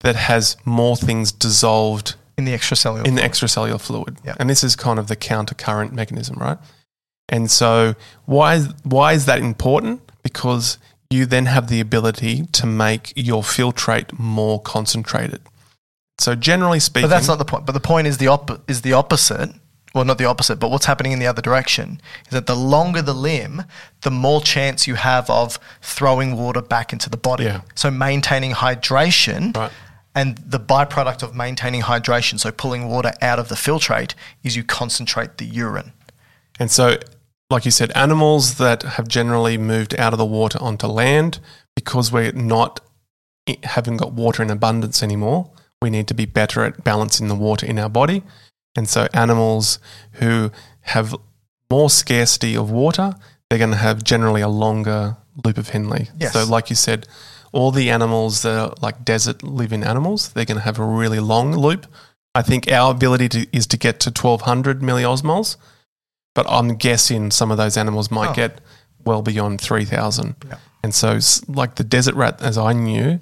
S2: that has more things dissolved
S1: In the extracellular.
S2: in the
S1: fluid.
S2: extracellular fluid.
S1: Yep.
S2: And this is kind of the counter current mechanism, right? And so why is, why is that important? Because you then have the ability to make your filtrate more concentrated. So generally speaking,
S1: But that's not the point. But the point is the op- is the opposite. Well, not the opposite, but what's happening in the other direction is that the longer the limb, the more chance you have of throwing water back into the body.
S2: Yeah.
S1: So maintaining hydration.
S2: Right.
S1: And the byproduct of maintaining hydration, so pulling water out of the filtrate, is you concentrate the urine.
S2: And so, like you said, animals that have generally moved out of the water onto land because we're not haven't got water in abundance anymore. We need to be better at balancing the water in our body. And so, animals who have more scarcity of water, they're going to have generally a longer loop of Henle.
S1: Yes.
S2: So, like you said, all the animals that are like desert living animals, they're going to have a really long loop. I think our ability to, is to get to 1200 milliosmoles, but I'm guessing some of those animals might
S1: Oh.
S2: get well beyond 3000.
S1: Yeah.
S2: And so, s- like the desert rat, as I knew,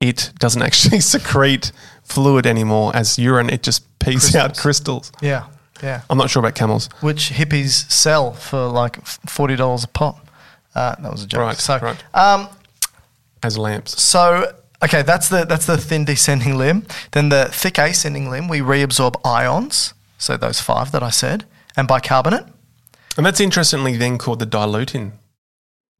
S2: it doesn't actually secrete fluid anymore as urine. It just pees out crystals.
S1: Yeah, yeah.
S2: I'm not sure about camels.
S1: Which hippies sell for like f- forty dollars a pop. Uh, that was a joke.
S2: Right,
S1: so,
S2: right.
S1: Um,
S2: As lamps.
S1: so okay, that's the that's the thin descending limb. Then the thick ascending limb, we reabsorb ions. So those five that I said, and bicarbonate.
S2: And that's interestingly then called the diluting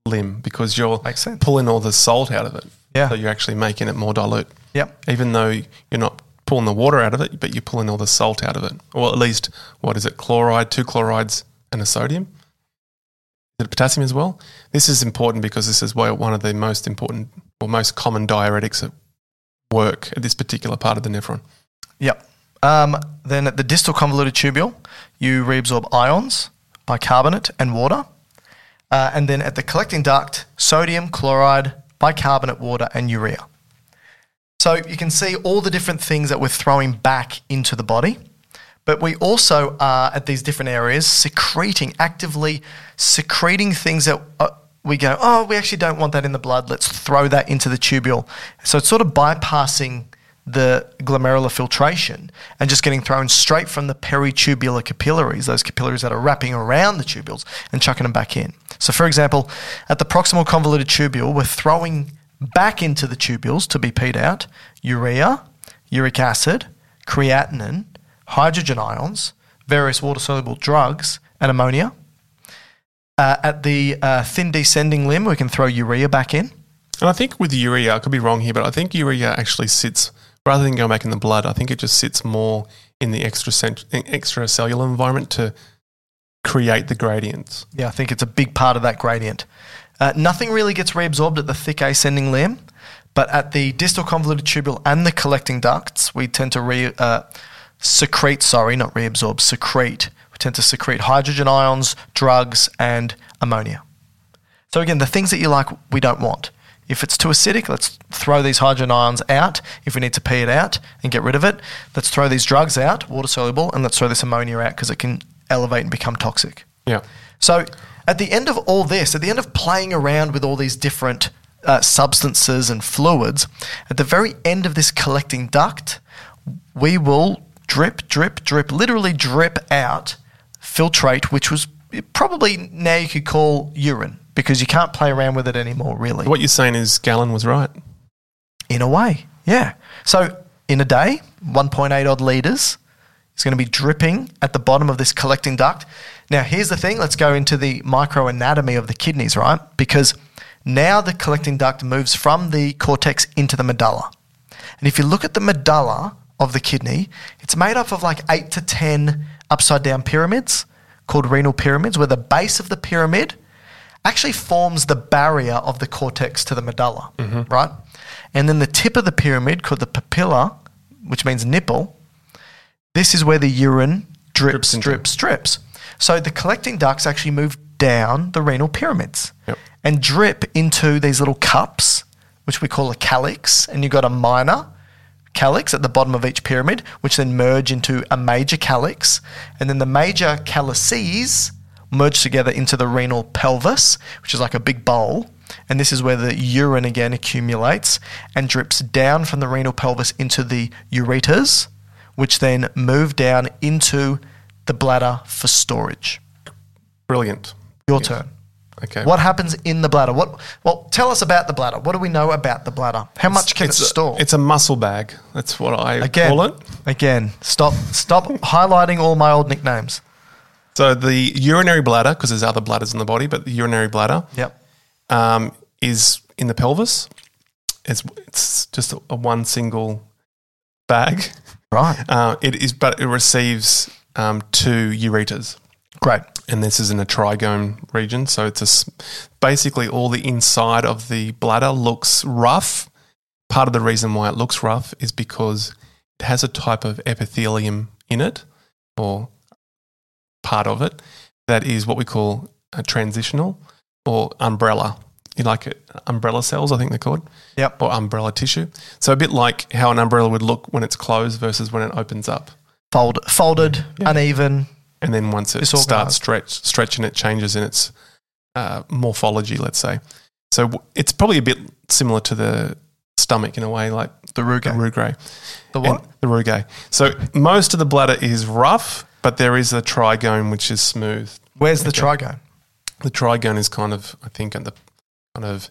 S2: limb because you're
S1: Makes sense.
S2: pulling all the salt out of it.
S1: Yeah.
S2: So you're actually making it more dilute.
S1: Yep.
S2: Even though you're not pulling the water out of it, but you're pulling all the salt out of it. Or at least, what is it? Chloride, two chlorides, and a sodium? Is it potassium as well? This is important because this is why one of the most important or most common diuretics at work at this particular part of the nephron.
S1: Yep. Um, then at the distal convoluted tubule, you reabsorb ions, bicarbonate, and water. Uh, and then at the collecting duct, sodium, chloride, bicarbonate, water, and urea. So you can see all the different things that we're throwing back into the body. But we also are at these different areas secreting, actively secreting things that uh, we go, oh, we actually don't want that in the blood. Let's throw that into the tubule. So it's sort of bypassing the glomerular filtration and just getting thrown straight from the peritubular capillaries, those capillaries that are wrapping around the tubules, and chucking them back in. So, for example, at the proximal convoluted tubule, we're throwing back into the tubules to be peed out urea, uric acid, creatinine, hydrogen ions, various water soluble drugs, and ammonia. Uh, at the uh, thin descending limb, we can throw urea back in.
S2: And I think with urea, I could be wrong here, but I think urea actually sits rather than going back in the blood. I think it just sits more in the extracent- extracellular environment to create the gradients.
S1: Yeah, I think it's a big part of that gradient. Uh, nothing really gets reabsorbed at the thick ascending limb, but at the distal convoluted tubule and the collecting ducts, we tend to re, uh, secrete, sorry, not reabsorb, secrete. We tend to secrete hydrogen ions, drugs, and ammonia. So, again, the things that you like, we don't want. If it's too acidic, let's throw these hydrogen ions out. If we need to pee it out and get rid of it, let's throw these drugs out, water soluble, and let's throw this ammonia out because it can elevate and become toxic.
S2: Yeah.
S1: So, at the end of all this, at the end of playing around with all these different uh, substances and fluids, at the very end of this collecting duct, we will drip, drip, drip, literally drip out filtrate, which was probably now you could call urine because you can't play around with it anymore, really.
S2: What you're saying is Galen was right.
S1: In a way, yeah. So, in a day, 1.8 odd litres is going to be dripping at the bottom of this collecting duct. Now, here's the thing let's go into the microanatomy of the kidneys, right? Because now the collecting duct moves from the cortex into the medulla. And if you look at the medulla of the kidney, it's made up of like eight to 10 upside down pyramids called renal pyramids, where the base of the pyramid actually forms the barrier of the cortex to the medulla, right? And then the tip of the pyramid, called the papilla, which means nipple, this is where the urine drips,
S2: Drips into.
S1: drips, drips. So the collecting ducts actually move down the renal pyramids
S2: Yep.
S1: and drip into these little cups, which we call a calyx. And you've got a minor calyx at the bottom of each pyramid, which then merge into a major calyx. And then the major calyces merge together into the renal pelvis, which is like a big bowl. And this is where the urine again accumulates and drips down from the renal pelvis into the ureters, which then move down into the bladder for storage.
S2: Brilliant.
S1: Your turn.
S2: Okay.
S1: What happens in the bladder? What? Well, tell us about the bladder. What do we know about the bladder? How much can it
S2: it's a-
S1: store?
S2: It's a muscle bag. That's what I
S1: again,
S2: call it.
S1: again. Stop, stop highlighting all my old nicknames.
S2: So the urinary bladder, because there's other bladders in the body, but the urinary bladder
S1: Yep.
S2: um, is in the pelvis. It's it's just a, a one single bag.
S1: Right.
S2: Uh, it is, but it receives um, two ureters,
S1: Great.
S2: and this is in a trigone region. So it's a s basically all the inside of the bladder looks rough. Part of the reason why it looks rough is because it has a type of epithelium in it, or part of it, that is what we call a transitional or umbrella. You like it, umbrella cells, I think they're called
S1: Yep.
S2: or umbrella tissue. So a bit like how an umbrella would look when it's closed versus when it opens up.
S1: Fold, folded,
S2: Yeah.
S1: uneven.
S2: And then once it
S1: Disorganised.
S2: starts stretch, stretching, it changes in its uh, morphology, let's say. So w- it's probably a bit similar to the stomach in a way, like
S1: The
S2: the
S1: rugae.
S2: rugae.
S1: The what?
S2: And the rugae. So most of the bladder is rough, but there is a trigone which is smooth.
S1: Where's the trigone?
S2: The trigone is kind of, I think, at the kind of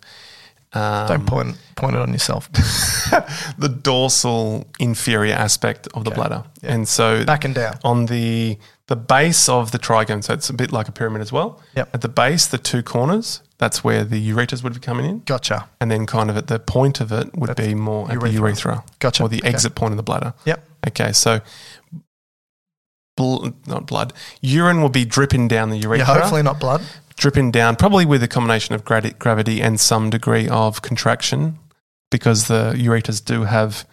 S2: um,
S1: Don't point point it on yourself.
S2: the dorsal inferior aspect of the
S1: Okay.
S2: bladder.
S1: Yeah.
S2: And so
S1: Back and down.
S2: on the the base of the trigone, so it's a bit like a pyramid as well.
S1: Yep.
S2: At the base, the two corners, that's where the ureters would be coming in.
S1: Gotcha.
S2: And then kind of at the point of it would
S1: That's
S2: be more at the
S1: urethra.
S2: urethra.
S1: Gotcha.
S2: Or the
S1: Okay.
S2: exit point of the bladder.
S1: Yep.
S2: Okay, so bl- not blood, urine will be dripping down the urethra
S1: Yeah, hopefully not blood.
S2: dripping down, probably with a combination of gradi- gravity and some degree of contraction, because the ureters do have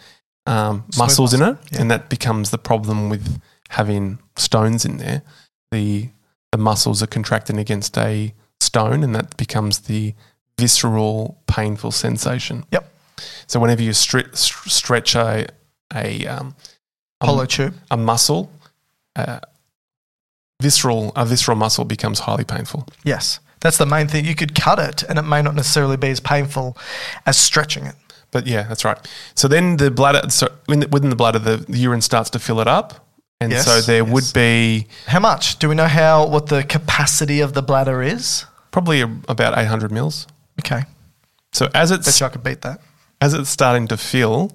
S2: um,
S1: Smooth
S2: muscles in it,
S1: muscle, yeah.
S2: and that becomes the problem with having stones in there. The the muscles are contracting against a stone, and that becomes the visceral, painful sensation.
S1: Yep.
S2: So whenever you stre- s- stretch a a um, a-
S1: Hollow tube.
S2: a muscle, uh, visceral a visceral muscle becomes highly painful.
S1: Yes. That's the main thing. You could cut it and it may not necessarily be as painful as stretching it.
S2: But yeah, that's right. So then the bladder, so in the- within the bladder, the, the urine starts to fill it up, and
S1: Yes,
S2: so there
S1: yes.
S2: would be
S1: How much? Do we know how what the capacity of the bladder is?
S2: probably a, about 800 mils.
S1: Okay.
S2: So as
S1: Bet
S2: it's
S1: you I could beat that.
S2: as it's starting to fill,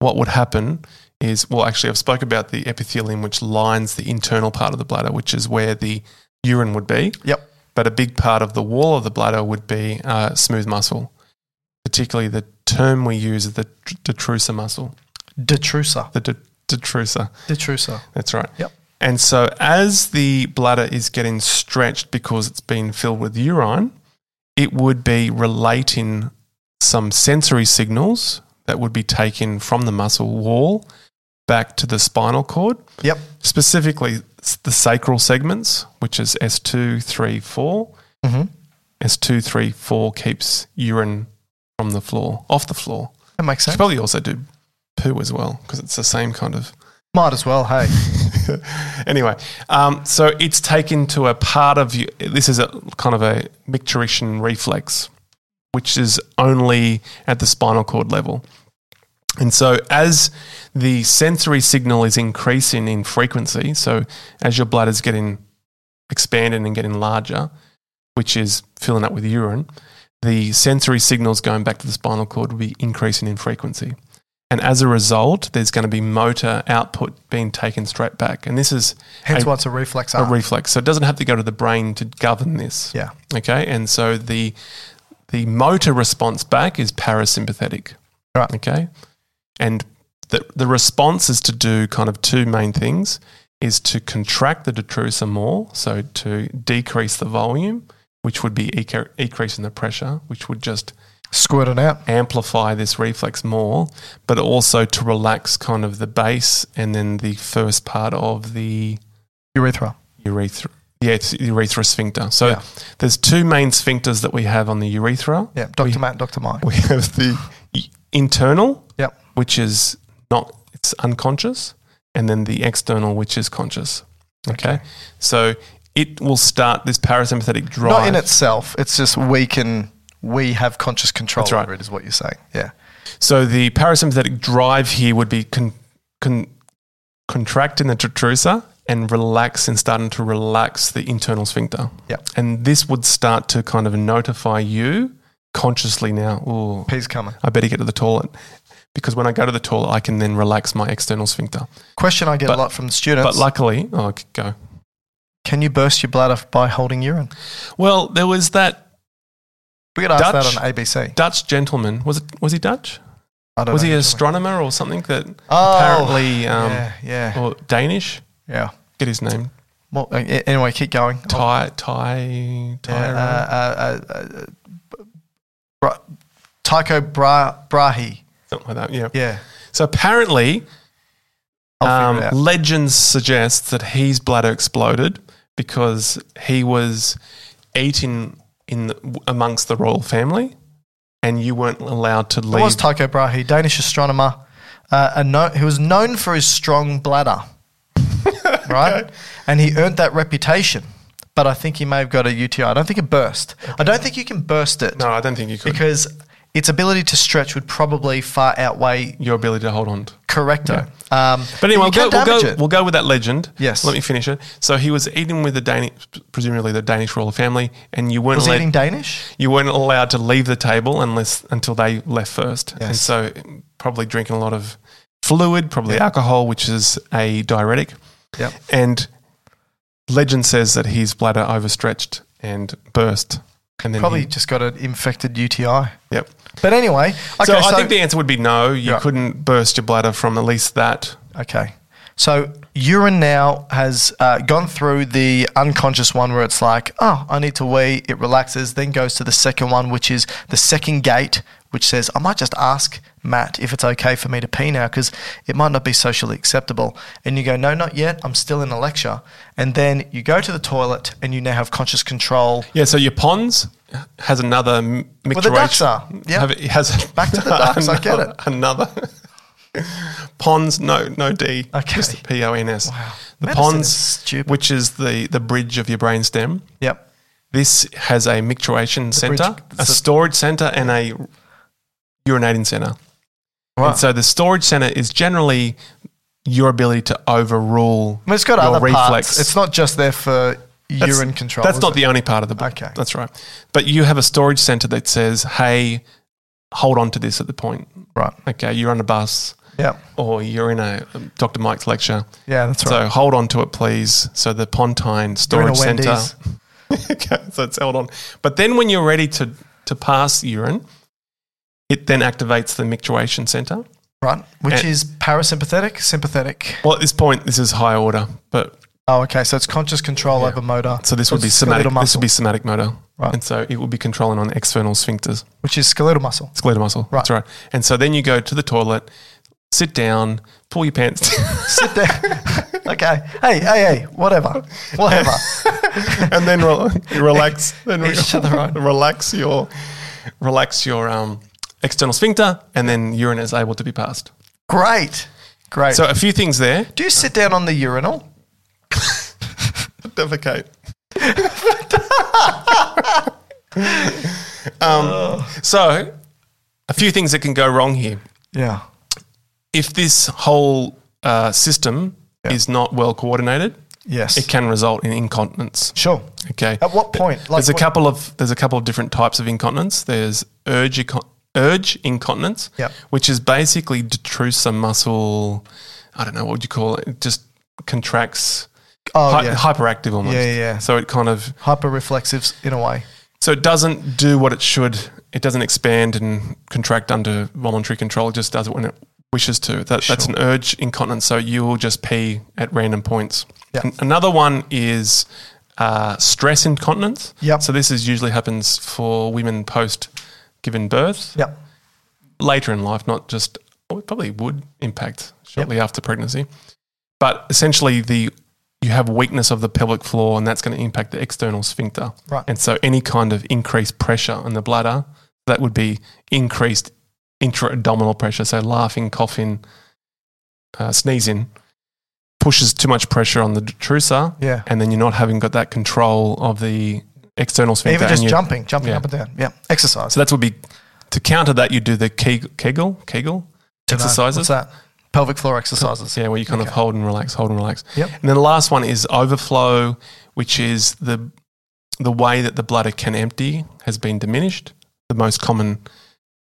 S2: what would happen is well, actually, I've spoke about the epithelium, which lines the internal part of the bladder, which is where the urine would be.
S1: Yep.
S2: But a big part of the wall of the bladder would be uh, smooth muscle, particularly the term we use is the tr- detrusor muscle,
S1: Detrusor.
S2: the det- detrusor.
S1: Detrusor.
S2: That's right.
S1: Yep.
S2: And so, as the bladder is getting stretched because it's been filled with urine, it would be relating some sensory signals that would be taken from the muscle wall back to the spinal cord,
S1: Yep.
S2: specifically s- the sacral segments, which is S2, 3, 4.
S1: hmm
S2: S2, 3, 4 keeps urine from the floor, off the floor.
S1: That makes
S2: You
S1: sense.
S2: should probably also do poo as well because it's the same kind of
S1: Might as well, hey.
S2: anyway, um, so it's taken to a part of you. This is a kind of a micturition reflex, which is only at the spinal cord level. And so, as the sensory signal is increasing in frequency, so as your bladder's getting expanded and getting larger, which is filling up with urine, the sensory signals going back to the spinal cord will be increasing in frequency. And as a result, there's going to be motor output being taken straight back. And this is
S1: Hence
S2: a,
S1: why it's a reflex
S2: a
S1: arm.
S2: reflex. So it doesn't have to go to the brain to govern this.
S1: yeah.
S2: Okay. And so the the motor response back is parasympathetic.
S1: Right.
S2: Okay. And the the response is to do kind of two main things is to contract the detrusor more, so to decrease the volume, which would be eco- increasing the pressure, which would just
S1: Squirt it out.
S2: amplify this reflex more, but also to relax kind of the base and then the first part of the
S1: Urethra.
S2: urethra. Yeah, it's urethra sphincter. So
S1: Yeah.
S2: there's two main sphincters that we have on the urethra.
S1: Yeah. Dr.
S2: We-
S1: Matt, Dr. Mike.
S2: We have the i- internal,
S1: Yep.
S2: which is not it's unconscious, and then the external, which is conscious. Okay, so it will start this parasympathetic drive.
S1: Not in itself. It's just we can we have conscious control
S2: That's right.
S1: over it is what you're saying. Yeah.
S2: So the parasympathetic drive here would be con- con- contracting the detrusor and relaxing, starting to relax the internal sphincter.
S1: Yep.
S2: And this would start to kind of notify you consciously now, oh,
S1: Pee's coming.
S2: I better get to the toilet. Because when I go to the toilet, I can then relax my external sphincter.
S1: Question I get
S2: But-
S1: a lot from students.
S2: but luckily, oh, c- go.
S1: can you burst your bladder by holding urine?
S2: Well, there was that
S1: We got asked
S2: Dutch-
S1: that on ABC.
S2: Dutch gentleman. Was it? Was he Dutch?
S1: I don't
S2: Was
S1: know.
S2: he an astronomer or something that
S1: Oh,
S2: apparently, um,
S1: yeah, yeah,
S2: or Danish?
S1: yeah.
S2: Get his name.
S1: Well, uh, a- anyway, keep going.
S2: Ty, Ty,
S1: Yeah,
S2: Ty.
S1: uh, uh, uh, uh, Bra- Tycho Bra- Brahe.
S2: something like that. Yeah.
S1: Yeah.
S2: So apparently,
S1: I'll
S2: um,
S1: figure it out.
S2: legends suggest that his bladder exploded because he was eating in the, amongst the royal family, and you weren't allowed to
S1: It
S2: leave.
S1: was Tycho Brahe, Danish astronomer, uh, a no- who was known for his strong bladder, right? And he earned that reputation. But I think he may have got a UTI. I don't think it burst. I don't think you can burst it
S2: no, I don't think you could.
S1: because its ability to stretch would probably far outweigh
S2: Your ability to hold on. To.
S1: correcto. Um,
S2: But anyway,
S1: you
S2: we'll
S1: can't
S2: go, we'll,
S1: damage
S2: go,
S1: it.
S2: we'll go with that legend.
S1: Yes.
S2: Let me finish it. So he was eating with the Danish, presumably the Danish royal family, and you weren't
S1: was he
S2: allowed,
S1: eating Danish?
S2: you weren't allowed to leave the table unless until they left first. And
S1: Yes.
S2: so probably drinking a lot of fluid, probably alcohol, which is a diuretic.
S1: Yep.
S2: And legend says that his bladder overstretched and burst. And then
S1: Probably
S2: he-
S1: just got an infected UTI.
S2: yep.
S1: But anyway, okay,
S2: so, I think the answer would be no. You
S1: Yeah.
S2: couldn't burst your bladder from at least that.
S1: Okay. So urine now has uh, gone through the unconscious one where it's like, oh, I need to wee. It relaxes, then goes to the second one, which is the second gate, which says, I might just ask Matt if it's okay for me to pee now because it might not be socially acceptable. And you go, no, not yet. I'm still in a lecture. And then you go to the toilet and you now have conscious control.
S2: Yeah. So your pons has another m-
S1: the
S2: micturation.
S1: ducks are, yeah.
S2: Have- it has
S1: Back to the ducks, I get
S2: another- Another. Pons, no, no D.
S1: Okay.
S2: Just P O N S. Wow. The
S1: Medicine
S2: pons,
S1: is stupid.
S2: which is the the bridge of your brainstem.
S1: Yep.
S2: This has a micturation
S1: bridge-
S2: center, a
S1: so-
S2: storage center, and a urinating center.
S1: Right.
S2: And so the storage center is generally your ability to overrule
S1: I mean, it's got
S2: your
S1: other
S2: reflex.
S1: parts. It's not just there for
S2: That's-
S1: urine control.
S2: That's
S1: is
S2: not
S1: it?
S2: the only part of the book.
S1: Okay.
S2: That's right. But you have a storage center that says, hey, hold on to this at the point.
S1: Right.
S2: Okay, you're on a bus
S1: Yep.
S2: or you're in a um, Dr. Mike's lecture.
S1: Yeah, that's right.
S2: So hold on to it, please. So the Pontine
S1: You're in a
S2: storage center.
S1: Wendy's.
S2: okay, so it's held on. But then when you're ready to, to pass urine, it then activates the micturation center.
S1: Right, which
S2: And-
S1: is parasympathetic, sympathetic.
S2: Well, at this point, this is high order, but
S1: Oh, okay. So it's conscious control
S2: Yeah.
S1: over motor.
S2: so this
S1: It's
S2: would be
S1: skeletal
S2: somatic. This
S1: muscle,
S2: would be somatic motor,
S1: Right.
S2: and so it would be controlling on external sphincters,
S1: which is skeletal muscle.
S2: skeletal muscle.
S1: Right.
S2: That's right. And so then you go to the toilet, sit down, pull your pants,
S1: Sit there. okay. Hey, hey, hey. Whatever. Whatever.
S2: and then rel relax. Then re-
S1: Each to their own.
S2: relax your relax your um, external sphincter, and then urine is able to be passed.
S1: Great. Great.
S2: So
S1: So,
S2: a few things there.
S1: do you sit down on the urinal?
S2: defecate. um, so, a few things that can go wrong here.
S1: Yeah.
S2: If this whole uh, system
S1: Yeah.
S2: is not well coordinated,
S1: Yes.
S2: it can result in incontinence.
S1: Sure.
S2: Okay.
S1: At what point? Like,
S2: there's a
S1: what-
S2: couple of there's a couple of different types of incontinence. There's urge inco- urge incontinence,
S1: Yep.
S2: which is basically detrusor muscle. I don't know what would you call it. It just contracts,
S1: Oh,
S2: hy-
S1: yeah.
S2: hyperactive almost.
S1: Yeah, yeah, yeah.
S2: So it kind of
S1: Hyperreflexives in a way.
S2: So it doesn't do what it should. It doesn't expand and contract under voluntary control. It just does it when it wishes to. That, That's an urge incontinence. So you will just pee at random points.
S1: Yeah.
S2: An- Another one is uh, stress incontinence.
S1: Yep.
S2: So this is usually happens for women post given birth
S1: Yep.
S2: later in life, not just well, it probably would impact shortly after pregnancy. But essentially, the you have weakness of the pelvic floor, and that's going to impact the external sphincter.
S1: Right.
S2: And so, any kind of increased pressure on the bladder that would be increased intra-abdominal pressure, so laughing, coughing, uh, sneezing, pushes too much pressure on the detrusor,
S1: Yeah.
S2: and then you're not having got that control of the external sphincter.
S1: Even
S2: and
S1: just
S2: you-
S1: jumping, jumping
S2: Yeah.
S1: up and down. Yeah. Exercise.
S2: so that would be to counter that. You do the Keg- Kegel, Kegel
S1: Dunno.
S2: exercises.
S1: What's that? Pelvic floor exercises.
S2: Yeah, where you kind of
S1: Okay.
S2: hold and relax, hold and relax.
S1: Yep.
S2: And then the last one is overflow, which is the the way that the bladder can empty has been diminished. The most common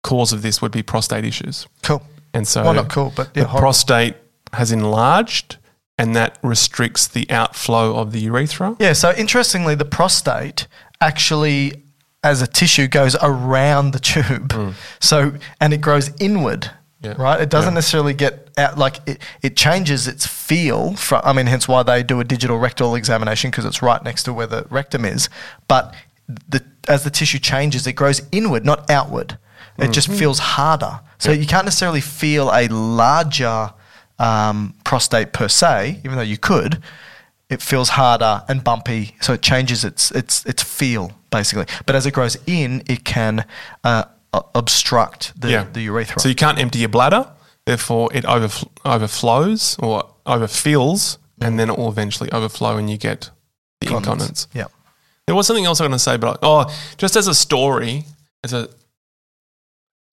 S2: cause of this would be prostate issues,
S1: Cool.
S2: and so
S1: Well, not cool, but yeah.
S2: the
S1: horrible.
S2: prostate has enlarged, and that restricts the outflow of the urethra.
S1: Yeah, so interestingly, the prostate actually, as a tissue, goes around the tube. So, and it grows inward,
S2: Mm. Yeah.
S1: right? It doesn't
S2: Yeah.
S1: necessarily get out, like, it, it changes its feel. From, I mean, hence why they do a digital rectal examination because it's right next to where the rectum is. But the, as the tissue changes, it grows inward, not outward. It just
S2: Mm-hmm.
S1: feels harder. So, you can't necessarily feel a larger um, prostate per se, even though you could it feels harder and bumpy, so it changes its its its feel basically. But as it grows in, it can uh, o- obstruct the, the urethra.
S2: So you can't empty your bladder, therefore it overf- overflows or overfills, and then it will eventually overflow, and you get the incontinence.
S1: Yeah.
S2: There was something else I was going to say, but I, oh, just as a story, as a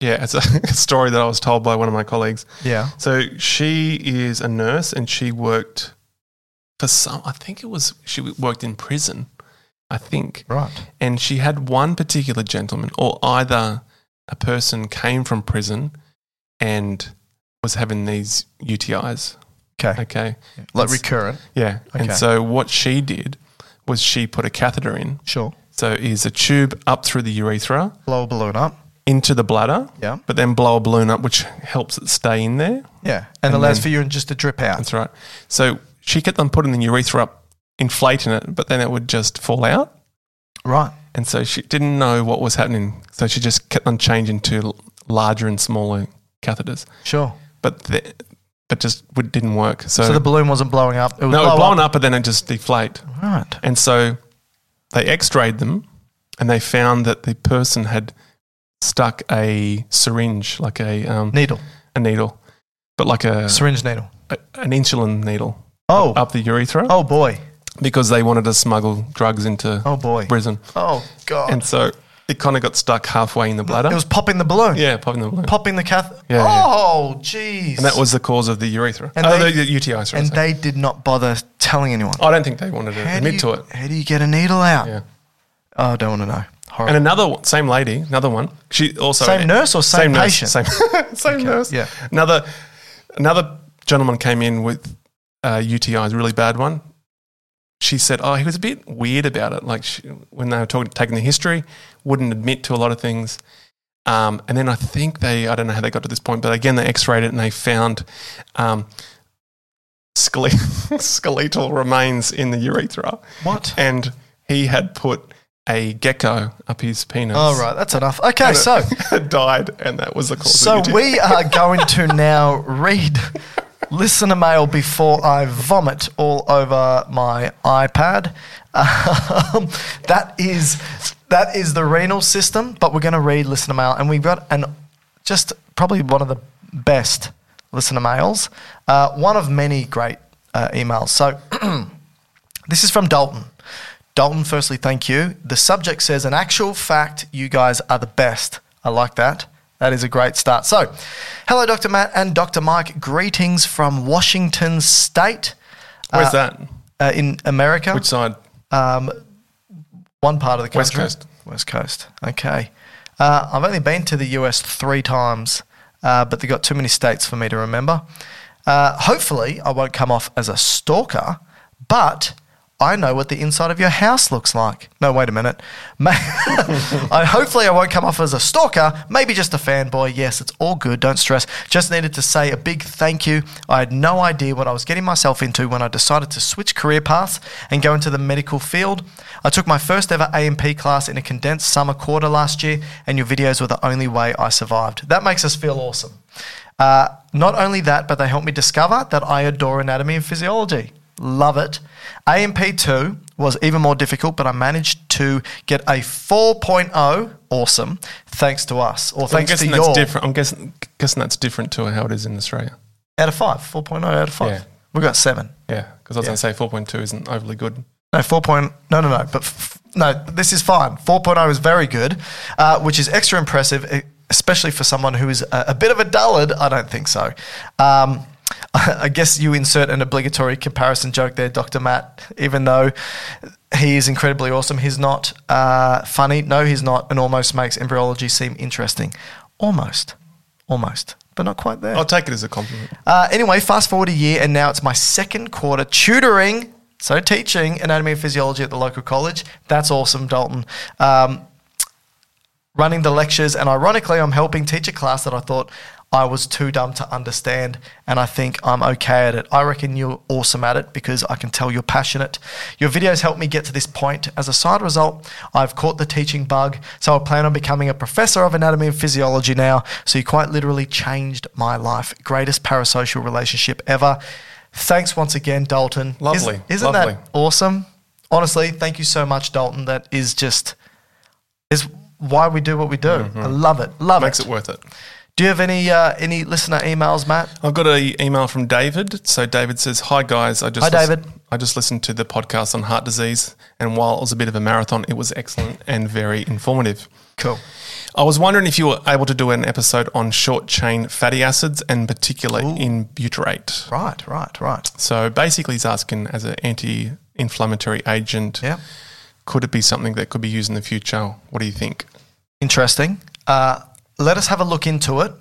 S2: Yeah, it's a, a story that I was told by one of my colleagues.
S1: Yeah.
S2: So she is a nurse and she worked for some, I think it was, she worked in prison, I think.
S1: Right.
S2: And she had one particular gentleman, or either a person came from prison and was having these UTIs.
S1: Okay.
S2: Okay.
S1: Like
S2: It's-
S1: recurrent.
S2: Yeah. And
S1: Okay.
S2: so what she did was she put a catheter in.
S1: Sure.
S2: So it is a tube up through the urethra
S1: Blow a balloon up.
S2: into the bladder.
S1: Yeah. Ah.
S2: But then blow a balloon up, which helps it stay in there.
S1: Yeah.
S2: And
S1: And, allows
S2: then-
S1: for urine just to drip out.
S2: That's right. So she kept on putting the urethra up, inflating it, but then it would just fall out.
S1: Right.
S2: And so she didn't know what was happening. So she just kept on changing to l- larger and smaller catheters.
S1: Sure.
S2: But the, but just would, didn't work. So,
S1: So, the balloon wasn't blowing up. It was
S2: no, it
S1: blow
S2: was blown up, but then it just deflate.
S1: Right.
S2: And so they x-rayed them and they found that the person had stuck a syringe, like a, um,
S1: Needle.
S2: a needle, but like a,
S1: Syringe needle.
S2: a- an insulin needle
S1: Oh.
S2: up the urethra
S1: Oh boy.
S2: because they wanted to smuggle drugs into
S1: Oh boy.
S2: prison.
S1: Oh god.
S2: And so it kind of got stuck halfway in the bladder.
S1: It was popping the balloon.
S2: yeah, popping the balloon.
S1: Popping the cath.
S2: Yeah, yeah.
S1: oh jeez.
S2: and that was the cause of the urethra.
S1: And
S2: oh,
S1: they-
S2: the UTI, sorry.
S1: And
S2: sorry.
S1: they did not bother telling anyone.
S2: I don't think they wanted to
S1: How do
S2: admit
S1: you-
S2: to it.
S1: How do you get a needle out?
S2: Yeah.
S1: Oh, I don't want to know. Horrible.
S2: And another one, same lady, another one. She also
S1: Same nurse or same
S2: nurse,
S1: patient?
S2: same same nurse.
S1: yeah.
S2: Another another gentleman came in with uh, UTIs, really bad one. She said, "Oh, he was a bit weird about it. Like she, when they were talking, taking the history, wouldn't admit to a lot of things." Um, and then I think they, I don't know how they got to this point, but again, they x-rayed it and they found um, skele- skeletal remains in the urethra
S1: what?
S2: and he had put a gecko up his penis.
S1: All right, that's enough. Okay,
S2: And
S1: so
S2: it died, and that was the cause.
S1: so
S2: of the
S1: we are going to now read listener mail before I vomit all over my iPad. Um, that is that is the renal system, but we're going to read listener mail, and we've got an just probably one of the best listener mails, uh, one of many great uh, emails. So. This is from Dalton. Dalton, firstly, thank you. The subject says, an actual fact, you guys are the best. I like that. That is a great start. So, hello, Dr. Matt and Dr. Mike. Greetings from Washington State
S2: Where's that?
S1: uh, in America.
S2: Which side?
S1: One part of the
S2: West
S1: country.
S2: Coast.
S1: West Coast. Okay. Uh, I've only been to the US three times, uh, but they've got too many states for me to remember. Uh, hopefully, I won't come off as a stalker, but I know what the inside of your house looks like. No, wait a minute. Ma- I, hopefully, I won't come off as a stalker, maybe just a fanboy. Yes, it's all good. Don't stress. Just needed to say a big thank you. I had no idea what I was getting myself into when I decided to switch career paths and go into the medical field. I took my first ever AMP class in a condensed summer quarter last year, and your videos were the only way I survived. That makes us feel awesome. Uh, not only that, but they helped me discover that I adore anatomy and physiology. Love it. AMP2 was even more difficult, but I managed to get a 4.0. Awesome. Thanks to us, or
S2: I'm
S1: thanks to
S2: guessing that's
S1: your
S2: different. I'm guessing, guessing that's different to how it is in Australia.
S1: out of five, 4.0 out of five.
S2: Yeah.
S1: We got seven.
S2: Yeah, because I was going to say 4.2 isn't overly good.
S1: No, 4. Point, no, no, no. But f- no, this is fine. 4.0 is very good, uh, which is extra impressive, e- especially for someone who is a, a bit of a dullard. I don't think so. Um, I guess you insert an obligatory comparison joke there, Dr. Matt, even though he is incredibly awesome. He's not uh, funny. No, he's not, and almost makes embryology seem interesting. Almost. Almost. But not quite there.
S2: I'll take it as a compliment.
S1: Uh, anyway, fast forward a year, and now it's my second quarter tutoring, so teaching anatomy and physiology at the local college. That's awesome, Dalton. Um, running the lectures, and ironically, I'm helping teach a class that I thought I was too dumb to understand, and I think I'm okay at it. I reckon you're awesome at it because I can tell you're passionate. Your videos helped me get to this point. As a side result, I've caught the teaching bug, so I plan on becoming a professor of anatomy and physiology now. So you quite literally changed my life. Greatest parasocial relationship ever. Thanks once again, Dalton.
S2: Lovely,
S1: Isn't, isn't
S2: lovely.
S1: that awesome? Honestly, thank you so much, Dalton. That is just is why we do what we do. I love it. Love
S2: Makes
S1: Mm-hmm. it.
S2: it worth it.
S1: Do you have any uh, any listener emails, Matt?
S2: I've got an email from David. So David says, "Hi guys, I just
S1: Hi,
S2: lis-
S1: David.
S2: I just listened to the podcast on heart disease, and while it was a bit of a marathon, it was excellent and very informative.
S1: Cool.
S2: I was wondering if you were able to do an episode on short chain fatty acids and particularly
S1: Ooh.
S2: in butyrate.
S1: Right, right, right.
S2: So basically, he's asking as an anti inflammatory agent,
S1: Yeah.
S2: could it be something that could be used in the future? What do you think?
S1: Interesting. Uh, let us have a look into it.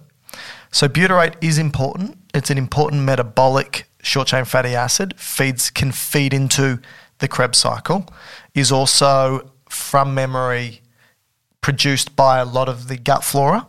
S1: So butyrate is important. It's an important metabolic short chain fatty acid. Feeds can feed into the Krebs cycle. Is also from memory produced by a lot of the gut flora.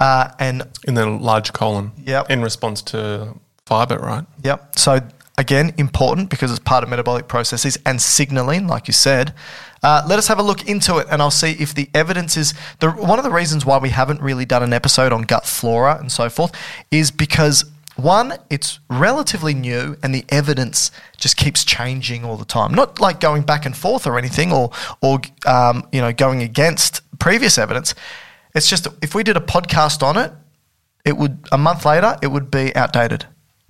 S1: Uh, and
S2: In the large colon.
S1: Yep.
S2: In response to fiber, right?
S1: Yep. So again, important because it's part of metabolic processes and signaling, like you said. Uh, let us have a look into it, and I'll see if the evidence is the one of the reasons why we haven't really done an episode on gut flora and so forth is because one, it's relatively new, and the evidence just keeps changing all the time. Not like going back and forth or anything, or or um, you know going against previous evidence. It's just if we did a podcast on it, it would a month later it would be outdated.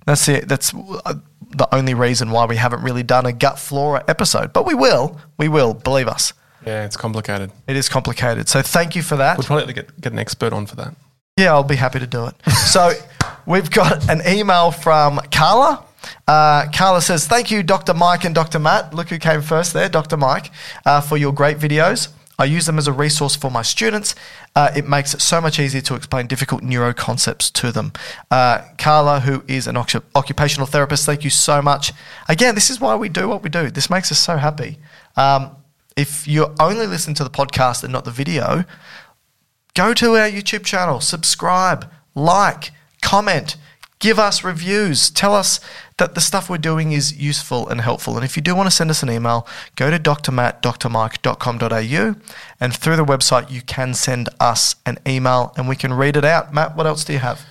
S1: That's it. That's uh, the only reason why we haven't really done a gut flora episode, but we will. We will. Believe us,
S2: Yeah, it's complicated.
S1: it is complicated. So thank you for that.
S2: We'll probably have to get, get an expert on for that.
S1: Yeah, I'll be happy to do it. So we've got an email from Carla. Uh, Carla says, Thank you, Dr. Mike and Dr. Matt. Look who came first there, Dr. Mike, uh, for your great videos. I use them as a resource for my students. Uh, it makes it so much easier to explain difficult neuro concepts to them. Uh, Carla, who is an occu- occupational therapist, thank you so much. Again, this is why we do what we do. This makes us so happy. Um, if you only listen to the podcast and not the video, go to our YouTube channel, subscribe, like, comment, give us reviews, tell us that the stuff we're doing is useful and helpful. And if you do want to send us an email, go to drmattdrmike.com.au and through the website you can send us an email and we can read it out. Matt, what else do you have?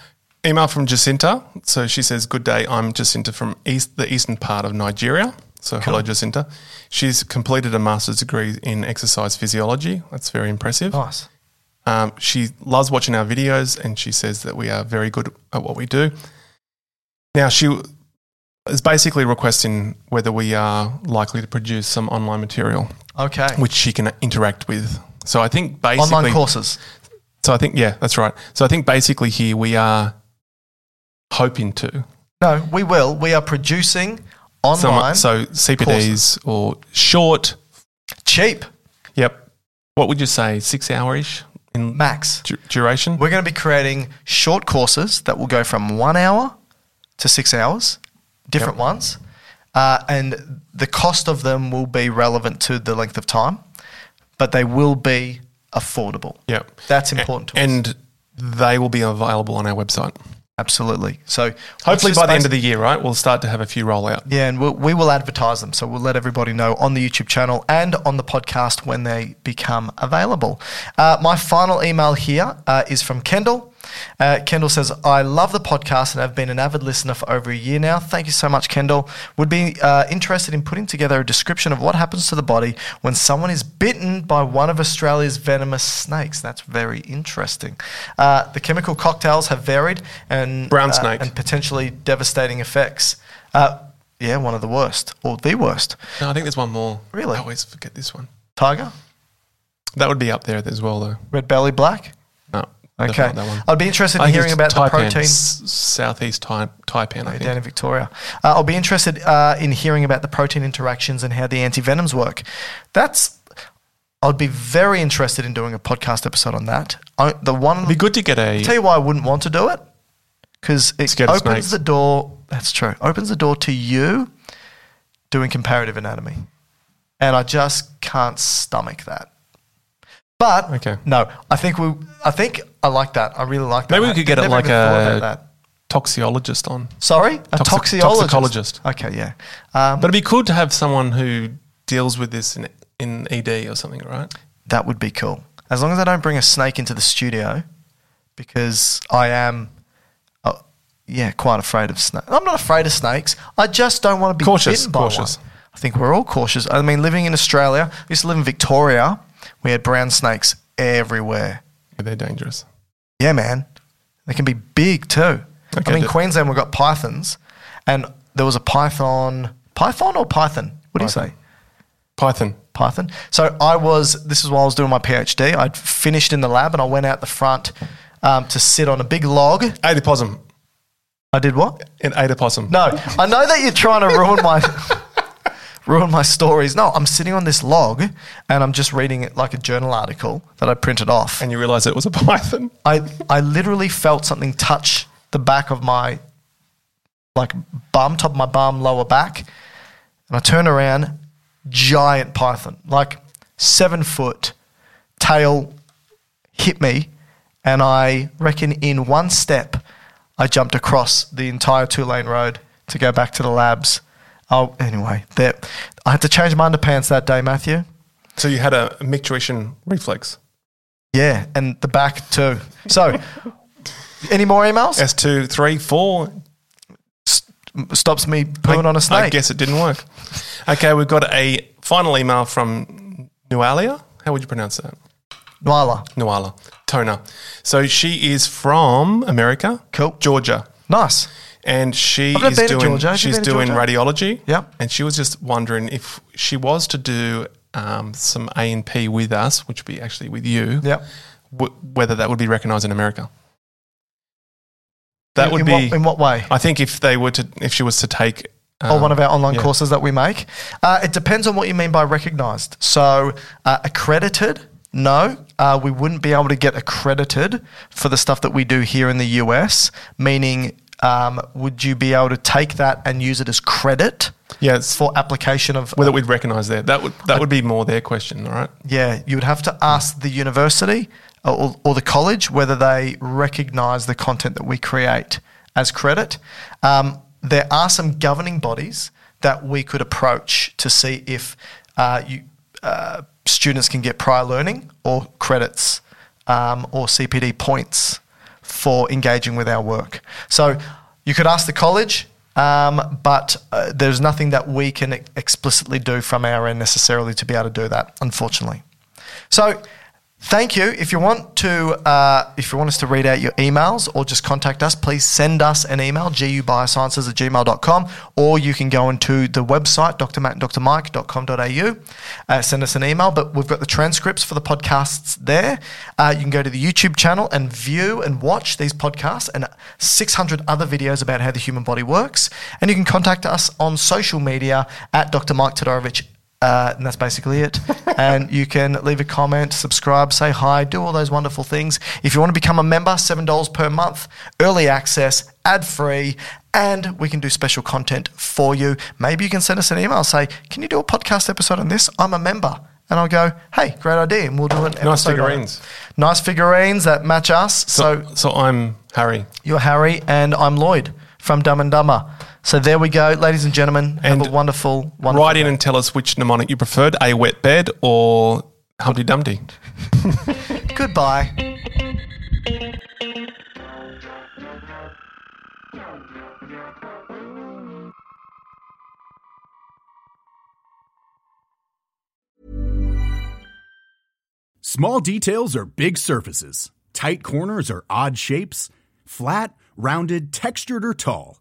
S2: Email from Jacinta. So she says, Good day. I'm Jacinta from east, the eastern part of Nigeria. So hello, Jacinta. She's completed a master's degree in exercise physiology. That's very impressive.
S1: Nice.
S2: Um, she loves watching our videos and she says that we are very good at what we do. Now, she is basically requesting whether we are likely to produce some online material
S1: Okay.
S2: which she can interact with. So I think basically.
S1: Online courses.
S2: So I think, yeah, that's right. So I think basically here we are hoping to.
S1: No, we will. We are producing online.
S2: so CPDs
S1: courses.
S2: or short.
S1: cheap.
S2: Yep. What would you say? Six hour ish in
S1: Max.
S2: du- duration?
S1: We're going to be creating short courses that will go from one hour to six hours, different ones. Uh, and the cost of them will be relevant to the length of time, but they will be affordable.
S2: Yep.
S1: That's important to us.
S2: And they will be available on our website.
S1: Absolutely. So
S2: Hopefully by the end of the year, right? We'll start to have a few roll out.
S1: yeah, and we'll, we will advertise them. So we'll let everybody know on the YouTube channel and on the podcast when they become available. Uh, my final email here uh, is from Kendall. Uh, Kendall says, I love the podcast and I've been an avid listener for over a year now. Thank you so much, Kendall. Would be uh, interested in putting together a description of what happens to the body when someone is bitten by one of Australia's venomous snakes. That's very interesting. Uh, the chemical cocktails have varied and
S2: Brown
S1: uh,
S2: snake.
S1: and potentially devastating effects. Uh, yeah, one of the worst, or the worst.
S2: No, I think there's one more.
S1: Really?
S2: I always forget this one.
S1: Tiger,
S2: That would be up there as well, though.
S1: red belly black.
S2: No. definitely
S1: Okay,
S2: not That one.
S1: I'd be interested
S2: I
S1: in
S2: think
S1: hearing
S2: it's
S1: about the
S2: Taipan,
S1: protein.
S2: S- Southeast Tai- Taipan, I
S1: Hey,
S2: think.
S1: down in Victoria. Uh, I'll be interested uh, in hearing about the protein interactions and how the anti venoms work. That's. I'd be very interested in doing a podcast episode on that. I, the one.
S2: It'd be good to get a.
S1: Tell you why I wouldn't want to do it because it
S2: Scared of
S1: opens
S2: snakes.
S1: the door. That's true. Opens the door to you doing comparative anatomy, and I just can't stomach that. But
S2: Okay.
S1: no, I think we. I think I like that. I really like that.
S2: Maybe we
S1: I
S2: could get it
S1: never
S2: like
S1: even thought
S2: a-
S1: about that.
S2: toxicologist on.
S1: Sorry, a toxiologist.
S2: Toxic- toxicologist.
S1: Okay, yeah. Um,
S2: But it'd be cool to have someone who deals with this in, in ED or something, right?
S1: That would be cool. As long as I don't bring a snake into the studio, because I am, uh, yeah, quite afraid of snakes. I'm not afraid of snakes. I just don't want to be
S2: Cautious,
S1: bitten by
S2: cautious.
S1: one. I think we're all cautious. I mean, living in Australia, I used to live in Victoria. We had brown snakes everywhere.
S2: Yeah, they're dangerous.
S1: Yeah, man. They can be big too. I
S2: Okay,
S1: mean,
S2: d-
S1: Queensland, we've got pythons, and there was a python. Python or python? What do you
S2: Python.
S1: say?
S2: Python.
S1: Python. So I was, this is while I was doing my PhD. I'd finished in the lab and I went out the front um, to sit on a big log.
S2: Ate a possum.
S1: I did what?
S2: It ate a possum.
S1: No, I know that you're trying to ruin my ruin my stories. No, I'm sitting on this log and I'm just reading it like a journal article that I printed off.
S2: And you realize it was a python.
S1: I I literally felt something touch the back of my like bum, top of my bum, lower back, and I turn around, giant python, like seven foot, tail hit me, and I reckon in one step, I jumped across the entire two lane road to go back to the labs. Oh, anyway, there. I had to change my underpants that day, Matthew.
S2: So you had a micturition reflex.
S1: Yeah, and the back too. So, any more emails?
S2: S two, three, four.
S1: Stops me pooing
S2: I-
S1: on a snake.
S2: I guess it didn't work. Okay, we've got a final email from Nualia. How would you pronounce that?
S1: Nyla.
S2: Nuala. Tona. So she is from America.
S1: Cool.
S2: Georgia.
S1: Nice.
S2: And she
S1: I've never
S2: is
S1: been to
S2: doing
S1: Georgia. Have you
S2: she's
S1: been to
S2: doing
S1: Georgia?
S2: radiology.
S1: Yep.
S2: And she was just wondering if she was to do um, some A and P with us, which would be actually with you.
S1: Yep.
S2: W- whether that would be recognised in America. That
S1: In-
S2: would
S1: in
S2: be.
S1: what, in what way?
S2: I think if they were to, if she was to take, um,
S1: or one of our online
S2: yeah.
S1: courses that we make. Uh, it depends on what you mean by recognised. So, uh, accredited, no, uh, we wouldn't be able to get accredited for the stuff that we do here in the US, meaning, um, would you be able to take that and use it as credit
S2: yeah, it's
S1: for application of?
S2: whether we'd recognise there. That would that would be more their question, all right?
S1: yeah, you would have to ask the university uh, or, or the college whether they recognise the content that we create as credit. Um, there are some governing bodies that we could approach to see if uh, you, uh, students can get prior learning or credits um, or CPD points for engaging with our work. So you could ask the college, um, but uh, there's nothing that we can ex- explicitly do from our end necessarily to be able to do that, unfortunately. So thank you. If you want to, uh, if you want us to read out your emails or just contact us, please send us an email, gubiosciences at gmail.com, or you can go into the website, drmattanddrmike.com.au, uh, send us an email. But we've got the transcripts for the podcasts there. Uh, you can go to the YouTube channel and view and watch these podcasts and 600 other videos about how the human body works. And you can contact us on social media at Dr. Mike Todorovich uh, and that's basically it. and you can leave a comment, subscribe, say hi, do all those wonderful things. If you want to become a member, $7 per month, early access, ad free, and we can do special content for you. Maybe you can send us an email, say, Can you do a podcast episode on this? I'm a member. And I'll go, Hey, great idea. And we'll do an
S2: Nice
S1: episode. on it.
S2: figurines.
S1: Nice figurines that match us. so
S2: so I'm Harry,
S1: you're Harry and I'm Lloyd from Dumb and Dumber. So there we go, ladies and gentlemen.
S2: And
S1: have a wonderful, wonderful
S2: write in and tell us which mnemonic you preferred: a wet bed or Humpty Dumpty.
S1: Goodbye.
S4: Small details are big surfaces. Tight corners are odd shapes. Flat, rounded, textured, or tall.